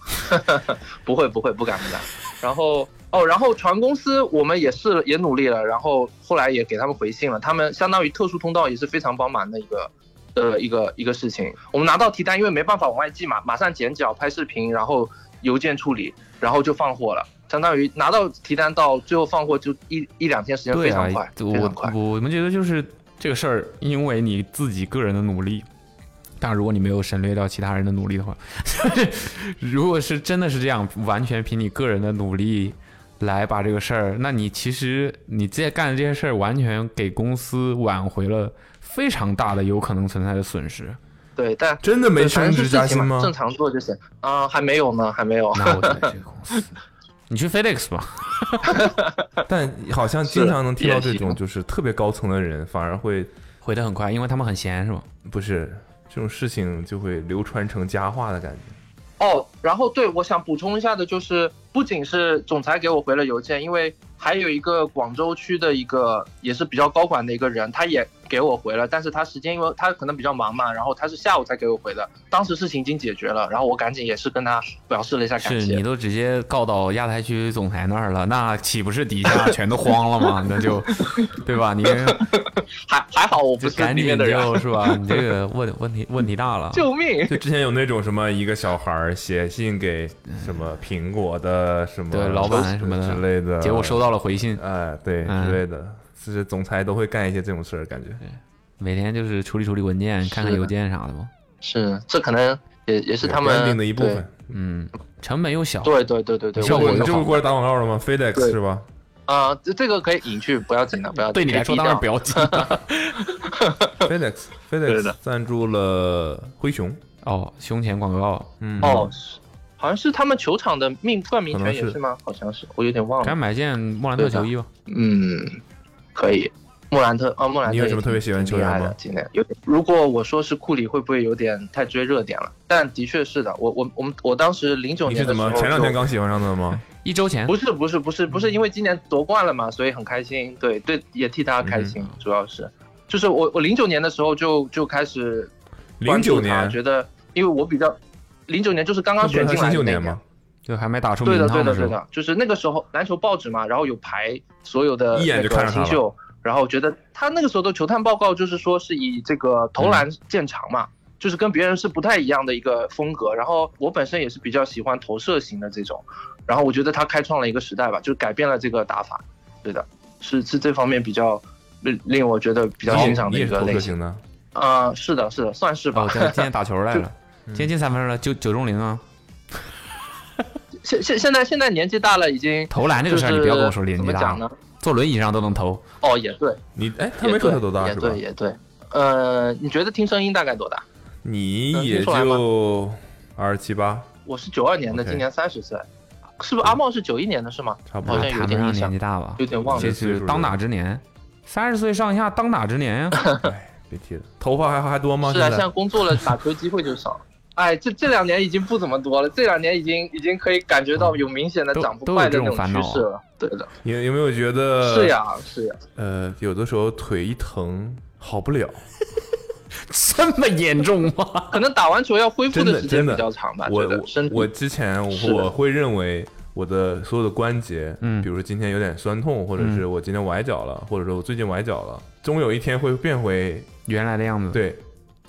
Speaker 5: 不会不会，不敢不敢。然后哦，然后船公司我们也是也努力了，然后后来也给他们回信了，他们相当于特殊通道也是非常帮忙的一个。呃，一个一个事情，我们拿到提单，因为没办法往外寄嘛，马上剪脚、拍视频，然后邮件处理，然后就放货了。相当于拿到提单到最后放货就一一两天时间，非
Speaker 2: 对啊
Speaker 5: 常快，，非常
Speaker 2: 我
Speaker 5: 快。
Speaker 2: 我我们觉得就是这个事儿，因为你自己个人的努力，但如果你没有省略掉其他人的努力的话， 如果是真的是这样，完全凭你个人的努力来把这个事儿，那你其实你这些干的这些事儿，完全给公司挽回了非常大的有可能存在的损失。
Speaker 5: 对，但
Speaker 4: 真的没升职加薪
Speaker 5: 反正是事情
Speaker 4: 吗
Speaker 5: 嘛？正常做就行啊、还没有呢，还没有。
Speaker 2: 那我觉得这个公司， 你去 FedEx 吧。
Speaker 4: 但好像经常能听到这
Speaker 5: 也
Speaker 4: 种，
Speaker 5: 行
Speaker 4: 就是特别高层的人反而会
Speaker 2: 回得很快，因为他们很闲，是吗？
Speaker 4: 不是这种事情就会流传成佳话的感觉。
Speaker 5: 哦，然后对，我想补充一下的就是，不仅是总裁给我回了邮件，因为还有一个广州区的一个也是比较高管的一个人，他也给我回了，但是他时间因为他可能比较忙嘛，然后他是下午才给我回的，当时事情已经解决了，然后我赶紧也是跟他表示了一下感
Speaker 2: 是
Speaker 5: 谢
Speaker 2: 你。都直接告到亚太区总裁那儿了，那岂不是底下全都慌了吗？ 那就，对吧？ 你
Speaker 5: 还还好我不
Speaker 2: 就是赶
Speaker 5: 里面
Speaker 2: 紧
Speaker 5: 的人，
Speaker 2: 就是吧？你这个问问题问题大了。
Speaker 5: 救命！
Speaker 4: 就之前有那种什么一个小孩儿写信给什么苹果的什么
Speaker 2: 对老板什么的
Speaker 4: 之类的，
Speaker 2: 结果收到了回信，
Speaker 4: 哎对
Speaker 2: 嗯
Speaker 4: 之类的，就是总裁都会干一些这种事儿，感觉。
Speaker 2: 每天就是处理处理文件，看看
Speaker 5: 是
Speaker 2: 邮件啥的嘛。
Speaker 5: 是，这可能也也是
Speaker 4: 对
Speaker 5: 他
Speaker 4: branding
Speaker 5: 们
Speaker 4: 的一部分。
Speaker 2: 嗯，成本又小，
Speaker 5: 对。对对对对对，
Speaker 2: 效
Speaker 4: 效
Speaker 5: 我
Speaker 2: 果
Speaker 4: 果
Speaker 5: 觉
Speaker 4: 你
Speaker 5: 得
Speaker 2: 就
Speaker 4: 这
Speaker 2: 好
Speaker 4: 不过来打广告了吗？FedEx
Speaker 5: 对
Speaker 4: 是吧？
Speaker 5: 啊，这这个可以隐去，不要紧的，不要紧。
Speaker 2: 对你来说当然不
Speaker 5: 要。
Speaker 2: 要紧了
Speaker 4: FedEx
Speaker 5: 对
Speaker 4: FedEx
Speaker 5: 的
Speaker 4: 赞助了灰熊，
Speaker 2: 哦，胸前广告，
Speaker 4: 嗯，
Speaker 5: 哦，是好像是他们球场的命冠名
Speaker 4: 可能
Speaker 5: 权也
Speaker 4: 是
Speaker 5: 是吗？好像是，我有点忘
Speaker 2: 赶紧
Speaker 5: 了。
Speaker 2: 买件莫兰特球衣吧。
Speaker 5: 嗯，可以。莫兰特啊，莫兰特
Speaker 4: 你
Speaker 5: 也
Speaker 4: 有
Speaker 5: 挺，
Speaker 4: 什么特别喜欢球员吗
Speaker 5: 挺厉害的今年有，如果我说是库里，会不会有点太追热点了？但的确是的，我我我们我当时零九
Speaker 4: 你
Speaker 5: 年
Speaker 4: 是
Speaker 5: 的
Speaker 4: 怎
Speaker 5: 时候
Speaker 4: 么
Speaker 5: 就，
Speaker 4: 前两天刚喜嗯欢上的吗？
Speaker 2: 一周前
Speaker 5: 不是不是不是不是因为今年夺冠了嘛，所以很开心，对对，也替他
Speaker 4: 嗯
Speaker 5: 开心，主要是，就是我我零九年的时候就就开始
Speaker 4: 零
Speaker 5: 关
Speaker 4: 九
Speaker 5: 注他，
Speaker 4: 年，
Speaker 5: 觉得因为我比较，零九年就是刚
Speaker 4: 那
Speaker 5: 刚
Speaker 4: 不是
Speaker 5: 选
Speaker 4: 他
Speaker 5: 进来
Speaker 4: 零
Speaker 5: 的
Speaker 4: 九
Speaker 5: 那
Speaker 4: 年
Speaker 5: 年
Speaker 4: 吗？？
Speaker 2: 就还没打出
Speaker 5: 对
Speaker 2: 名
Speaker 5: 的，对
Speaker 2: 堂
Speaker 5: 的，
Speaker 2: 时
Speaker 5: 对
Speaker 2: 候，
Speaker 5: 的，就是那个时候篮球报纸嘛，然后有排所有的
Speaker 4: 一眼
Speaker 5: 那
Speaker 4: 就
Speaker 5: 个
Speaker 4: 看上他
Speaker 5: 新
Speaker 4: 了
Speaker 5: 秀，然后觉得他那个时候的球探报告就是说是以这个投篮
Speaker 4: 嗯
Speaker 5: 见长嘛，就是跟别人是不太一样的一个风格。然后我本身也是比较喜欢投射型的这种，然后我觉得他开创了一个时代吧，就是改变了这个打法。对的，是是这方面比较令令我觉得比较
Speaker 4: 哦
Speaker 5: 欣赏
Speaker 4: 你
Speaker 5: 的
Speaker 4: 也
Speaker 5: 一
Speaker 4: 是
Speaker 5: 个
Speaker 4: 投
Speaker 5: 类
Speaker 4: 射
Speaker 5: 型。
Speaker 4: 型的，
Speaker 5: 啊、是的，是的，嗯算是吧
Speaker 2: 哦，。对，今天打球来 了，今天进三分了，九九中零啊。
Speaker 5: 现现现在现在年纪大了，已经
Speaker 2: 投篮这个事儿，
Speaker 5: 就
Speaker 2: 你
Speaker 5: 是
Speaker 2: 不要跟我说年
Speaker 5: 怎
Speaker 2: 纪
Speaker 5: 么
Speaker 2: 大
Speaker 5: 讲
Speaker 2: 了，
Speaker 5: 呢？
Speaker 2: 坐轮椅上都能投。
Speaker 5: 哦，也对。
Speaker 4: 你哎，他
Speaker 5: 也
Speaker 4: 没说他
Speaker 5: 对
Speaker 4: 多大
Speaker 5: 也
Speaker 4: 是吧
Speaker 5: 对，？也对。呃，你觉得听声音大概多大？
Speaker 4: 你
Speaker 5: 嗯能听
Speaker 4: 也
Speaker 5: 出来吗
Speaker 4: 就二十七八，
Speaker 5: 我是九二年的
Speaker 4: OK
Speaker 5: 今年三十岁，是不是阿茂是九一年的是吗？
Speaker 4: 差不
Speaker 5: 好
Speaker 4: 多
Speaker 5: 像。
Speaker 2: 谈
Speaker 5: 有
Speaker 2: 不
Speaker 5: 点
Speaker 2: 上
Speaker 5: 印
Speaker 2: 年
Speaker 5: 象
Speaker 2: 纪，大吧
Speaker 5: 有？点忘
Speaker 2: 这
Speaker 5: 了。
Speaker 2: 是当打之年，三十岁上下当打之年啊呀。
Speaker 4: 哎，别提了，头发还还多吗？
Speaker 5: 是啊，
Speaker 4: 现
Speaker 5: 现在
Speaker 4: 在
Speaker 5: 工作了，打球机会就少了。哎，这这两年已经不怎么多了，这两年已经已经可以感觉到有明显的
Speaker 2: 哦都
Speaker 5: 长不
Speaker 2: 都有
Speaker 5: 快
Speaker 2: 这
Speaker 5: 的
Speaker 2: 种
Speaker 5: 那种
Speaker 2: 烦恼啊呃
Speaker 5: 趋势了。对的，
Speaker 4: 有有没有觉得
Speaker 5: 是呀是呀，
Speaker 4: 呃，有的时候腿一疼，好不了，
Speaker 2: 这么严重吗？
Speaker 5: 可能打完球要恢复
Speaker 4: 真的
Speaker 5: 时
Speaker 4: 真
Speaker 5: 间
Speaker 4: 的
Speaker 5: 比较长吧，
Speaker 4: 我
Speaker 5: 觉得
Speaker 4: 我
Speaker 5: 身体
Speaker 4: 我之前
Speaker 5: 是
Speaker 4: 我我会认为我的所有的关节，
Speaker 2: 嗯
Speaker 4: 比如说今天有点酸痛，或者
Speaker 2: 嗯
Speaker 4: 是我今天崴脚了，或者说我最近崴脚了，终有一天会变回
Speaker 2: 原来的样子，，
Speaker 4: 对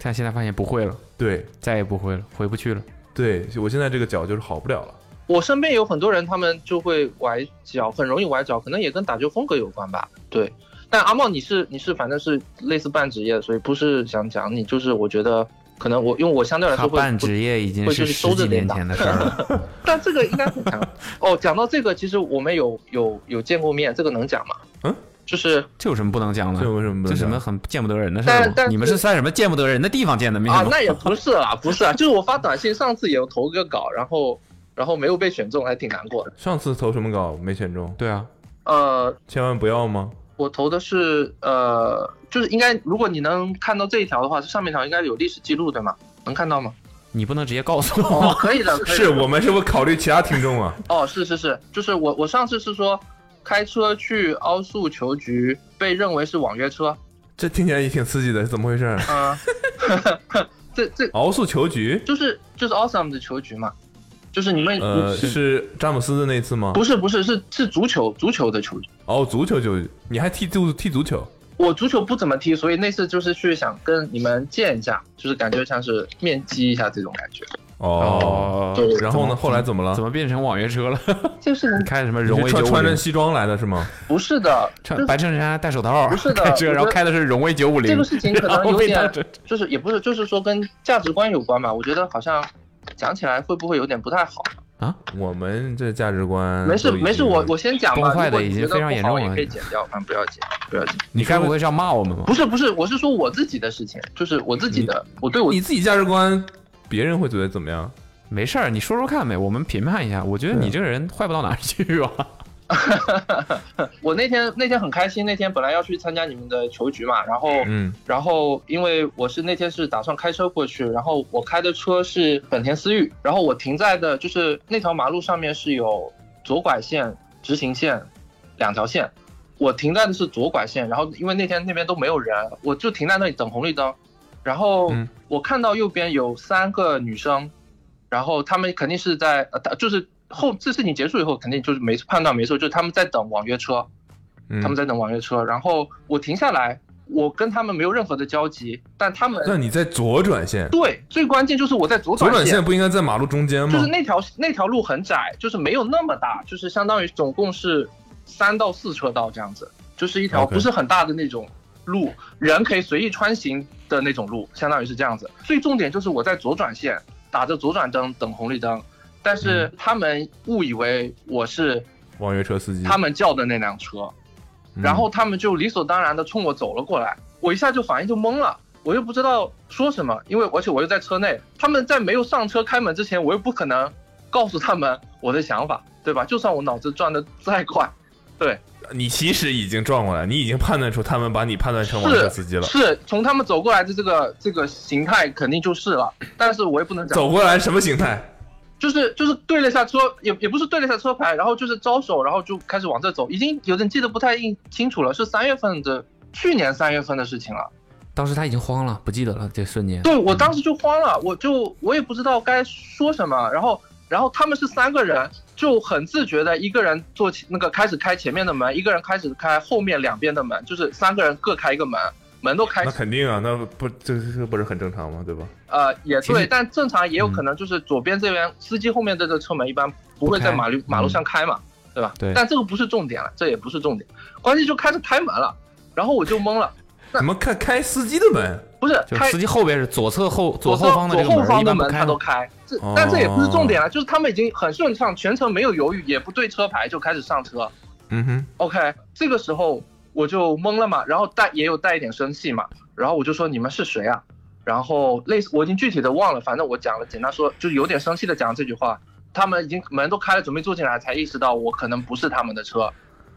Speaker 2: 但现在发现不会了，
Speaker 4: 对
Speaker 2: 再也不会了，回不去了。
Speaker 4: 对，我现在这个脚就是好不了了。
Speaker 5: 我身边有很多人，他们就会崴脚，很容易崴脚，可能也跟打球风格有关吧。对，但阿茂你是你是反正是类似半职业，所以不是想讲你，就是我觉得可能我因为我相对来
Speaker 2: 他
Speaker 5: 说会
Speaker 2: 办职业已经
Speaker 5: 会
Speaker 2: 是
Speaker 5: 就是
Speaker 2: 十
Speaker 5: 收着
Speaker 2: 几
Speaker 5: 点
Speaker 2: 年
Speaker 5: 打
Speaker 2: 前的事儿了，
Speaker 5: 但这个应该很强。哦，讲到这个，其实我们有有有见过面，这个能讲吗？
Speaker 4: 嗯，
Speaker 5: 就是
Speaker 2: 这有什么不能讲
Speaker 4: 这
Speaker 2: 的？
Speaker 4: 为什么
Speaker 2: 嗯这
Speaker 4: 不能
Speaker 2: 什么
Speaker 4: 讲？
Speaker 2: 很见不得人的事儿吗
Speaker 5: 但但是
Speaker 2: 你们是在什么见不得人的地方见的面
Speaker 5: 啊
Speaker 2: 吗？，
Speaker 5: 那也不是啦，不是啊，就是我发短信，上次也有投个稿，然后然后没有被选中，还挺难过的。
Speaker 4: 上次投什么稿没选中？
Speaker 2: 对啊，
Speaker 5: 呃，
Speaker 4: 千万不要吗？
Speaker 5: 我投的是呃，就是应该，如果你能看到这一条的话，这上面一条应该有历史记录对吗？能看到吗？
Speaker 2: 你不能直接告诉我
Speaker 5: 哦
Speaker 2: 吗？，
Speaker 5: 可以 的，可以的
Speaker 4: 是我们是不是考虑其他听众啊？
Speaker 5: 哦，是是是，就是我我上次是说开车去奥数球局，被认为是网约车，
Speaker 4: 这听起来也挺刺激的，是怎么回事儿？
Speaker 5: 嗯、这这
Speaker 4: 敖素球 局，
Speaker 5: 就是就是 awesome 的球局嘛，就是你们、
Speaker 4: 呃，
Speaker 5: 你
Speaker 4: 是詹姆斯的那次吗？
Speaker 5: 不是不是是是足球足球的球局，
Speaker 4: 哦，足球球，你还踢足踢足球？
Speaker 5: 我足球不怎么踢，所以那次就是去想跟你们见一下，就是感觉像是面基一下这种感觉。
Speaker 4: 哦，
Speaker 5: 对
Speaker 4: 然
Speaker 2: 怎
Speaker 4: 后
Speaker 2: 么
Speaker 4: 呢？后来怎么了
Speaker 2: 怎？么变成网约车了？
Speaker 5: 这个事情
Speaker 2: 开什么
Speaker 4: 你
Speaker 2: 荣
Speaker 4: 是
Speaker 2: 威
Speaker 4: 穿
Speaker 2: 九五
Speaker 4: 穿着
Speaker 2: 零？
Speaker 4: 西装来的是吗？
Speaker 5: 不是的，就
Speaker 2: 穿
Speaker 5: 是
Speaker 2: 白衬衫戴手套，
Speaker 5: 不是的
Speaker 2: 开车，
Speaker 5: 我觉得
Speaker 2: 然后开的是荣威九五零。
Speaker 5: 这个事情可能
Speaker 2: 然后
Speaker 5: 有
Speaker 2: 被当
Speaker 5: 点
Speaker 2: 成
Speaker 5: 就是也不是，就是说跟价值观有关吧。我觉得好像讲起来会不会有点不太好？
Speaker 4: 我们这价值
Speaker 2: 嗯
Speaker 4: 观
Speaker 5: 没事
Speaker 4: 都已经
Speaker 5: 没事，我我先讲吧。
Speaker 2: 崩坏
Speaker 5: 如果
Speaker 2: 得
Speaker 5: 你
Speaker 2: 已经
Speaker 5: 觉得
Speaker 2: 非常
Speaker 5: 不
Speaker 2: 严
Speaker 5: 好
Speaker 2: 重
Speaker 5: 也
Speaker 2: 了
Speaker 5: 可以剪掉，反正不要紧，不要紧。
Speaker 2: 你该不会是要骂我们吧？
Speaker 5: 不是不是，我是说我自己的事情，就是我自己的，我对我
Speaker 4: 你自己价值观，别人会觉得怎么样？
Speaker 2: 没事儿，你说说看呗，我们评判一下。我觉得
Speaker 4: 对啊
Speaker 2: 你这个人坏不到哪儿去啊吧。
Speaker 5: 我那天那天很开心，那天本来要去参加你们的球局嘛，然后
Speaker 4: 嗯，
Speaker 5: 然后因为我是那天是打算开车过去，然后我开的车是本田思域，然后我停在的就是那条马路上面是有左拐线、直行线两条线，我停在的是左拐线，然后因为那天那边都没有人，我就停在那里等红绿灯，然后
Speaker 4: 嗯
Speaker 5: 我看到右边有三个女生，然后她们肯定是在呃，她就是后这事情结束以后，肯定就是没判断没错，就是她们在等网约车，
Speaker 4: 嗯
Speaker 5: 他们在等网约车，然后我停下来，我跟他们没有任何的交集，但他们
Speaker 4: 那你在左转线，
Speaker 5: 对最关键就是我在左
Speaker 4: 左转
Speaker 5: 线，
Speaker 4: 线不应该在马路中间
Speaker 5: 就
Speaker 4: 吗
Speaker 5: 是？那条那条路很窄，就是没有那么大，就是相当于总共是三到四车道这样子，就是一条
Speaker 4: OK
Speaker 5: 不是很大的那种路人可以随意穿行的那种路，相当于是这样子。最重点就是我在左转线打着左转灯等红绿灯，但是
Speaker 4: 嗯
Speaker 5: 他们误以为我是
Speaker 4: 网约车司机，
Speaker 5: 他们叫的那辆车。
Speaker 4: 嗯
Speaker 5: 然后他们就理所当然的冲我走了过来，我一下就反应就懵了，我又不知道说什么，因为而且我又在车内，他们在没有上车开门之前，我又不可能告诉他们我的想法，对吧？就算我脑子转的再快，
Speaker 4: 你其实已经转过来，你已经判断出他们把你判断成网约车司机了。
Speaker 5: 是从他们走过来的这个这个形态肯定就是了，但是我也不能讲，
Speaker 4: 走过来什么形态？
Speaker 5: 就是就是对了一下车，也也不是对了一下车牌，然后就是招手，然后就开始往这走，已经有点记得不太印清楚了，是三月份的，去年三月份的事情了。
Speaker 2: 当时他已经慌了，不记得了这瞬间。
Speaker 5: 对我当时就慌了，我就我也不知道该说什么，然后然后他们是三个人，就很自觉的一个人做起那个开始开前面的门，一个人开始开后面两边的门，就是三个人各开一个门，门都开
Speaker 4: 那肯定啊，那不这这不是很正常吗？对吧？
Speaker 5: 呃也
Speaker 2: 其实嗯
Speaker 5: 对，但正常也有可能就是左边这边、司机后面的这车门一般不会
Speaker 2: 不开嗯
Speaker 5: 在马路马路上开嘛，对吧？
Speaker 2: 对
Speaker 5: 但这个不是重点了，这也不是重点，关键就开始开门了，然后我就懵了，
Speaker 4: 怎么开开司机的门？
Speaker 5: 不是
Speaker 2: 就
Speaker 5: 开
Speaker 2: 司机后边是左侧后
Speaker 5: 左
Speaker 2: 后方的这个
Speaker 5: 哦左后
Speaker 2: 门一
Speaker 5: 方的
Speaker 2: 般不
Speaker 5: 门
Speaker 2: 开
Speaker 5: 他都
Speaker 2: 吗，
Speaker 5: 开，这
Speaker 4: 哦
Speaker 5: 但这也不是重点了，就是他们已经很顺畅，全程没有犹豫，也不对车牌就开始上车。
Speaker 4: 嗯哼，
Speaker 5: OK，这个时候我就懵了嘛，然后带也有带一点生气嘛，然后我就说你们是谁啊？然后类似我已经具体的忘了，反正我讲了，简单说就是有点生气的讲了这句话，他们已经门都开了，准备坐进来，才意识到我可能不是他们的车，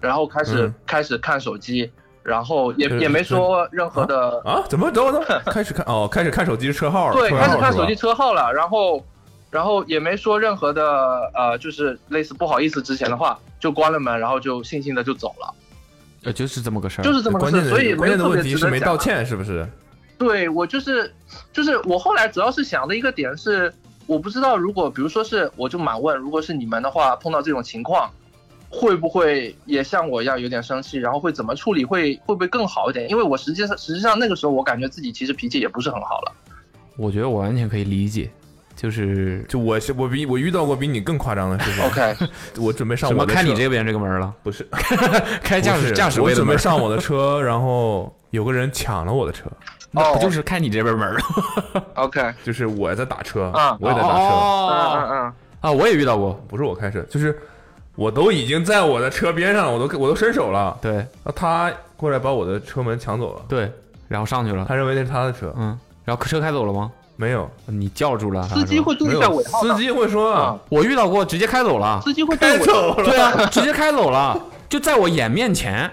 Speaker 5: 然后开始、
Speaker 4: 嗯
Speaker 5: 开始看手机，然后也
Speaker 4: 呃
Speaker 5: 也没
Speaker 4: 是
Speaker 5: 说任何的
Speaker 4: 啊，怎么等会儿等会 儿开始看哦，开始看手机车号了，
Speaker 5: 对，
Speaker 4: 车
Speaker 5: 开始
Speaker 4: 号
Speaker 5: 看
Speaker 4: 是吧
Speaker 5: 手机车号了，然后，然后也没说任何的呃，就是类似不好意思之前的话，就关了门，然后就悻悻的就走了。
Speaker 2: 呃，就是这么个事儿，
Speaker 5: 就是这么个
Speaker 4: 嗯关
Speaker 5: 事
Speaker 4: 键的
Speaker 5: 儿，所以没
Speaker 4: 关
Speaker 5: 有
Speaker 4: 键的
Speaker 5: 特
Speaker 4: 问
Speaker 5: 别
Speaker 4: 题
Speaker 5: 值
Speaker 4: 是
Speaker 5: 得
Speaker 4: 没
Speaker 5: 讲啊
Speaker 4: 道。歉，是不是？
Speaker 5: 对我就是就是我后来主要是想的一个点是，我不知道如果比如说是我就满问，如果是你们的话，碰到这种情况，会不会也像我一样有点生气，然后会怎么处理，会会不会更好一点？因为我实际上实际上那个时候我感觉自己其实脾气也不是很好了。
Speaker 2: 我觉得我完全可以理解，就是
Speaker 4: 就我是我比我遇到过比你更夸张的事情。
Speaker 5: OK，
Speaker 4: 我准备上
Speaker 2: 什
Speaker 4: 我
Speaker 2: 么
Speaker 4: 的
Speaker 2: 开你
Speaker 4: 车
Speaker 2: 这边这个门儿了，
Speaker 4: 不是
Speaker 2: 开驾
Speaker 4: 不
Speaker 2: 驶
Speaker 4: 是
Speaker 2: 驾驶
Speaker 4: 我
Speaker 2: 位的
Speaker 4: 准
Speaker 2: 门儿，
Speaker 4: 备上我的车，然后有个人抢了我的车，
Speaker 2: 那不
Speaker 5: 哦
Speaker 2: 就是开你这边门儿了？
Speaker 5: OK，
Speaker 4: 就是我也在打车
Speaker 5: 啊，
Speaker 4: 我也在打车，
Speaker 5: 嗯嗯
Speaker 2: 哦
Speaker 5: 嗯，
Speaker 2: 啊，我也遇到过，
Speaker 4: 不是我开车，就是我都已经在我的车边上了，我都我都伸手了，
Speaker 2: 对
Speaker 4: 啊他过来把我的车门抢走了，
Speaker 2: 对，然后上去了，
Speaker 4: 他认为那是他的车，
Speaker 2: 嗯，然后车开走了吗？
Speaker 4: 没有，
Speaker 2: 你叫住了，还是
Speaker 5: 司机会
Speaker 4: 没
Speaker 5: 对在
Speaker 4: 有，
Speaker 5: 尾号
Speaker 4: 司
Speaker 5: 的，
Speaker 4: 机会说啊
Speaker 5: 啊，
Speaker 2: 我遇到过，直接开走了，
Speaker 5: 司机会对尾号。
Speaker 2: 对啊，直接开走了，就在我眼面前，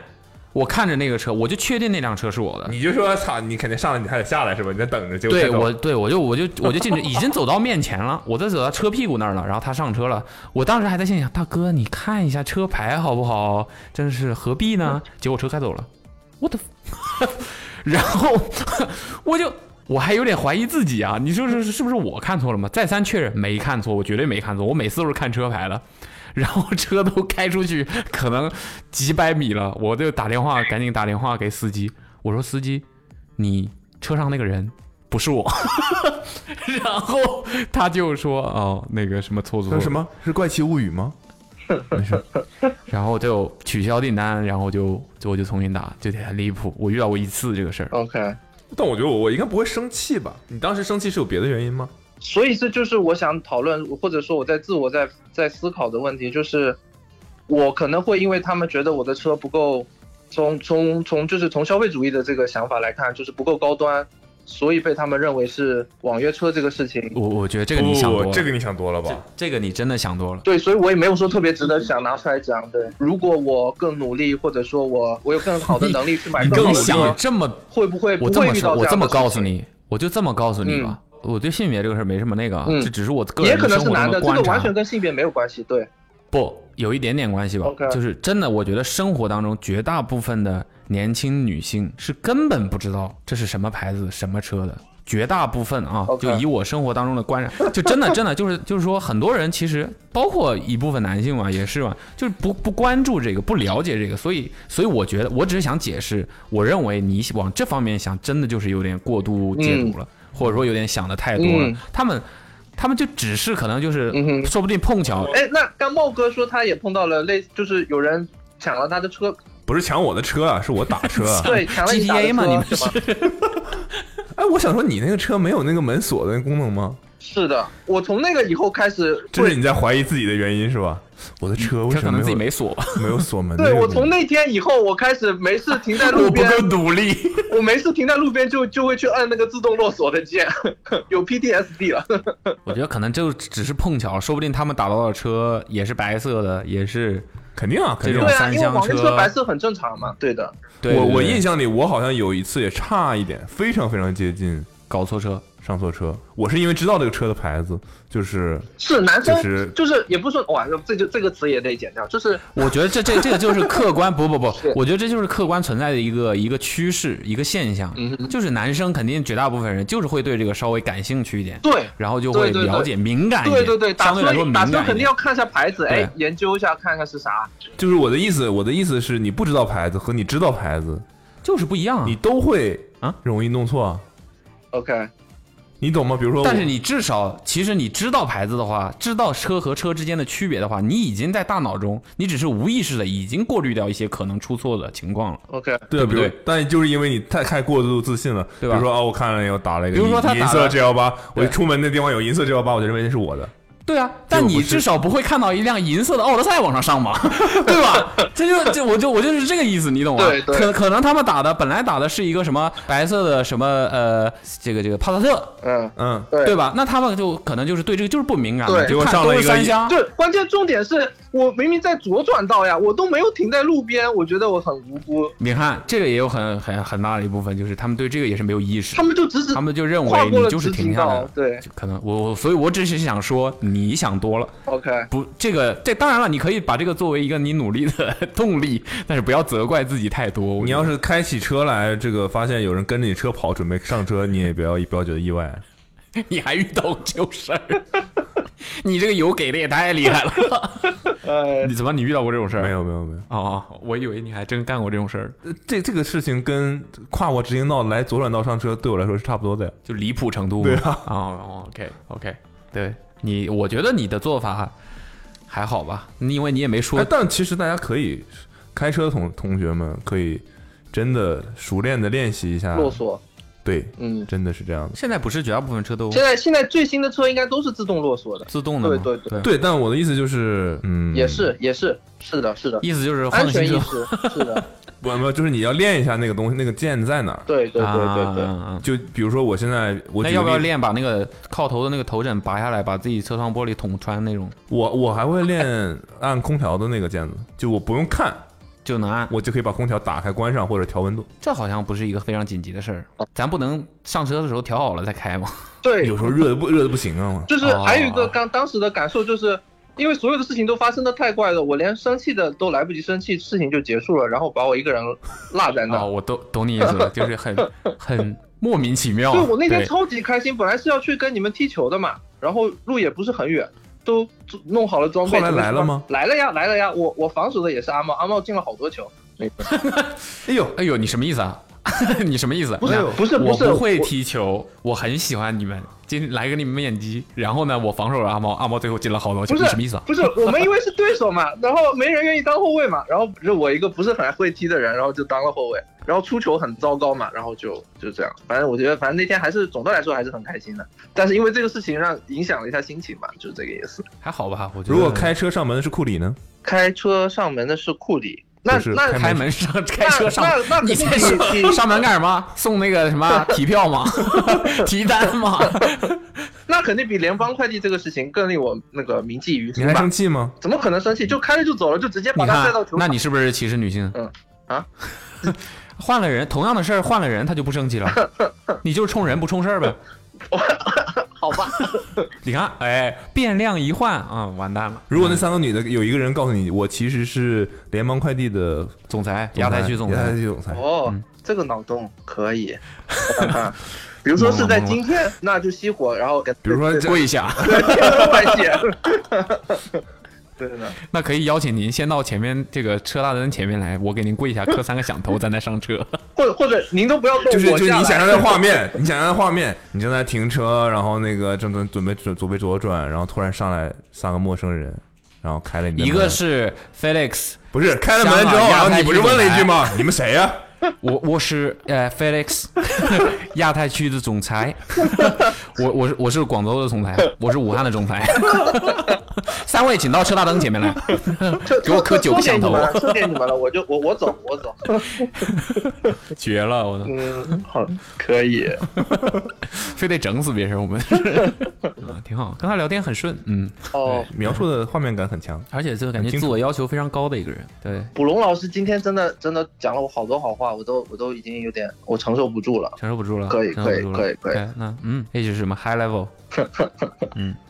Speaker 2: 我看着那个车，我就确定那辆车是我的。
Speaker 4: 你就说操，你肯定上来你还得下来是吧？你在等着，结果
Speaker 2: 对
Speaker 4: 开走
Speaker 2: 我，
Speaker 4: 了
Speaker 2: 对我就我就我就进去，已经走到面前了，我在走到车屁股那儿了，然后他上车了，我当时还在心想，大哥你看一下车牌好不好？真是何必呢？结果车开走了，我的， 然后我就我还有点怀疑自己啊，你说是是不是我看错了吗？再三确认没看错，我绝对没看错，我每次都是看车牌的。然后车都开出去可能几百米了，我就打电话，赶紧打电话给司机，我说司机，你车上那个人不是我， 然后他就说哦那个什么错错
Speaker 4: 说什，么是怪奇物语吗？没事，
Speaker 2: 然后就取消订单，然后就就我就重新打，就很离谱，我遇到过一次这个
Speaker 4: 哦
Speaker 2: 事儿，
Speaker 5: OK，
Speaker 4: 但我觉得我我应该不会生气吧？你当时生气是有别的原因吗？
Speaker 5: 所以这就是我想讨论，或者说我在自我在在思考的问题，就是我可能会因为他们觉得我的车不够，从从从就是从消费主义的这个想法来看，就是不够高端，所以被他们认为是网约车这个事情。
Speaker 2: 我我觉得这个你想多
Speaker 4: 不
Speaker 2: 了，
Speaker 4: 这个你想多了吧？
Speaker 2: 这个你真的想多了，
Speaker 5: 对，所以我也没有说特别值得想拿出来讲。对，如果我更努力，或者说我我有更好的能力去买
Speaker 2: 你
Speaker 5: 更好
Speaker 2: 更
Speaker 5: 的车
Speaker 2: 想，这么
Speaker 5: 会不会不
Speaker 2: 我这
Speaker 5: 会
Speaker 2: 么
Speaker 5: 遇
Speaker 2: 说，
Speaker 5: 到
Speaker 2: 我
Speaker 5: 样
Speaker 2: 这么
Speaker 5: 的事
Speaker 2: 告诉
Speaker 5: 情？
Speaker 2: 你，我就这么告诉你吧。我对性别这个事儿没什么那个啊，
Speaker 5: 嗯
Speaker 2: 这只是我个
Speaker 5: 也
Speaker 2: 人
Speaker 5: 可能
Speaker 2: 生
Speaker 5: 是
Speaker 2: 活
Speaker 5: 男
Speaker 2: 中
Speaker 5: 的，这
Speaker 2: 观
Speaker 5: 个
Speaker 2: 察，
Speaker 5: 完全跟性别没有关系。对，
Speaker 2: 不有一点点关系吧
Speaker 5: OK
Speaker 2: 就是真的，我觉得生活当中绝大部分的年轻女性是根本不知道这是什么牌子、什么车的。绝大部分啊
Speaker 5: OK
Speaker 2: 就以我生活当中的观察，就真的真的就是就是说，很多人其实包括一部分男性嘛，也是嘛，就是不不关注这个，不了解这个，所以所以我觉得，我只是想解释，我认为你往这方面想，真的就是有点过度解读了，或者说有点想的太多了。
Speaker 5: 嗯
Speaker 2: 他们他们就只是可能就是，
Speaker 5: 嗯哼
Speaker 2: 说不定碰巧
Speaker 5: 哎，那刚茂哥说他也碰到了类，就是有人抢了他的车，
Speaker 4: 不是抢我的车啊，是我打车 啊。
Speaker 5: 对，抢了你打的
Speaker 2: GTA 嘛，你们
Speaker 5: 车是吗？
Speaker 2: 是
Speaker 4: 哎，我想说你那个车没有那个门锁的功能吗？
Speaker 5: 是的，我从那个以后开始
Speaker 4: 这是
Speaker 5: 会，
Speaker 4: 你在怀疑自己的原因是吧？我的车为
Speaker 2: 他
Speaker 4: 什
Speaker 2: 可
Speaker 4: 么
Speaker 2: 能自己
Speaker 4: 没
Speaker 2: 没
Speaker 4: 有
Speaker 2: 锁，
Speaker 4: 没有锁 门的这
Speaker 5: 对
Speaker 4: 个功能？
Speaker 5: 我从那天以后，我开始没事停在路边，
Speaker 2: 努力。
Speaker 5: 我没事停在路边就就会去按那个自动落锁的键，有 PTSD 了。
Speaker 2: 我觉得可能就只是碰巧，说不定他们打到的车也是白色的，也是
Speaker 4: 肯定啊，肯定
Speaker 2: 这种
Speaker 4: 啊。
Speaker 5: 对啊，
Speaker 2: 三
Speaker 5: 因为
Speaker 2: 厢
Speaker 5: 网约
Speaker 2: 车
Speaker 5: 车白色很正常嘛。对的，
Speaker 2: 对
Speaker 4: 我
Speaker 2: 对
Speaker 4: 我
Speaker 2: 对
Speaker 4: 印象里，我好像有一次也差一点，非常非常接近
Speaker 2: 搞错车。
Speaker 4: 上错车。我是因为知道这个车的牌子，就是
Speaker 5: 是男
Speaker 4: 就
Speaker 5: 生
Speaker 4: 是
Speaker 5: 就是也不是说哇，这就这个词也得剪掉，就是
Speaker 2: 我觉得这这这个就是客观， 不不不
Speaker 5: 是，
Speaker 2: 我觉得这就是客观存在的一个一个趋势，一个现象，
Speaker 5: 嗯
Speaker 2: 就是男生肯定绝大部分人就是会对这个稍微感兴趣一点，
Speaker 5: 对。
Speaker 2: 然后就会
Speaker 5: 对对对
Speaker 2: 了解敏感一
Speaker 5: 对
Speaker 2: 点，
Speaker 5: 对对，打
Speaker 2: 相对来
Speaker 5: 车
Speaker 2: 说敏
Speaker 5: 打车
Speaker 2: 感
Speaker 5: 肯
Speaker 2: 一
Speaker 5: 定
Speaker 2: 点
Speaker 5: 要。看一下牌子，哎
Speaker 2: 对，
Speaker 5: 研究一下看一下是啥。
Speaker 4: 就是我的意思，我的意思是你不知道牌子和你知道牌子，
Speaker 2: 就是不一样啊
Speaker 4: 你。都会
Speaker 2: 啊
Speaker 4: 容易弄错啊，
Speaker 5: OK，
Speaker 4: 你懂吗？比如说我，
Speaker 2: 但是你至少，其实你知道牌子的话，知道车和车之间的区别的话，你已经在大脑中，你只是无意识的已经过滤掉一些可能出错的情况了。
Speaker 5: OK，
Speaker 4: 对
Speaker 2: 对
Speaker 4: 啊，
Speaker 2: 不
Speaker 4: 比如
Speaker 2: 对，
Speaker 4: 但就是因为你太太过度自信了，
Speaker 2: 对吧
Speaker 4: 比如说啊，我看了又打了一个，
Speaker 2: 比如说他打
Speaker 4: 银色
Speaker 2: 了
Speaker 4: G 幺八，我
Speaker 2: 对
Speaker 4: 出门那地方有银色 G 幺八，我就认为那是我的。
Speaker 2: 对啊，但
Speaker 4: 我
Speaker 2: 你
Speaker 4: 不是
Speaker 2: 至少不会看到一辆银色的奥德赛往上上 吧，对吧？这就这我就我就是这个意思，你懂吗？
Speaker 5: 对对
Speaker 2: 可可能他们打的本来打的是一个什么白色的什么呃这个这个帕萨特，
Speaker 5: 嗯，
Speaker 4: 嗯，
Speaker 5: 对
Speaker 2: 对吧？那他们就可能就是对这个就是不敏感嘛，
Speaker 5: 对
Speaker 2: 就
Speaker 4: 结果
Speaker 2: 看
Speaker 4: 上了
Speaker 2: 都
Speaker 4: 一
Speaker 2: 是
Speaker 4: 个
Speaker 2: 三厢，
Speaker 5: 对，关键重点是我明明在左转道呀，我都没有停在路边，我觉得我很无辜。
Speaker 2: 你看，这个也有很很很大的一部分，就是他们对这个也是没有意识
Speaker 5: 他，们就只是
Speaker 2: 他们就认
Speaker 5: 跨
Speaker 2: 为
Speaker 5: 过
Speaker 2: 你
Speaker 5: 了
Speaker 2: 就是
Speaker 5: 直
Speaker 2: 停
Speaker 5: 行
Speaker 2: 下来
Speaker 5: 道
Speaker 2: 了，。
Speaker 5: 对
Speaker 2: 就可能我我，所以我只是想说，你想多了。
Speaker 5: ，OK，
Speaker 2: 不，这个这当然了，你可以把这个作为一个你努力的动力，但是不要责怪自己太多。我
Speaker 4: 你
Speaker 2: 觉
Speaker 4: 要
Speaker 2: 得
Speaker 4: 是开起车来，这个发现有人跟着你车跑，准备上车，你也不要不要觉得意外。
Speaker 2: 你还遇到这种事儿， 你这个油给的也太厉害了。
Speaker 5: 呃，
Speaker 2: 你怎么你遇到过这种事儿？
Speaker 4: 没。有没有没有，
Speaker 2: 哦，哦我以为你还真干过这种事儿，
Speaker 4: 呃这这个事情跟跨过直行道来左转道上车，对我来说是差不多的呀。
Speaker 2: 就离谱程度嘛。
Speaker 4: 对
Speaker 2: 啊。哦，OK OK，对你，我觉得你的做法还好吧，你因为你也没说
Speaker 4: 哎，但其实大家可以开车同同学们可以真的熟练的练习一下，
Speaker 5: 啰嗦，
Speaker 4: 对，
Speaker 5: 嗯，
Speaker 4: 真的是这样的。
Speaker 2: 现在不是绝大部分车都
Speaker 5: 现在现在最新的车应该都是自动啰嗦的，
Speaker 2: 自动的吗？
Speaker 5: 对对
Speaker 2: 对
Speaker 4: 对，但我的意思就是，嗯，
Speaker 5: 也是也是是的是的，
Speaker 2: 意思就是
Speaker 5: 安
Speaker 2: 换
Speaker 5: 全
Speaker 2: 新
Speaker 5: 意
Speaker 2: 车。
Speaker 5: 识是的，
Speaker 4: 不不，就是你要练一下那个东西，那个键在哪儿。
Speaker 5: 对对对对对。
Speaker 2: 啊
Speaker 4: 就比如说我现在，我
Speaker 2: 那
Speaker 4: 举个
Speaker 2: 要不要
Speaker 4: 例子？
Speaker 2: 练把那个靠头的那个头枕拔下来，把自己车窗玻璃捅穿那种，
Speaker 4: 我我还会练 按空调的那个键子，就我不用看，
Speaker 2: 就能按？
Speaker 4: 我就可以把空调打开、关上或者调温度。
Speaker 2: 这好像不是一个非常紧急的事儿，咱不能上车的时候调好了再开吗？
Speaker 5: 对，
Speaker 4: 有时候热的不热的不行啊，
Speaker 5: 就是
Speaker 2: 哦
Speaker 5: 还有一个刚当时的感受，就是因为所有的事情都发生的太快了，我连生气的都来不及生气，事情就结束了，然后把我一个人落在那
Speaker 2: 啊，
Speaker 5: 儿。
Speaker 2: 我都懂你意思了，就是 很很莫名其妙。
Speaker 5: 对，我那天
Speaker 2: 啊对
Speaker 5: 超级开心，本来是要去跟你们踢球的嘛，然后路也不是很远，都弄好了装备。
Speaker 4: 后来
Speaker 5: 准备
Speaker 4: 来了吗
Speaker 5: 出发？来了呀，来了呀！我我防守的也是阿茂，阿茂进了好多球。
Speaker 2: 哎呦哎呦，你什么意思啊？ 你什么意思？
Speaker 5: 不是
Speaker 2: 我
Speaker 5: 不是不
Speaker 2: 我
Speaker 5: 是
Speaker 2: 不会
Speaker 5: 我
Speaker 2: 踢球，我很喜欢你们，今来跟你们演技。然后呢，我防守了阿猫，阿猫最后进了好多球，
Speaker 5: 不是
Speaker 2: 你什么意思啊？
Speaker 5: 不是，我们因为是对手嘛， 然后没人愿意当后卫嘛，然后不是我一个不是很会踢的人，然后就当了后卫，然后出球很糟糕嘛，然后就就这样。反正我觉得，反正那天还是总的来说还是很开心的，但是因为这个事情让影响了一下心情嘛，就是这个意思。
Speaker 2: 还好吧，我觉得。
Speaker 4: 如果开车上门是库里呢？
Speaker 5: 开车上门的是库里，那
Speaker 4: 就是
Speaker 5: 那
Speaker 2: 开门上开
Speaker 5: 那
Speaker 2: 车上
Speaker 5: 那那
Speaker 2: 你
Speaker 5: 肯定
Speaker 2: 在
Speaker 5: 比
Speaker 2: 上
Speaker 5: 比
Speaker 2: 上门干什么？送那个什 么提票吗？提单吗？
Speaker 5: 那肯定比联邦快递这个事情更令我那个铭记于
Speaker 4: 你
Speaker 5: 心
Speaker 4: 还
Speaker 5: 吧
Speaker 4: 生？气吗？
Speaker 5: 怎么可能生气？就开了就走了，就直接把
Speaker 2: 你
Speaker 5: 他带
Speaker 2: 看
Speaker 5: 到，球
Speaker 2: 那
Speaker 5: 场。
Speaker 2: 你是不是歧视女性？
Speaker 5: 嗯啊，
Speaker 2: 换了人，同样的事儿换了人，他就不生气 了。你就是冲人不冲事儿呗。
Speaker 5: 好吧，
Speaker 2: 你看，哎，变量一换啊、完蛋了。
Speaker 4: 如
Speaker 5: 嗯
Speaker 4: 果那三个女的有一个人告诉你，我其实是联邦快递的
Speaker 2: 总裁，
Speaker 4: 总裁
Speaker 2: 亚太区总
Speaker 4: 亚太
Speaker 2: 裁，
Speaker 4: 区总裁，
Speaker 5: 哦
Speaker 2: 嗯，
Speaker 5: 这个脑洞可以。比如说是在今天，那就熄火，然后给
Speaker 4: 比如说这
Speaker 2: 跪下。
Speaker 5: 对天文换 血。对的，
Speaker 2: 那可以邀请您先到前面这个车大灯前面来，我给您跪下，磕三个响
Speaker 5: 嗯
Speaker 2: 头，咱再上车。
Speaker 5: 或者或者您都不要动，
Speaker 4: 就是
Speaker 5: 我
Speaker 4: 就是
Speaker 5: 下
Speaker 4: 你
Speaker 5: 来
Speaker 4: 想象的画面，你想象的画面，你正在停车，然后那个正准准备准准备左转，然后突然上来三个陌生人，然后开了你的
Speaker 2: 一个
Speaker 4: 门
Speaker 2: 是 Felix，
Speaker 4: 不是开了门之
Speaker 2: 香
Speaker 4: 后，
Speaker 2: 港
Speaker 4: 然后
Speaker 2: 亚太
Speaker 4: 你
Speaker 2: 区
Speaker 4: 不是问了一句
Speaker 2: 总裁
Speaker 4: 吗？你们谁呀？
Speaker 2: 我我是呃 Felix，亚太区的总裁，我我是我是广州的总裁，我是武汉的总裁， 三位请到车大灯前面来，给我磕九个响头，
Speaker 5: 车车给你们了，我就我我走我走。
Speaker 2: 绝了！我操，
Speaker 5: 嗯，好，可以。
Speaker 2: 非得整死别人，我们 啊挺好，跟他聊天很顺，嗯，
Speaker 5: 哦，
Speaker 4: 描述的画面感很 强。
Speaker 2: 而且就感觉
Speaker 4: 很清
Speaker 2: 自
Speaker 4: 楚
Speaker 2: 我要求非常高的一个人，对，
Speaker 5: 卜龙老师今天真的真的讲了我好多好话，我都我都已经有点我承受不住了。
Speaker 2: 承受不住了，
Speaker 5: 可以
Speaker 2: 承受不住了
Speaker 5: 可以可以可以
Speaker 2: OK，那嗯，也就是什么 high level，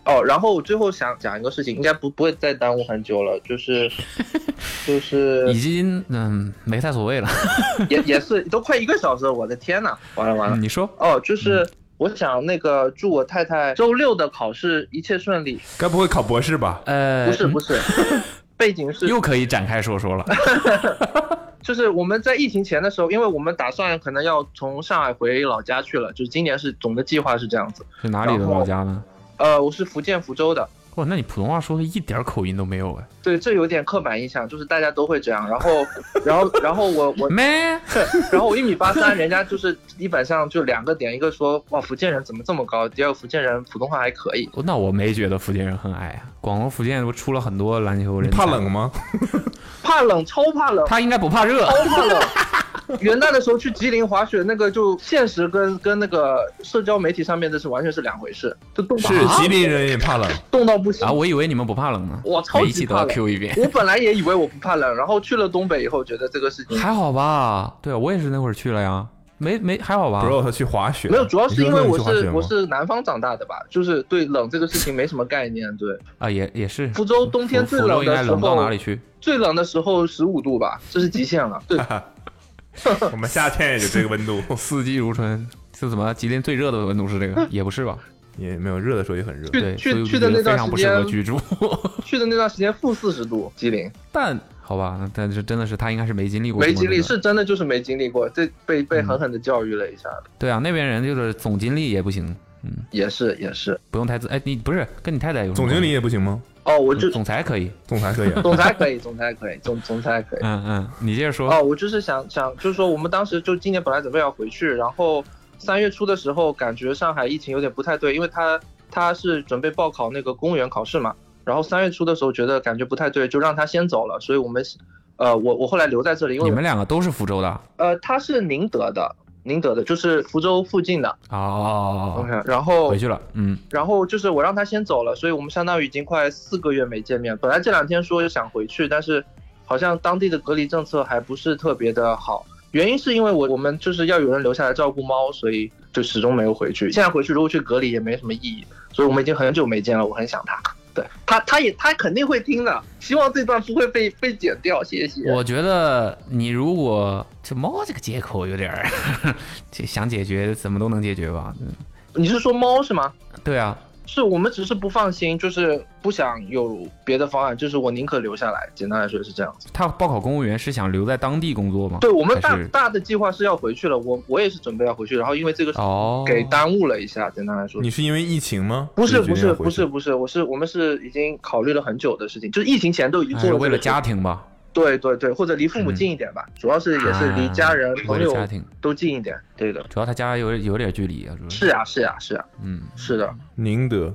Speaker 5: 哦，然后我最后想讲一个事情，应该不不会再耽误很久了，就是就是
Speaker 2: 已经嗯没太所谓了，
Speaker 5: 也也是都快一个小时了，我的天呐，完了完 了。
Speaker 2: 你说
Speaker 5: 哦，就是我想那个祝我太太周六的考试一切顺利。
Speaker 4: 该不会考博士吧？
Speaker 2: 呃，
Speaker 5: 不是
Speaker 2: 嗯
Speaker 5: 不是，背景是
Speaker 2: 又可以展开说说 了，
Speaker 5: 就是我们在疫情前的时候，因为我们打算可能要从上海回老家去了，就是今年是总的计划是这样子。
Speaker 2: 是哪里的
Speaker 5: 然后
Speaker 2: 老家呢？
Speaker 5: 呃，我是福建福州的。
Speaker 2: 哇，那你普通话说的一点儿口音都没有哎。
Speaker 5: 对，这有点刻板印象，就是大家都会这样。然后，然后，然后我我
Speaker 2: 咩？
Speaker 5: 然后我一米八三，人家就是基本上就两个点，一个说哇福建人怎么这么高，第二个福建人普通话还可以，
Speaker 2: 那我没觉得福建人很矮啊。广东、福建不出了很多篮球
Speaker 4: 你
Speaker 2: 人，
Speaker 4: 怕冷？吗？
Speaker 5: 怕冷超怕冷，
Speaker 2: 他应该不怕热。
Speaker 5: 超怕冷，元旦的时候去吉林滑雪，那个就现实跟跟那个社交媒体上面的是完全是两回事，就冻到啊
Speaker 4: 是吉林人也怕冷，
Speaker 5: 冻到不行
Speaker 2: 啊，。我以为你们不怕冷呢，
Speaker 5: 我超级
Speaker 2: 每一期都要
Speaker 5: 怕冷
Speaker 2: Q 一遍。
Speaker 5: 我本来也以为我不怕冷，然后去了东北以后，觉得这个事情
Speaker 2: 还好吧？对啊，我也是那会儿去了呀，没没还好吧
Speaker 4: 不？让他去滑雪。
Speaker 5: 啊没有，主要是
Speaker 4: 你
Speaker 5: 因
Speaker 4: 说
Speaker 5: 为
Speaker 4: 让你
Speaker 5: 我
Speaker 4: 去滑雪
Speaker 5: 是
Speaker 4: 吗
Speaker 5: 我是南方长大的吧，就是对冷这个事情没什么概念。对，
Speaker 2: 啊，也也是。
Speaker 5: 福州冬天
Speaker 2: 福
Speaker 5: 最
Speaker 2: 福州
Speaker 5: 冷
Speaker 2: 应
Speaker 5: 的
Speaker 2: 该
Speaker 5: 时
Speaker 2: 冷到哪
Speaker 5: 候
Speaker 2: 里，去？
Speaker 5: 最冷的时候十五度吧，这是极限了。 对，
Speaker 4: 我们夏天也就这个温 度，
Speaker 2: 四季如春是什么？吉林最热的温度是这个？也不是吧？
Speaker 4: 也没有热的时候也很热。
Speaker 5: 去
Speaker 2: 对，
Speaker 5: 去
Speaker 2: 所以我
Speaker 5: 去
Speaker 2: 就
Speaker 5: 的
Speaker 2: 觉得
Speaker 5: 那段
Speaker 2: 非常
Speaker 5: 时
Speaker 2: 不适合
Speaker 5: 间
Speaker 2: 居住。
Speaker 5: 去的那段时间负四十度，吉林
Speaker 2: 但好吧，那但是真的是他应该是没经历过这
Speaker 5: 没
Speaker 2: 么热，
Speaker 5: 经历，是真的就是没经历过，这被被狠狠的教育了一下，
Speaker 2: 对啊，那边人就是总经理也不行，
Speaker 5: 也是也是。
Speaker 2: 不用太自哎，你不是跟你太太有什
Speaker 4: 总
Speaker 2: 么
Speaker 4: 经理
Speaker 2: 关
Speaker 4: 也不行吗？
Speaker 5: 哦，我
Speaker 2: 系
Speaker 5: 就
Speaker 2: 总裁可以，
Speaker 4: 总裁可以啊，
Speaker 5: 总裁可以， 总裁可以，总总裁 可以。
Speaker 2: 嗯嗯，你接着说，
Speaker 5: 哦，我就是想想，就是说我们当时就今年本来准备要回去，然后三月初的时候，感觉上海疫情有点不太对，因为他他是准备报考那个公务员考试嘛，然后三月初的时候觉得感觉不太对，就让他先走了，所以我们，呃，我我后来留在这里，因
Speaker 2: 你
Speaker 5: 为
Speaker 2: 们两个都是福州的啊
Speaker 5: 呃他是宁德的，宁德的，就是福州附近的，
Speaker 2: 哦，
Speaker 5: OK，然后
Speaker 2: 回去了，嗯，
Speaker 5: 然后就是我让他先走了，所以我们相当于已经快四个月没见面。本来这两天说想回去，但是好像当地的隔离政策还不是特别的好。原因是因为我我们就是要有人留下来照顾猫，所以就始终没有回去。现在回去如果去隔离也没什么意义，所以我们已经很久没见了，我很想他。对他，他也他肯定会听的，希望这段不会被被剪掉，谢谢。
Speaker 2: 我觉得你如果这猫这个借口有点儿，这想解决怎么都能解决吧，嗯
Speaker 5: 你是说猫是吗？
Speaker 2: 对啊，
Speaker 5: 是我们只是不放心，就是不想有别的方案，就是我宁可留下来。简单来说是这样子。
Speaker 2: 他报考公务员是想留在当地工作吗？
Speaker 5: 对我们大
Speaker 2: 还是
Speaker 5: 大的计划是要回去了，我我也是准备要回去，然后因为这个事
Speaker 2: 哦，
Speaker 5: 给耽误了一下。简单来说，
Speaker 4: 你是因为疫情吗？
Speaker 5: 不
Speaker 4: 所以
Speaker 5: 是
Speaker 4: 决
Speaker 5: 不
Speaker 4: 定
Speaker 5: 是
Speaker 4: 要回
Speaker 5: 不
Speaker 4: 去
Speaker 5: 是不是，我是我们是已经考虑了很久的事情，就是疫情前都已经
Speaker 2: 还
Speaker 5: 做
Speaker 2: 是
Speaker 5: 了、
Speaker 2: 哎为了家，庭吧，
Speaker 5: 对对对，或者离父母近一点吧，主要是也是离家人、
Speaker 2: 啊为
Speaker 5: 朋
Speaker 2: 了
Speaker 5: 友
Speaker 2: 家庭，
Speaker 5: 都近一点。对的，
Speaker 2: 主要他家有有点距离啊，主要
Speaker 5: 是啊是啊是啊，
Speaker 2: 嗯，
Speaker 5: 是的，
Speaker 4: 宁德，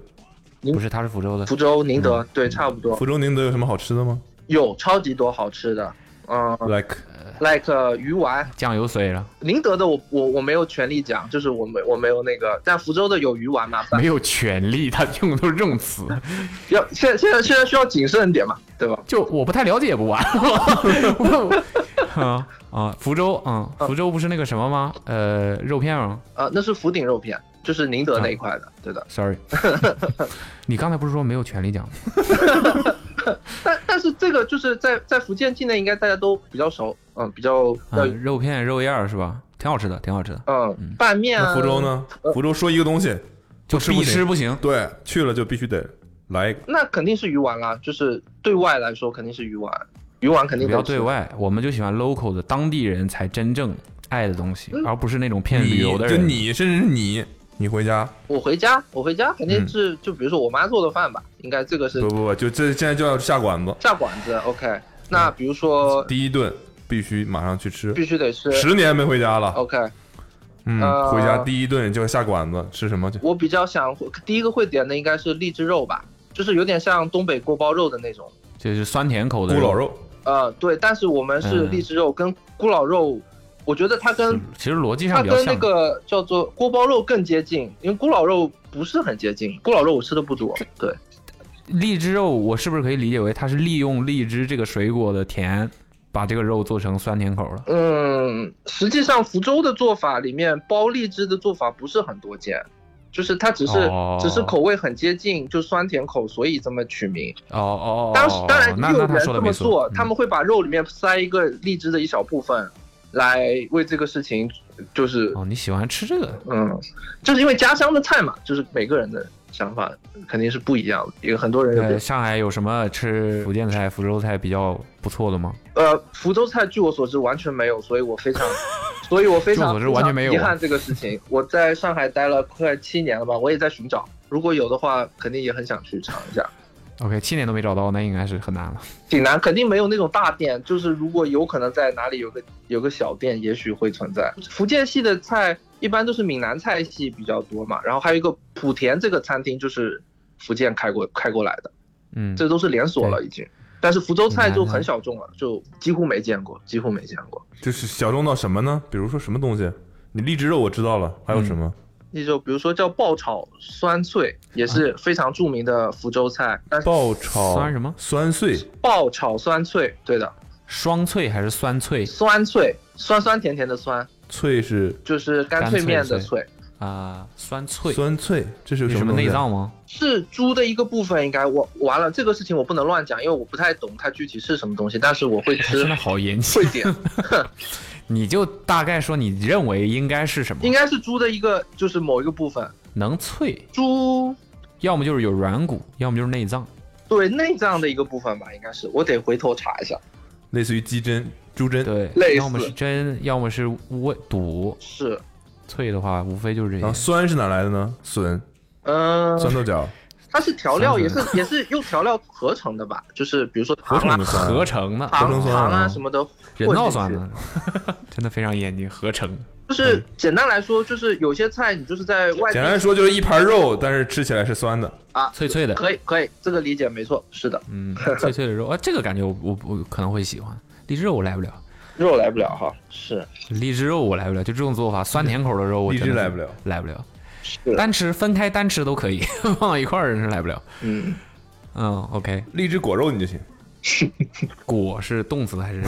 Speaker 2: 不是，他是福州的，
Speaker 5: 福州宁德、
Speaker 2: 嗯
Speaker 5: 对差不多
Speaker 4: 福州宁德有什么好吃的吗
Speaker 5: 有超级多好吃的，嗯、
Speaker 4: ？Like
Speaker 5: l i k e 鱼丸。
Speaker 2: 酱油水了，
Speaker 5: 宁德的我我我没有权利讲，就是我没我没有那个，但福州的有鱼丸嘛，
Speaker 2: 没有权利，他用的都是这种 词，
Speaker 5: 要现在现在现在需要谨慎一点嘛，对吧？
Speaker 2: 就我不太了解不完。 我啊啊，福州，嗯，福州不是那个什么吗？呃，肉片王
Speaker 5: 呃，那是福鼎肉片，就是宁德那一块的，对的。
Speaker 2: ，sorry，你刚才不是说没有权利讲吗？
Speaker 5: 但但是这个就是在在福建境内应该大家都比较熟，嗯，比较
Speaker 2: 啊
Speaker 5: 要，
Speaker 2: 肉片肉燕儿是吧？挺好吃的，挺好吃的，
Speaker 5: 嗯拌面
Speaker 4: 那
Speaker 5: 啊。
Speaker 4: 福州？呢？福州说一个东西，
Speaker 2: 就
Speaker 4: 吃不
Speaker 2: 必
Speaker 4: 行
Speaker 2: 吃不行。
Speaker 4: 对，去了就必须得来一个。
Speaker 5: 那肯定是鱼丸啦，就是对外来说肯定是鱼丸，鱼丸肯定
Speaker 2: 不
Speaker 5: 得
Speaker 2: 要
Speaker 5: 吃
Speaker 2: 对。外，我们就喜欢 local 的当地人才真正爱的东西，而不是那种骗旅游的
Speaker 4: 就
Speaker 2: 人。
Speaker 4: 你，甚至是你，你回家
Speaker 5: 我回家，我回家肯定是、就比如说我妈做的饭吧，应该这个是
Speaker 4: 不不不，就这现在就要下馆子，
Speaker 5: 下馆子。OK，那比如说
Speaker 4: 第一顿必须马上去吃。
Speaker 5: 必须得吃。
Speaker 4: 十年没回家了，
Speaker 5: OK，
Speaker 4: 嗯，
Speaker 5: 呃
Speaker 4: 回家第一顿就下馆子吃什么去？
Speaker 5: 我比较想第一个会点的应该是荔枝肉吧，就是有点像东北锅包肉的那种。
Speaker 2: 就是酸甜口
Speaker 4: 咕
Speaker 2: 的
Speaker 4: 老肉，
Speaker 5: 呃，对，但是我们是
Speaker 2: 嗯
Speaker 5: 荔枝肉跟咕老肉，我觉得它跟
Speaker 2: 其实逻辑上
Speaker 5: 它
Speaker 2: 比较
Speaker 5: 跟那
Speaker 2: 像。
Speaker 5: 个叫做锅包肉更接近，因为咕老肉不是很接近，咕老肉我吃的不多。对，
Speaker 2: 荔枝肉，我是不是可以理解为它是利用荔枝这个水果的甜，把这个肉做成酸甜口了？
Speaker 5: 嗯，实际上福州的做法里面包荔枝的做法不是很多见。就是它只是、
Speaker 2: 哦
Speaker 5: 只是口味很接近，就酸甜口，所以这么取名。
Speaker 2: 哦哦，哦
Speaker 5: 当时当然
Speaker 2: 那
Speaker 5: 也
Speaker 2: 那
Speaker 5: 有
Speaker 2: 他
Speaker 5: 人
Speaker 2: 说的
Speaker 5: 这
Speaker 2: 没
Speaker 5: 么
Speaker 2: 错
Speaker 5: 做，，他
Speaker 2: 嗯
Speaker 5: 们会把肉里面塞一个荔枝的一小部分，来为这个事情，就是
Speaker 2: 哦，你喜欢吃这个？
Speaker 5: 嗯，就是因为家乡的菜嘛，就是每个人的想法肯定是不一样的，也很多人有
Speaker 2: 呃，
Speaker 5: 点
Speaker 2: 上海有什么吃福建菜、福州菜比较不错的吗？
Speaker 5: 呃，福州菜据我所知完全没有，所以我非常，所以我非
Speaker 2: 据我
Speaker 5: 常
Speaker 2: 所知完全没有
Speaker 5: 非常遗憾这个事情。我在上海待了快七年了吧，我也在寻找，如果有的话，肯定也很想去尝一下。
Speaker 2: OK，七年都没找到，那应该是很难了。
Speaker 5: 济南肯定没有那种大店，就是如果有可能在哪里有个有个小店，也许会存在。福建系的菜一般都是闽南菜系比较多嘛，然后还有一个莆田这个餐厅就是福建开过开过来的，
Speaker 2: 嗯，
Speaker 5: 这都是连锁了已经。但是福州菜就很小众了，就几乎没见过，几乎没见过。
Speaker 4: 就是小众到什么呢？比如说什么东西？你荔枝肉我知道了，还有
Speaker 2: 嗯
Speaker 4: 什么？
Speaker 5: 那就比如说叫爆炒酸脆，也是非常著名的福州菜。但是
Speaker 4: 爆炒
Speaker 2: 酸什么
Speaker 4: 酸碎
Speaker 5: 爆炒酸脆，对的，
Speaker 2: 双脆还是酸脆
Speaker 5: 酸脆，酸酸甜甜的酸，
Speaker 4: 脆是
Speaker 5: 就是干脆面的脆，
Speaker 2: 啊？酸脆
Speaker 4: 酸脆，这是有
Speaker 2: 有什
Speaker 4: 么
Speaker 2: 么啊
Speaker 4: 东西啊
Speaker 2: 内脏吗？
Speaker 5: 是猪的一个部分，应该我完了这个事情我不能乱讲，因为我不太懂它具体是什么东西，但是我会吃
Speaker 2: 哎真的，好严谨
Speaker 5: 会，点，
Speaker 2: 你就大概说你认为应该是什么
Speaker 5: 应？该是猪的一个就是某一个部分，
Speaker 2: 能脆，
Speaker 5: 猪
Speaker 2: 要么就是有软骨，要么就是内脏。
Speaker 5: 对内脏的一个部分吧，应该是我得回头查一下，
Speaker 4: 类似于鸡胗、猪胗，
Speaker 2: 对
Speaker 5: 类，似
Speaker 2: 要么是真，要么是味肚
Speaker 5: 是，
Speaker 2: 脆的话，无非就是这
Speaker 4: 然后
Speaker 2: 些。
Speaker 4: 酸是哪来的呢？笋、
Speaker 5: 嗯、
Speaker 4: 酸豆角，
Speaker 5: 它是调料也是也是用调料合成的吧，就是比如说
Speaker 4: 合
Speaker 5: 糖
Speaker 4: 成
Speaker 5: 啊
Speaker 4: 的酸，
Speaker 2: 合成的，
Speaker 4: 合成
Speaker 5: 糖
Speaker 4: 酸
Speaker 5: 糖
Speaker 4: 啊
Speaker 5: 啊什么的混进
Speaker 2: 人
Speaker 5: 去，
Speaker 2: 造酸呢？真的非常严谨，合成。
Speaker 5: 就是简单来说，就是有些菜你就是在
Speaker 4: 嗯
Speaker 5: 外
Speaker 4: 简单
Speaker 5: 地
Speaker 4: 说就是一盘肉，但是吃起来是酸的。
Speaker 5: 啊，
Speaker 2: 脆脆的
Speaker 5: 可以可以，这个理解没错，是的，
Speaker 2: 嗯，脆脆的肉，啊，这个感觉我我我可能会喜欢。荔枝肉我来不了，
Speaker 5: 肉来不了哈，是
Speaker 2: 荔枝肉我来不了，就这种做法，酸甜口的肉我
Speaker 4: 荔枝
Speaker 2: 真的是
Speaker 4: 来不了，
Speaker 2: 来不了。
Speaker 5: 是，
Speaker 2: 单吃分开单吃都可以， 放到一块儿真是来不了。
Speaker 5: 嗯，
Speaker 2: 嗯，OK，
Speaker 4: 荔枝果肉你就行，
Speaker 2: 果是动词还 是？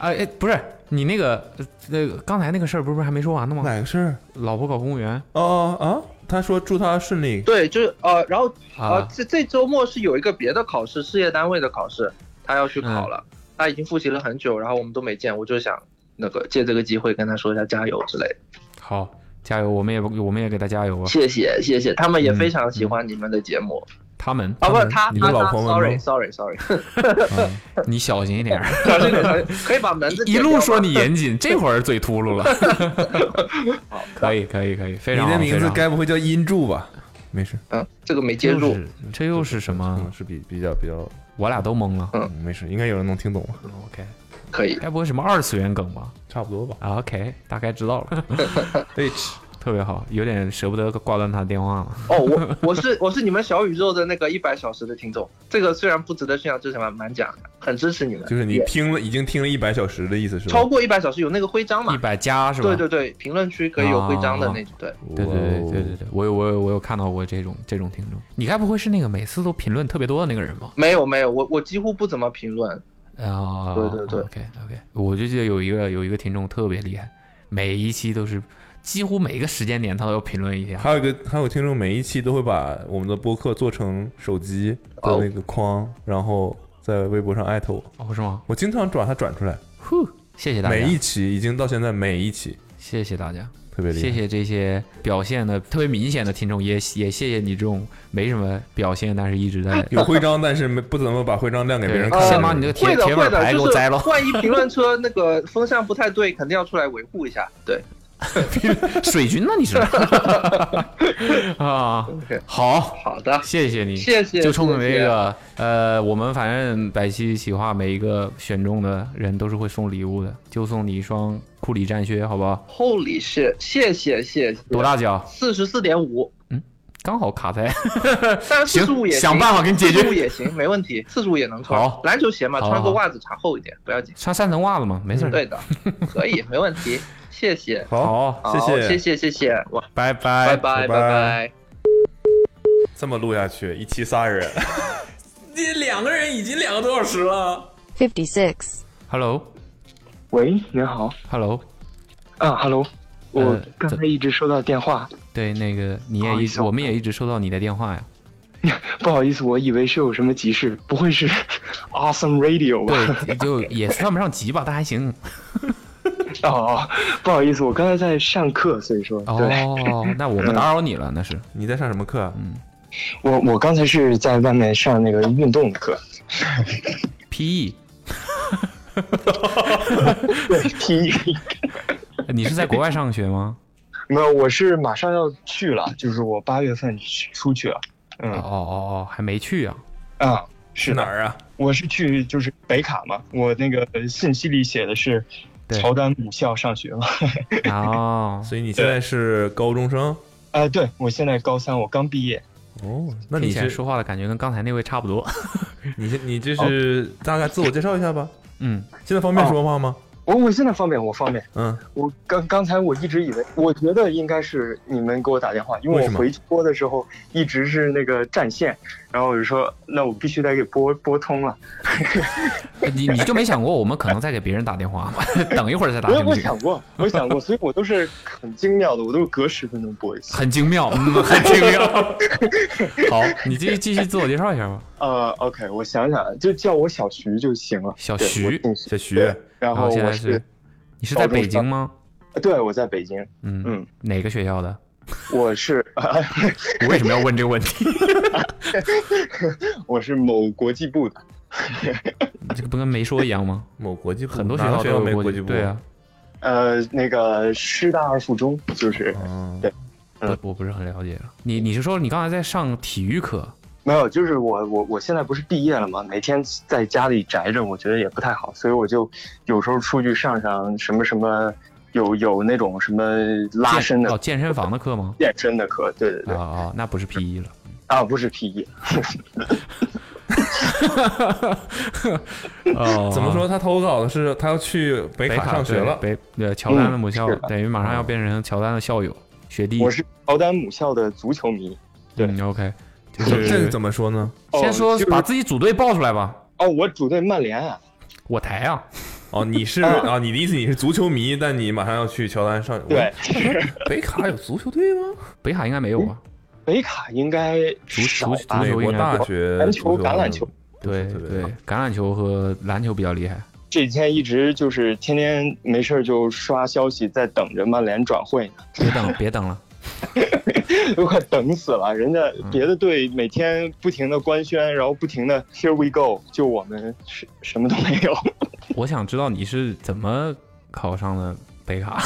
Speaker 2: 啊，哎，不是你那个呃，刚才那个事儿不是还没说完呢吗？
Speaker 4: 哪个事儿？
Speaker 2: 老婆搞公务员
Speaker 4: 哦啊，他说祝他顺利，
Speaker 5: 对，就是呃，然后呃
Speaker 2: 啊，，
Speaker 5: 这这周末是有一个别的考试，事业单位的考试，他要去
Speaker 4: 嗯
Speaker 5: 考了，他已经复习了很久，然后我们都没见，我就想那个借这个机会跟他说一下加油之类的，
Speaker 2: 好，加油，我们也我们也给他加油啊。
Speaker 5: 谢谢谢谢，他们也
Speaker 2: 嗯
Speaker 5: 非常喜欢你们的节目
Speaker 2: 他们
Speaker 5: 啊，不是
Speaker 2: 们
Speaker 5: 他
Speaker 4: 你
Speaker 5: 他
Speaker 4: 的老
Speaker 5: 他
Speaker 4: 朋友
Speaker 5: ，sorry
Speaker 4: 吗
Speaker 5: sorry sorry，
Speaker 2: 嗯你小心一 点儿，
Speaker 5: 小心点小心点，可以把门子
Speaker 2: 一
Speaker 5: 剪掉
Speaker 2: 路
Speaker 5: 吗
Speaker 2: 说你严谨，这会儿嘴秃 噜了。可以可以可以，非
Speaker 4: 你
Speaker 2: 常好
Speaker 4: 的名
Speaker 2: 非
Speaker 4: 字
Speaker 2: 常好
Speaker 4: 该不会叫音柱吧？没事，
Speaker 5: 嗯，这个没接
Speaker 2: 这又
Speaker 5: 住，
Speaker 2: 是这又是什
Speaker 4: 嗯，
Speaker 2: 么？
Speaker 4: 是比比较比较，
Speaker 2: 我俩都懵了。
Speaker 4: 嗯，没事，应该有人能听懂吧？
Speaker 2: OK，
Speaker 5: 可以，
Speaker 2: 该不会什么二次元梗吧
Speaker 4: 差不多吧。
Speaker 2: 啊？OK，大概知道了，
Speaker 4: H
Speaker 2: 特别好，有点舍不得挂断他的电话了。
Speaker 5: 哦，我 我是我是你们小宇宙的那个一百小时的听众，这个虽然不值得炫耀，这什么蛮奖的，很支持你们。
Speaker 4: 就是你
Speaker 5: 也
Speaker 4: 听了已经听了一百小时的意思是吧？
Speaker 5: 超过一百小时有那个徽章嘛
Speaker 2: 一？百加是吧？哦
Speaker 5: 对对对，评论区可以有徽章的那种。对，
Speaker 2: 对对对对对
Speaker 4: 哇
Speaker 2: 对
Speaker 4: 哦
Speaker 2: 对，我有我有我有看到过这种这种听众，你该不会是那个每次都评论特别多的那个人吧？
Speaker 5: 没有没有，我我几乎不怎么评论。
Speaker 2: 啊，
Speaker 5: 对对对
Speaker 2: ，OK OK，我就记得有一个有一个听众特别厉害，每一期都是几乎每一个时间点他都要评论一下，
Speaker 4: 还有一个，还有听众每一期都会把我们的播客做成手机的那个框，然后在微博上艾特我，
Speaker 2: 哦是吗？
Speaker 4: 我经常把它转出来。
Speaker 2: 呼，谢谢大家，
Speaker 4: 每一期已经到现在每一期
Speaker 2: 谢谢大家，
Speaker 4: 特别厉害，
Speaker 2: 谢谢这些表现的特别明显的听众，也也谢谢你这种没什么表现但是一直
Speaker 5: 哎
Speaker 2: 在
Speaker 4: 有徽章，但是没不怎么把徽章亮给别人看。
Speaker 2: 对
Speaker 5: 呃
Speaker 2: 先把你的铁
Speaker 5: 会的
Speaker 2: 铁
Speaker 5: 会
Speaker 2: 粉
Speaker 5: 的，
Speaker 2: 牌给
Speaker 5: 就
Speaker 2: 我
Speaker 5: 是
Speaker 2: 摘 了，
Speaker 5: 万一评论车那个风向不太对，肯定要出来维护一下。对，
Speaker 2: 水军呢你 是啊，
Speaker 5: OK
Speaker 2: 好，
Speaker 5: 好的，
Speaker 2: 谢谢你，
Speaker 5: 谢谢
Speaker 2: 就冲着
Speaker 5: 谢谢
Speaker 2: 这个，呃，我们反正百期企划每一个选中的人都是会送礼物的，就送你一双库里战靴，好不好？
Speaker 5: Holy shit！谢谢谢谢。
Speaker 2: 多？大脚？
Speaker 5: 四十四点五，
Speaker 2: 刚好卡在
Speaker 5: 但是四十五也行
Speaker 2: 想办法给你解决
Speaker 5: 四十五也行，没问 题，四十五也能穿。
Speaker 2: 好
Speaker 5: 篮球鞋嘛，
Speaker 2: 好好
Speaker 5: 穿个袜子长厚一点，不要 紧。
Speaker 2: 穿三层袜子嘛，没事儿。
Speaker 5: 对的，可以，没问题。 谢谢，
Speaker 4: 好，
Speaker 2: 好，
Speaker 5: 好
Speaker 4: 谢谢
Speaker 5: 谢谢，谢谢，哇，
Speaker 2: 拜
Speaker 5: 拜
Speaker 2: 哎拜。
Speaker 4: 拜
Speaker 5: 拜拜拜。
Speaker 4: 这么录下去，一期仨人，
Speaker 2: 这两个人已经两个多小时了。
Speaker 8: Fifty six.
Speaker 2: Hello，Hello，
Speaker 9: 喂，您好啊，Hello，我
Speaker 2: 呃
Speaker 9: 刚
Speaker 2: 这
Speaker 9: 才一直收到电话，
Speaker 2: 对，那个你
Speaker 9: 不好
Speaker 2: 也
Speaker 9: 意
Speaker 2: 一
Speaker 9: 思
Speaker 2: 直，
Speaker 9: 我
Speaker 2: 我们也一直收到你的电话 呀。
Speaker 9: 不好意思，我以为是有什么急事，不 会是 Awesome Radio 吧？
Speaker 2: 对，就也算不上急吧，但还行。
Speaker 9: 哦，不好意思，我刚才在上课，所以说，对
Speaker 2: 哦，那我不打扰你了，那是。
Speaker 4: 你在上什么课啊？
Speaker 9: 我我刚才是在外面上那个运动课，
Speaker 2: PE，
Speaker 9: 对，P，
Speaker 2: 你是在国外上学吗？
Speaker 9: 没有，我是马上要去了，就是我八月份去出去了，
Speaker 2: 哦
Speaker 4: 啊
Speaker 9: 嗯
Speaker 2: 哦哦，还没去 啊。
Speaker 9: 啊，是
Speaker 4: 去哪
Speaker 9: 的，
Speaker 4: 儿啊？
Speaker 9: 我是去就是北卡嘛，我那个信息里写的是
Speaker 2: 对
Speaker 9: 乔丹母校上学嘛，
Speaker 2: 哦，
Speaker 4: 所以你现在是高中生，
Speaker 9: 呃啊、对我现在高三，我刚毕业，
Speaker 4: 哦，那
Speaker 2: 听
Speaker 4: 你
Speaker 2: 起来
Speaker 4: 是
Speaker 2: 说话的感觉跟刚才那位差不多。
Speaker 4: 你是你这是大概自我介绍一下吧？
Speaker 2: 嗯，
Speaker 4: 现在方便说话吗？
Speaker 9: 我我现在方便，我方便。
Speaker 4: 嗯，
Speaker 9: 我刚刚才我一直以为，我觉得应该是你们给我打电话，因为
Speaker 4: 为
Speaker 9: 我
Speaker 4: 什么
Speaker 9: 回拨的时候一直是那个占线，然后我就说那我必须得给拨拨通了。
Speaker 2: 呃你你就没想过我们可能在给别人打电话吗？ 等一会儿再打
Speaker 9: 我
Speaker 2: 行不
Speaker 9: 我
Speaker 2: 行？
Speaker 9: 想过，我 想过，所以我都是很精妙的，我都是隔十分钟拨一次。
Speaker 2: 很精妙，嗯，很精妙。 好，你继续继续自我介绍一下吧。
Speaker 9: 呃，OK，我想想，就叫我小徐就行了。
Speaker 2: 小
Speaker 9: 对
Speaker 2: 徐
Speaker 9: 我姓
Speaker 4: 小徐，
Speaker 9: 对然
Speaker 2: 然
Speaker 9: 后
Speaker 2: 现
Speaker 9: 我
Speaker 2: 在
Speaker 9: 是
Speaker 2: 是，，你是在
Speaker 9: 高中
Speaker 2: 北京吗？
Speaker 9: 对，我在北京，
Speaker 2: 嗯
Speaker 9: 嗯，
Speaker 2: 哪个学校的？
Speaker 9: 我是，
Speaker 2: 我为什么要问这个问题？
Speaker 9: 我是某国际部的，
Speaker 2: 这个不跟没说一样吗？
Speaker 4: 某国际部
Speaker 2: 很多学
Speaker 4: 哪个
Speaker 2: 校
Speaker 4: 学
Speaker 2: 都有
Speaker 4: 没
Speaker 2: 国
Speaker 4: 国
Speaker 2: 际
Speaker 4: 际部
Speaker 2: 对啊，
Speaker 9: 呃，那个师大二附中就是
Speaker 4: 嗯，
Speaker 9: 嗯
Speaker 2: 我我不是很了解了。你你是说你刚才在上体育课？
Speaker 9: 没有，就是我我我现在不是毕业了嘛，每天在家里宅着，我觉得也不太好，所以我就有时候出去上上什么什么，有有那种什么拉
Speaker 2: 健
Speaker 9: 伸
Speaker 2: 哦，
Speaker 9: 的
Speaker 2: 健身房的课吗？
Speaker 9: 健身的课，对对
Speaker 2: 啊
Speaker 9: 对，
Speaker 2: 啊，那不是 PE 了。
Speaker 9: 啊，不是 PE，
Speaker 2: 哦，
Speaker 4: 怎么说？他投稿的是他要去北
Speaker 2: 北
Speaker 4: 卡
Speaker 2: 卡
Speaker 4: 上学
Speaker 2: 对
Speaker 4: 了，
Speaker 2: 北对乔丹的母校
Speaker 9: 是的
Speaker 2: 等于马上要变成乔丹的校友学弟。
Speaker 9: 我是乔丹母校的足球迷。对
Speaker 2: 嗯，OK，就
Speaker 4: 这这
Speaker 2: 是
Speaker 4: 怎么说呢？
Speaker 2: 先说
Speaker 9: 哦就是
Speaker 2: 把自己组队报出来吧。
Speaker 9: 哦，我主队曼联啊，
Speaker 2: 我抬啊，
Speaker 4: 哦，你是
Speaker 9: 啊
Speaker 4: 啊，你的意思你是足球迷，但你马上要去乔丹上
Speaker 9: 对，
Speaker 2: 嗯
Speaker 4: 北卡有足球队吗？
Speaker 2: 北卡应该没有啊吧？
Speaker 9: 北卡应该
Speaker 2: 足
Speaker 9: 少
Speaker 2: 足
Speaker 9: 吧
Speaker 2: 足
Speaker 4: 美
Speaker 2: 球应
Speaker 4: 国
Speaker 2: 该
Speaker 4: 大学
Speaker 9: 篮球
Speaker 4: 足
Speaker 9: 橄榄 球
Speaker 2: 对
Speaker 4: 对
Speaker 2: 对，橄榄球和篮球比较厉害。
Speaker 9: 这几天一直就是天天没事儿就刷消息，在等着曼联转会呢，
Speaker 2: 别等了，别等了，
Speaker 9: 都快等死了。人家
Speaker 2: 嗯
Speaker 9: 别的队每天不停的官宣，然后不停的 Here we go，就我们什什么都没有。
Speaker 2: 我想知道你是怎么考上的北卡。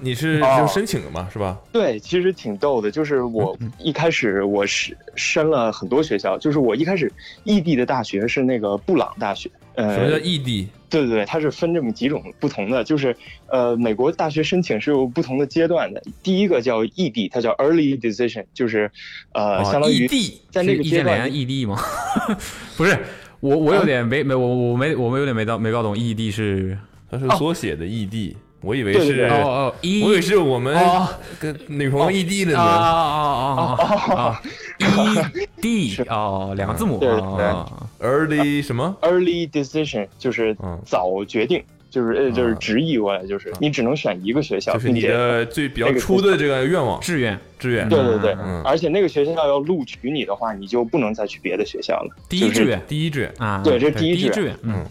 Speaker 4: 你是
Speaker 9: 哦
Speaker 4: 就申请的嘛，是吧？
Speaker 9: 对，其实挺逗的，就是我
Speaker 2: 嗯
Speaker 9: 一开始我是申了很多学校，就是我一开始异地的大学是那个布朗大学，呃，
Speaker 4: 什么叫 E 异地？
Speaker 9: 对对对，它是分这么几种不同的，就是呃，美国大学申请是有不同的阶段的。第一个叫异地，它叫 early decision，就是呃，
Speaker 4: 啊
Speaker 9: 相当于
Speaker 4: 异地
Speaker 9: 在那
Speaker 2: 是
Speaker 9: 个
Speaker 2: 易
Speaker 9: 阶
Speaker 2: 建
Speaker 9: 段
Speaker 2: 联，异地吗？ 不是，我我有点没没我我没我们有点没到没搞懂异地是
Speaker 4: 它是缩写的异地，我以为
Speaker 9: 哦对对
Speaker 4: 是
Speaker 9: 对
Speaker 2: 哦哦异
Speaker 4: 我以为是我们
Speaker 2: 哦
Speaker 4: 跟女朋友异地了
Speaker 2: 啊
Speaker 4: 呢。
Speaker 2: 啊啊啊啊！异地哦，两个字母
Speaker 9: 对对
Speaker 2: 啊，
Speaker 4: early 什么？
Speaker 9: early decision 就是
Speaker 4: 嗯
Speaker 9: 早决定，就是呃就是
Speaker 4: 啊
Speaker 9: 直译过来就是你只能选一个学校，
Speaker 4: 就是
Speaker 9: 并
Speaker 4: 你
Speaker 9: 且
Speaker 4: 的最比较
Speaker 9: 那个
Speaker 4: 初的这个愿望
Speaker 2: 志愿。
Speaker 4: 志愿。
Speaker 9: 对对对，
Speaker 4: 嗯
Speaker 9: 而且那个学校要录取你的话，你就不能再去别的学校了。
Speaker 2: 第一志愿
Speaker 4: 第一志愿
Speaker 2: 啊，
Speaker 9: 对这是第一
Speaker 2: 第一
Speaker 9: 志
Speaker 2: 志愿，嗯，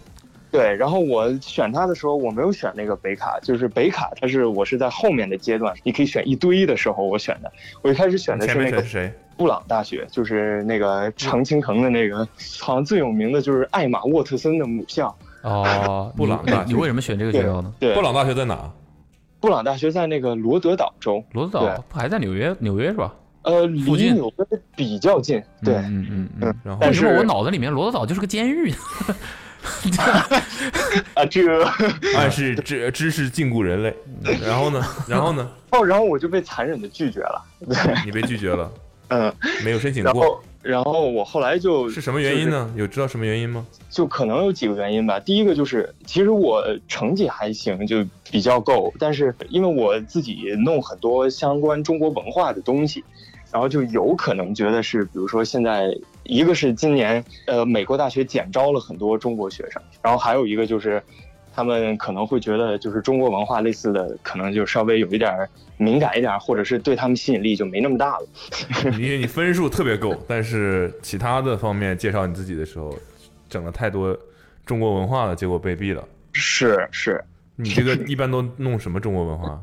Speaker 9: 对，然后我选它的时候，我没有选那个北卡，就是北卡，它是我是在后面的阶段，你可以选一堆的时候我选的。我一开始选的
Speaker 4: 前
Speaker 9: 是
Speaker 4: 面
Speaker 9: 那
Speaker 4: 选
Speaker 9: 个
Speaker 4: 是谁？
Speaker 9: 布朗大学，就是那个常青藤的那个，好像最有名的就是艾玛沃特森的母校。
Speaker 2: 哦，
Speaker 4: 布朗
Speaker 2: 你
Speaker 4: 大
Speaker 2: 你为什么选这个学校呢？
Speaker 9: 对
Speaker 4: 布，朗大学在哪？
Speaker 9: 布朗大学在那个罗德岛州，
Speaker 2: 罗斯岛
Speaker 9: 对
Speaker 2: 不还在纽约？纽约是吧？
Speaker 9: 呃，
Speaker 2: 附
Speaker 9: 离
Speaker 2: 近
Speaker 9: 纽约比较近。对，
Speaker 2: 嗯嗯嗯嗯。
Speaker 4: 然
Speaker 2: 为
Speaker 4: 后
Speaker 9: 但
Speaker 2: 什么
Speaker 9: 是
Speaker 2: 我脑子里面罗斯岛就是个监狱呢？
Speaker 9: 啊，这个，
Speaker 4: 暗示哎知知识禁锢人类。然后呢？然后呢？
Speaker 9: 哦，然后我就被残忍的拒绝了。
Speaker 4: 你被拒绝了，
Speaker 9: 嗯，
Speaker 4: 没有申请
Speaker 9: 然
Speaker 4: 过，
Speaker 9: 后，然后我后来就是
Speaker 4: 什么原因？呢？有知道什么原因吗？
Speaker 9: 就可能有几个原因吧。第一个就是，其实我成绩还行，就比较够，但是因为我自己弄很多相关中国文化的东西，然后就有可能觉得是，比如说现在一个是今年呃美国大学减招了很多中国学生，然后还有一个就是。他们可能会觉得，就是中国文化类似的，可能就稍微有一点儿敏感一点儿，或者是对他们吸引力就没那么大了。
Speaker 4: 因为你分数特别够，但是其他的方面介绍你自己的时候，整了太多中国文化了，结果被毙了。
Speaker 9: 是是，
Speaker 4: 你这个一般都弄什么中国文化？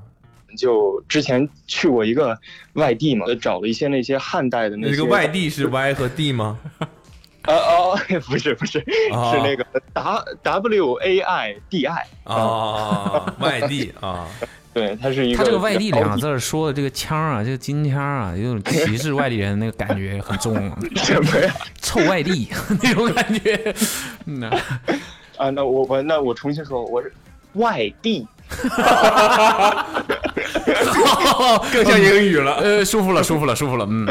Speaker 9: 就之前去过一个外地嘛，找了一些那些汉代 的
Speaker 4: 那
Speaker 9: 那
Speaker 4: 这
Speaker 9: 些
Speaker 4: 个外地是 Y 和 D 吗？
Speaker 9: 呃哦， 不是不是，
Speaker 4: 啊
Speaker 9: 是那个 W W A I D I，
Speaker 4: 啊，外地啊，
Speaker 9: 对，它是一个
Speaker 2: 他这个“外地”
Speaker 9: 比较
Speaker 2: 两个字儿说的这个腔儿啊，这个京腔儿啊，有种歧视外地人那个感觉很重啊，
Speaker 9: 什么呀？
Speaker 2: 臭外地那种感觉。嗯呐，
Speaker 9: 啊，那我我那我重新说，我是外地，
Speaker 2: 更
Speaker 4: 像英语了
Speaker 2: 呃，舒服了，舒服了，舒服了，嗯，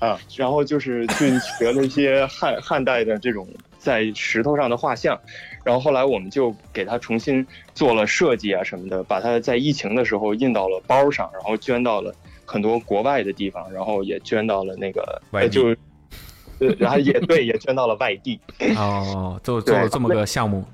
Speaker 9: 啊，然后就是去学了一些汉汉代的这种在石头上的画像，然后后来我们就给它重新做了设计啊什么的，把它在疫情的时候印到了包上，然后捐到了很多国外的地方，然后也捐到了那个
Speaker 4: 外地
Speaker 9: 呃就，呃然后也对也捐到了外地，
Speaker 2: 哦，做做了这么个项目，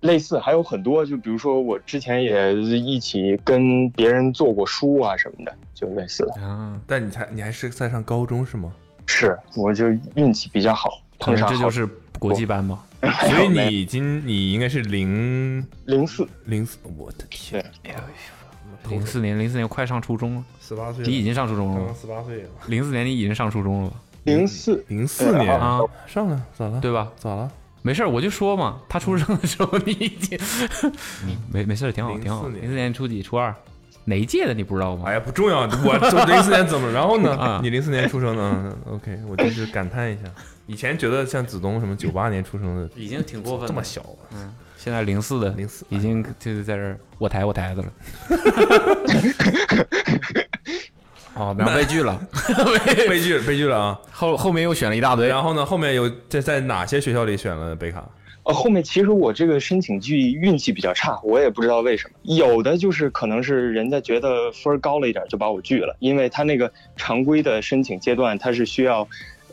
Speaker 9: 类似还有很多，就比如说我之前也一起跟别人做过书啊什么的，就类似的。
Speaker 2: 啊，
Speaker 4: 但你才你还是在上高中是吗？
Speaker 9: 是，我就运气比较好，
Speaker 2: 可
Speaker 9: 碰
Speaker 2: 能
Speaker 9: 上
Speaker 2: 这
Speaker 9: 好
Speaker 2: 就是国际班吧，
Speaker 4: 所以你已经你应该是零
Speaker 9: 零四
Speaker 4: 零四，我的天，
Speaker 2: 零四年，零四年快上初中了，
Speaker 4: 十八岁了，
Speaker 2: 你已经上初中
Speaker 4: 刚
Speaker 2: 了
Speaker 4: 刚，十八岁了，
Speaker 2: 零四年你已经上初中了吧，
Speaker 9: 零四
Speaker 4: 零四年
Speaker 2: 啊，
Speaker 4: 上了咋了？
Speaker 2: 对吧？
Speaker 4: 咋了？
Speaker 2: 没事儿，我就说嘛，他出生的时候你已 经，没没事儿，挺好，
Speaker 4: 04
Speaker 2: 挺好。
Speaker 4: 年
Speaker 2: 零四年初几？初二，哪一届的你不知道吗？
Speaker 4: 哎呀，不重要，我这零四年怎么？然后
Speaker 2: 啊
Speaker 4: 呢？你零四年出生的嗯，OK，我就是感叹一下。以前觉得像子东什么九八年出生的，
Speaker 2: 已经挺过分了
Speaker 4: 这么小，啊
Speaker 2: 现在零四的
Speaker 4: 04
Speaker 2: 已经就是在这儿我抬我抬的 了。哦，然后被拒了，
Speaker 4: 悲剧悲剧了啊！
Speaker 2: 后后面又选了一大堆。
Speaker 4: 然后呢，后面有在在哪些学校里选了北卡？
Speaker 9: 呃，后面其实我这个申请季运气比较差，我也不知道为什么。有的就是可能是人家觉得分儿高了一点就把我拒了，因为他那个常规的申请阶段，他是需要，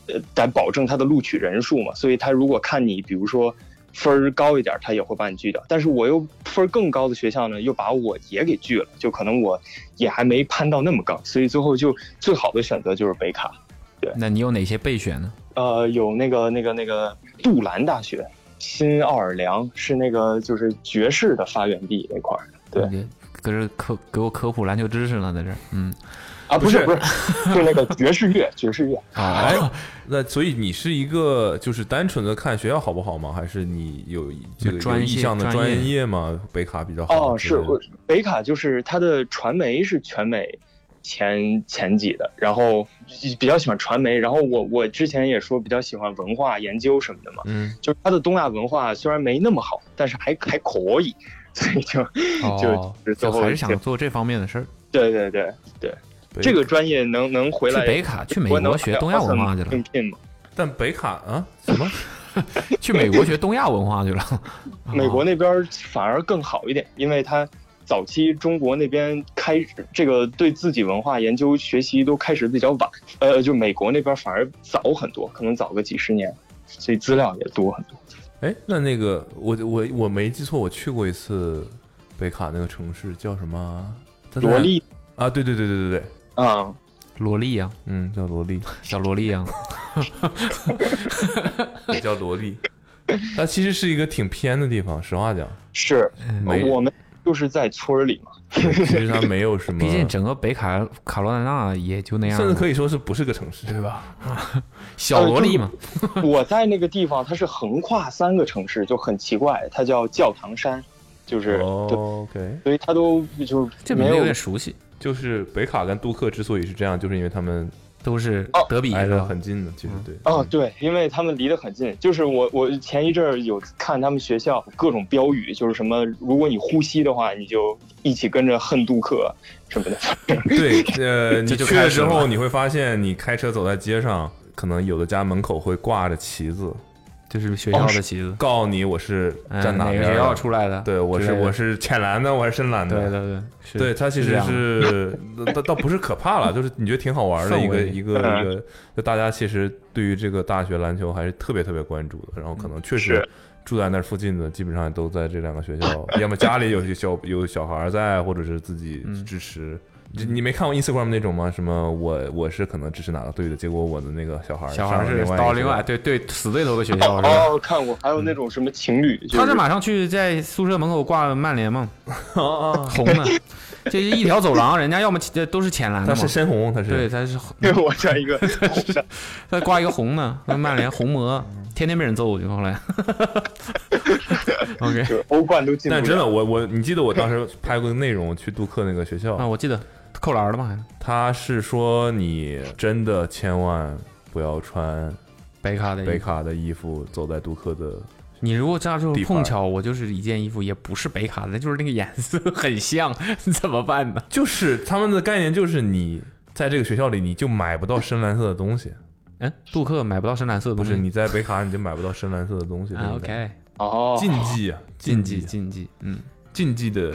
Speaker 9: 呃，得保证他的录取人数嘛，所以他如果看你比如说分儿高一点，他也会把你拒掉。但是我又分儿更高的学校呢，又把我也给拒了，就可能我也还没攀到那么高，所以最后就最好的选择就是北卡。
Speaker 2: 那你有哪些备选呢？
Speaker 9: 呃，有那个那个那个杜兰大学，新奥尔良是那个就是爵士的发源地那块儿对
Speaker 2: 你搁这科给我科普篮球知识呢，在这儿。嗯，
Speaker 9: 啊，不是不是，是那个爵士乐，爵士 乐。
Speaker 2: 啊
Speaker 4: 哎，那所以你是一个就是单纯的看学校好不好吗？还是你有这个有
Speaker 2: 专业
Speaker 4: 意向的
Speaker 2: 专业
Speaker 4: 专业吗？北卡比较好
Speaker 9: 哦，是
Speaker 4: 之类的
Speaker 9: 我北卡就是它的传媒是全美前前几的，然后比较喜欢传媒，然后我我之前也说比较喜欢文化研究什么的嘛，
Speaker 4: 嗯，
Speaker 9: 就是它的东亚文化虽然没那么好，但是还还可以， 所以就
Speaker 2: 哦
Speaker 9: 嗯就，最
Speaker 2: 就
Speaker 9: 后
Speaker 2: 还是想做这方面的事儿。
Speaker 9: 对对对对，
Speaker 4: 北
Speaker 9: 这个专业能能回
Speaker 2: 去
Speaker 9: 来
Speaker 2: 北卡，去美
Speaker 9: 我能
Speaker 2: 国学东亚文化去
Speaker 9: 应
Speaker 2: 了，
Speaker 9: 聘吗？
Speaker 4: 但北卡啊
Speaker 2: 嗯
Speaker 4: 什么？
Speaker 2: 去美国学东亚文化去了。 啊
Speaker 9: 美国那边反而更好一点，因为它早期中国那边开始这个对自己文化研究学习都开始比较晚，呃，就美国那边反而早很多，可能早个几十年，所以资料也多很多。
Speaker 4: 哎，那那个我我我没记错，我去过一次北卡那个城市叫什么？
Speaker 2: 嗯
Speaker 4: 在哪
Speaker 9: 萝莉
Speaker 4: 啊，对对对对对对，
Speaker 9: 啊，
Speaker 2: 萝莉呀、
Speaker 4: 嗯，叫萝莉，
Speaker 2: 小萝莉啊呀、
Speaker 4: 也叫萝莉。它其实是一个挺偏的地方，实话讲，
Speaker 9: 是
Speaker 2: 嗯
Speaker 4: 没
Speaker 9: 我们就是在村儿里嘛，
Speaker 4: 对其实它没有
Speaker 9: 嗯
Speaker 4: 什么，
Speaker 2: 毕竟整个北卡卡罗来纳也就那样，
Speaker 4: 甚至可以说是不是个城市，对吧？
Speaker 2: 小萝莉
Speaker 9: 呃
Speaker 2: 嘛。
Speaker 9: 我在那个地方它是横跨三个城市，就很奇怪，它叫教堂山，就是、对，
Speaker 4: 哦，OK，
Speaker 9: 所以它都就
Speaker 2: 这名
Speaker 9: 没
Speaker 2: 字有
Speaker 9: 有
Speaker 2: 点熟悉，
Speaker 4: 就是北卡跟杜克之所以是这样，就是因为他们
Speaker 2: 都是德比
Speaker 4: 挨
Speaker 2: 是
Speaker 4: 得
Speaker 2: 吧嗯
Speaker 4: 很近的，其实对。
Speaker 9: 哦，对，因为他们离得很近。就是我，我前一阵儿有看他们学校各种标语，就是什么，如果你呼吸的话，你就一起跟着恨杜克什么的。
Speaker 4: 对，呃，你
Speaker 2: 这就
Speaker 4: 去了
Speaker 2: 开始
Speaker 4: 之
Speaker 2: 了
Speaker 4: 后，你会发现，你开车走在街上，可能有的家门口会挂着旗子，
Speaker 2: 就是学校的
Speaker 9: 哦
Speaker 2: 旗子，
Speaker 4: 告诉你我是
Speaker 2: 嗯
Speaker 4: 站哪
Speaker 2: 哪个
Speaker 4: 边
Speaker 2: 学
Speaker 4: 的
Speaker 2: 校出来的？
Speaker 4: 对，我
Speaker 2: 之
Speaker 4: 是
Speaker 2: 类的嗯
Speaker 4: 我，是浅蓝的，我还是深蓝的。
Speaker 2: 对对对，是
Speaker 4: 对，它其
Speaker 2: 这
Speaker 4: 实
Speaker 2: 样的
Speaker 4: 是倒倒不是可怕了，就是你觉得挺好玩的
Speaker 2: 氛
Speaker 4: 一个
Speaker 2: 围
Speaker 4: 一个
Speaker 9: 嗯
Speaker 4: 一个，就大家其实对于这个大学篮球还是特别特别关注的，然后可能确实
Speaker 9: 是
Speaker 4: 住在那儿附近的，基本上都在这两个学校，要么家里有些小有小孩儿在，或者是自己
Speaker 2: 嗯
Speaker 4: 支持。你你没看过 Instagram 那种吗？什么我我是可能支持哪个队的，结果我的那个小孩儿
Speaker 2: 小孩
Speaker 4: 上了
Speaker 2: 是
Speaker 4: 另外
Speaker 2: 到
Speaker 4: 一
Speaker 2: 另
Speaker 4: 个
Speaker 2: 外对对死对头 的学校是吧？
Speaker 9: 哦，看过，还有那种什么情侣，就
Speaker 2: 他这
Speaker 9: 是哦
Speaker 2: 马上去在宿舍门口挂曼联嘛，
Speaker 4: 啊啊，
Speaker 2: 红的，这一条走廊，人家要么这都是浅蓝
Speaker 4: 他
Speaker 2: 的嘛
Speaker 4: 是，深红，他是
Speaker 2: 对，他是
Speaker 9: 我这样一个
Speaker 2: 他挂一个红的，那曼联红魔，天天被人揍，就后来。OK，
Speaker 9: 就是欧冠都进不
Speaker 4: 但
Speaker 9: 了。
Speaker 4: 真的，我我你记得我当时拍过内容去杜克那个学校
Speaker 2: 啊，我记得扣篮了吗？还
Speaker 4: 他是说你真的千万不要穿
Speaker 2: 北卡的衣服
Speaker 4: 北卡的衣服走在杜克的，
Speaker 2: 你如果这样说
Speaker 4: 地盘
Speaker 2: 碰巧我就是一件衣服，也不是北卡的，就是那个颜色很像， 怎么办呢？
Speaker 4: 就是他们的概念就是你在这个学校里你就买不到深蓝色的东西，
Speaker 2: 嗯，杜克买不到深蓝色的
Speaker 4: 不
Speaker 2: 东西，
Speaker 4: 是你在北卡你就买不到深蓝色的东西。
Speaker 2: 嗯啊
Speaker 4: 对不对
Speaker 2: ？OK，
Speaker 9: 哦，
Speaker 4: 禁忌啊，
Speaker 2: 禁忌
Speaker 4: 忌，
Speaker 2: 禁忌，嗯，
Speaker 4: 禁忌的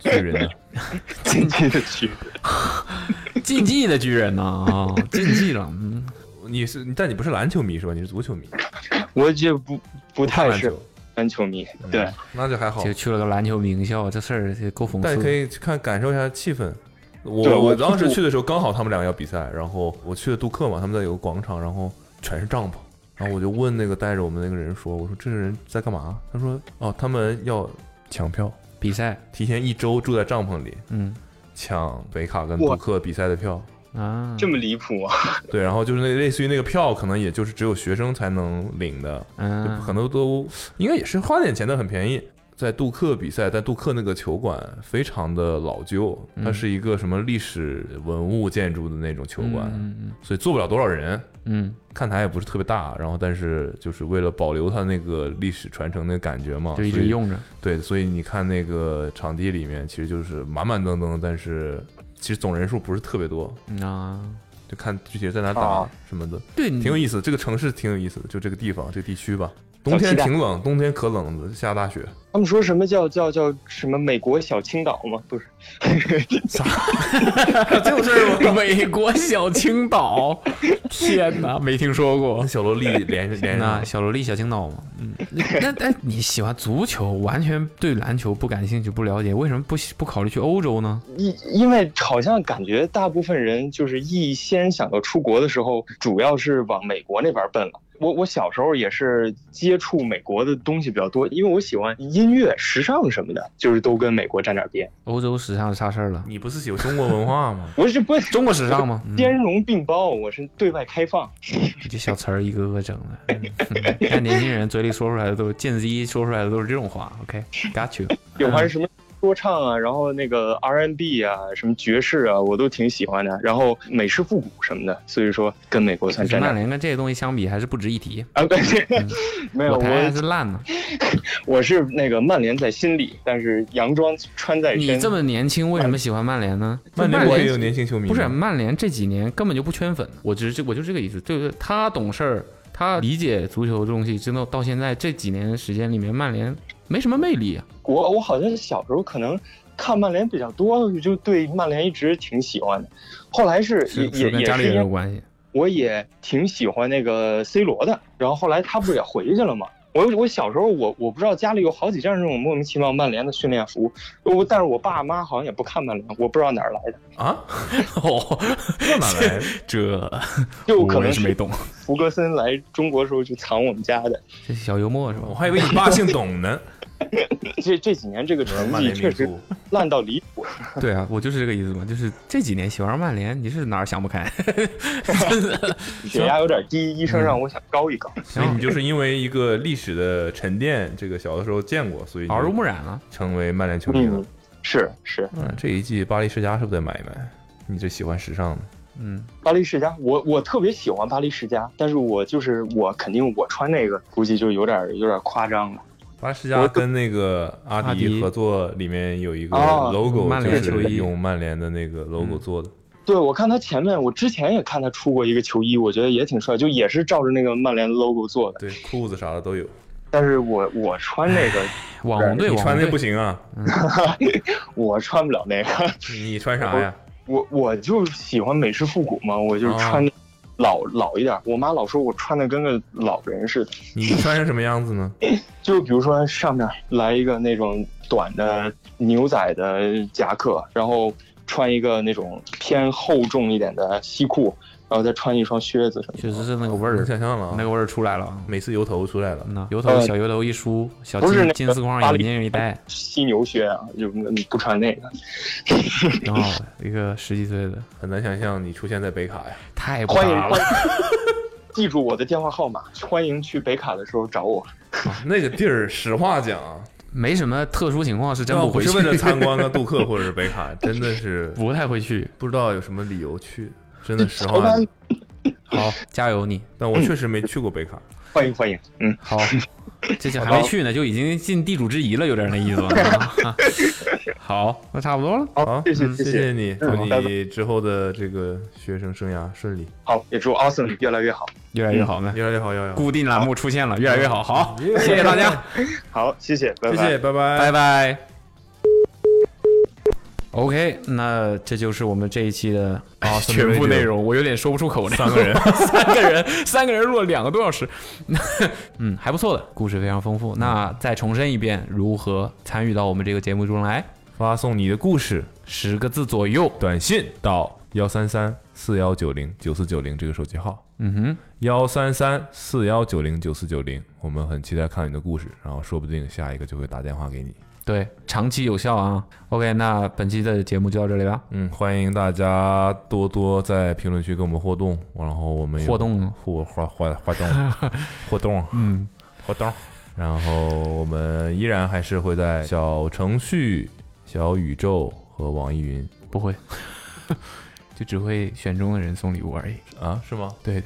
Speaker 4: 巨人 啊，
Speaker 9: 进击的区别。
Speaker 2: 禁忌的巨人呢啊，禁忌了，嗯，
Speaker 4: 你是你但你不是篮球迷是吧？你是足球迷，
Speaker 9: 我就不不
Speaker 4: 看
Speaker 9: 太
Speaker 4: 篮
Speaker 9: 是
Speaker 4: 球，
Speaker 9: 篮球迷，对
Speaker 4: 嗯，那就还好
Speaker 2: 就。去了个篮球名校，这事儿就够讽
Speaker 4: 但可
Speaker 2: 刺。
Speaker 4: 以去看感受一下气氛。
Speaker 9: 对
Speaker 4: 我
Speaker 9: 我
Speaker 4: 我当时去的时候刚好他们两个要比赛，然后我去的杜克嘛，他们在有个广场，然后全是帐篷，然后我就问那个带着我们那个人说，我说这个人在干嘛？他说哦，他们要抢票，
Speaker 2: 比赛，
Speaker 4: 提前一周住在帐篷里
Speaker 2: 嗯
Speaker 4: 抢北卡跟杜克比赛的票。
Speaker 2: 啊，
Speaker 9: 这么离谱啊！
Speaker 4: 对，然后就是那类似于那个票，可能也就是只有学生才能领的，就
Speaker 2: 嗯，
Speaker 4: 很多都应该也是花点钱，但很便宜。在杜克比赛，但杜克那个球馆非常的老旧，它
Speaker 2: 嗯
Speaker 4: 是一个什么历史文物建筑的那种球馆，
Speaker 2: 嗯
Speaker 4: 所以坐不了多少人，
Speaker 2: 嗯
Speaker 4: 看台也不是特别大。然后，但是就是为了保留它那个历史传承的感觉嘛，
Speaker 2: 嗯，就一
Speaker 4: 哦所
Speaker 2: 直
Speaker 4: 以
Speaker 2: 用着，
Speaker 4: 对，所以你看那个场地里面，其实就是满满登登，但是其实总人数不是特别多，
Speaker 2: 嗯啊，
Speaker 4: 就看具体在哪打
Speaker 9: 哦
Speaker 4: 什么的。
Speaker 2: 对，
Speaker 4: 挺有意思，这个城市挺有意思的，就这个地方，这个地区吧。冬天
Speaker 9: 期待
Speaker 4: 挺冷，冬天可冷了，下大雪。
Speaker 9: 他们说什么叫叫叫什么美国小青岛吗？不是，
Speaker 2: 就是 美国小青岛，天哪，没听说过
Speaker 4: 跟。小萝莉连 连
Speaker 2: 那
Speaker 4: 上，
Speaker 2: 小萝莉、小青岛嘛，嗯，那那你喜欢足球，完全对篮球不感兴趣、不了解，为什么不不考虑去欧洲呢？
Speaker 9: 因因为好像感觉大部分人就是一先想到出国的时候，主要是往美国那边奔了。我我小时候也是接触美国的东西比较多，因为我喜欢音乐、时尚什么的，就是都跟美国沾点边。？
Speaker 2: 欧洲时尚是啥事儿了？
Speaker 4: 你不是喜欢中国文化 吗
Speaker 9: 我是不
Speaker 2: 中国时尚吗？嗯
Speaker 9: 兼容并包，我是对外开放。
Speaker 2: 这小词儿一个个整的， 嗯看年轻人嘴里说出来的都是 Gen Z 说出来的都是这种话。OK，got、you。
Speaker 9: 有还是什么说唱啊，然后那个 R&B 啊，什么爵士啊，我都挺喜欢的。然后美式复古什么的，所以说跟美国算沾
Speaker 2: 嗯曼
Speaker 9: 点
Speaker 2: 联跟这些东西相比，还是不值一提。
Speaker 9: 啊，对， 没
Speaker 2: 嗯
Speaker 9: 有
Speaker 2: 我台还
Speaker 9: 我
Speaker 2: 是烂呢。
Speaker 9: 我是那个曼联在心里，但是洋装穿在身。
Speaker 2: 你这么年轻，为什么喜欢曼联呢？
Speaker 4: 曼联
Speaker 2: 联
Speaker 4: 不也有年轻球迷
Speaker 2: 不
Speaker 4: 吗？
Speaker 2: 是曼联这几年根本就不圈粉，我只是这我就这个意思，对不对？他懂事儿，他理解足球的东西，真的到现在这几年时间里面，曼联没什么魅力、啊。
Speaker 9: 我我好像小时候可能看曼联比较多，就对曼联一直挺喜欢的。后来是也
Speaker 2: 是
Speaker 9: 也
Speaker 2: 是跟
Speaker 9: 也
Speaker 2: 家里
Speaker 9: 是因
Speaker 2: 人
Speaker 9: 为
Speaker 2: 有关系。
Speaker 9: 我也挺喜欢那个 C 罗的，然后后来他不是也回去了吗？我我小时候我我不知道家里有好几件那种莫名其妙曼联的训练服，我但是我爸妈好像也不看曼联，我不知道哪儿来 的，
Speaker 4: 啊，
Speaker 2: 哦，
Speaker 4: 这哪来？
Speaker 2: 这
Speaker 9: 就可能
Speaker 2: 懂，
Speaker 9: 福格森来中国的时候就藏我们家的。
Speaker 2: 这小幽默是吧
Speaker 4: 我？还以为你爸姓董呢。
Speaker 9: 这这几年这个 成
Speaker 4: 曼
Speaker 9: 绩
Speaker 4: 联
Speaker 9: 确
Speaker 4: 名
Speaker 9: 实
Speaker 4: 宿，
Speaker 9: 烂到离谱，
Speaker 2: 对啊，我就是这个意思嘛，就是这几年喜欢上曼联，你是哪儿想不开？真的。
Speaker 9: 血压有点低，医生让我想高一高。
Speaker 4: 所以你就是因为一个历史的沉淀，这个小的时候见过，所以
Speaker 2: 耳濡目
Speaker 4: 染，
Speaker 2: 染了，
Speaker 4: 成为曼联球迷了
Speaker 9: 嗯。，是是，
Speaker 4: 嗯，这一季巴黎世家是不是得买一买？你这喜欢时尚的，
Speaker 2: 嗯，
Speaker 9: 巴黎世家，我我特别喜欢巴黎世家，但是我就是我肯定我穿那个估计就有点有点夸张了。
Speaker 4: 巴黎世家跟那个阿
Speaker 2: 阿
Speaker 4: 迪
Speaker 2: 迪
Speaker 4: 合作，里面有一个
Speaker 9: 哦
Speaker 4: logo，
Speaker 2: 曼
Speaker 4: 就
Speaker 2: 联球
Speaker 4: 是
Speaker 2: 衣嗯
Speaker 4: 用曼联的那个 logo 做的。
Speaker 9: 对，我看他前面，我之前也看他出过一个球衣，我觉得也挺帅，就也是照着那个曼联 logo 做的。
Speaker 4: 对，裤子啥的都有。
Speaker 9: 但是我我穿那个，
Speaker 2: 网红队，
Speaker 4: 你
Speaker 2: 网
Speaker 4: 穿那
Speaker 2: 红
Speaker 4: 不
Speaker 2: 队，
Speaker 4: 行啊！
Speaker 9: 我穿不了那个，
Speaker 4: 你穿啥呀？
Speaker 9: 我我就喜欢美式复古嘛，我就
Speaker 4: 哦
Speaker 9: 穿的老、老一点。我妈老说我穿的跟个老人似的，
Speaker 4: 你穿成什么样子呢？
Speaker 9: 就比如说上面来一个那种短的牛仔的夹克，然后穿一个那种偏厚重一点的西裤，然后再穿一双靴子什么的。
Speaker 2: 确实是那个味
Speaker 4: 能
Speaker 2: 儿，
Speaker 4: 想象了
Speaker 2: 那
Speaker 4: 啊！
Speaker 2: 个味儿出来了啊。
Speaker 4: 每次油头出来了，
Speaker 2: 那油头
Speaker 9: 呃
Speaker 2: 小油头一梳，小
Speaker 9: 不是那
Speaker 2: 金
Speaker 9: 个
Speaker 2: 金丝框
Speaker 9: 巴
Speaker 2: 眼
Speaker 9: 黎
Speaker 2: 镜一戴，
Speaker 9: 犀牛靴啊，就不穿那个。
Speaker 2: 然后一个十几岁的，
Speaker 4: 很难想象你出现在北卡呀。
Speaker 2: 太不
Speaker 9: 欢迎
Speaker 2: 搭
Speaker 9: 欢
Speaker 2: 了。
Speaker 9: 迎， 记住我的电话号码，欢迎去北卡的时候找我。
Speaker 4: 那个地儿，实话讲啊，
Speaker 2: 没什么特殊情况是真
Speaker 4: 要
Speaker 2: 不
Speaker 4: 呃不
Speaker 2: 回去，
Speaker 4: 是为了参观个杜克或者是北卡，真的是
Speaker 2: 不太会去。
Speaker 4: 不知道有什么理由去。真的实话
Speaker 9: 乔丹，
Speaker 2: 好，加油你！
Speaker 4: 但我确实没去过北卡，
Speaker 9: 欢迎欢迎，嗯，
Speaker 2: 好，这就还没去呢，就已经尽地主之谊了，有点那意思吧？ 好，那差不多了。
Speaker 9: 好，谢谢
Speaker 4: 嗯谢
Speaker 9: 谢，
Speaker 4: 你，
Speaker 9: 嗯
Speaker 4: 祝
Speaker 9: 拜
Speaker 4: 你之后的这个学生生涯顺利，
Speaker 9: 好，也祝 Awesome 越来越好，
Speaker 2: 越来越好呢。
Speaker 4: 越来越好，瑶瑶，
Speaker 2: 固定栏目出现了，越来越好。好，谢谢大家，
Speaker 9: 好，谢谢，拜
Speaker 4: 谢
Speaker 9: 拜，
Speaker 4: 谢，拜拜
Speaker 2: 拜拜。OK，那这就是我们这一期 的
Speaker 4: 啊
Speaker 2: 全部内容，我有点说不出口了。
Speaker 4: 三个人
Speaker 2: 三个人，三个人录了两个多小时， 嗯，还不错的，故事非常丰富。那再重申一遍，如何参与到我们这个节目中来？
Speaker 4: 发送你的故事
Speaker 2: 十个字左右。
Speaker 4: 短信到幺三三四幺九零九四九零这个手机号，
Speaker 2: 嗯哼，
Speaker 4: 幺三三四幺九零九四九零，我们很期待看你的故事，然后说不定下一个就会打电话给你。
Speaker 2: 对，长期有效啊。OK，那本期的节目就到这里吧。
Speaker 4: 嗯，欢迎大家多多在评论区跟我们互动，然后我们有
Speaker 2: 互动
Speaker 4: 互互互 互动互动，
Speaker 2: 嗯，
Speaker 4: 活动。然后我们依然还是会在小程序、小宇宙和网易云
Speaker 2: 不会， 就只会选中的人送礼物而已。
Speaker 4: 啊，是吗？
Speaker 2: 对，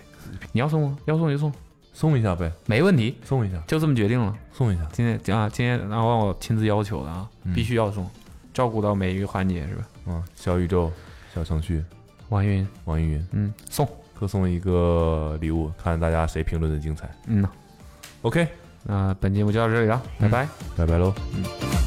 Speaker 2: 你要送吗？要送就送，
Speaker 4: 送一下呗，
Speaker 2: 没问题，
Speaker 4: 送一下，
Speaker 2: 就这么决定了。
Speaker 4: 送一下。
Speaker 2: 今天啊，今天然后我亲自要求的啊，
Speaker 4: 嗯
Speaker 2: 必须要送，照顾到每一个环节是吧？
Speaker 4: 嗯，小宇宙、小程序、
Speaker 2: 王云，
Speaker 4: 网易云
Speaker 2: 嗯，送，
Speaker 4: 各送一个礼物，看大家谁评论的精彩。
Speaker 2: 嗯呐，
Speaker 4: OK，
Speaker 2: 那本节目就到这里了，拜拜。
Speaker 4: 拜拜喽。
Speaker 2: 拜拜。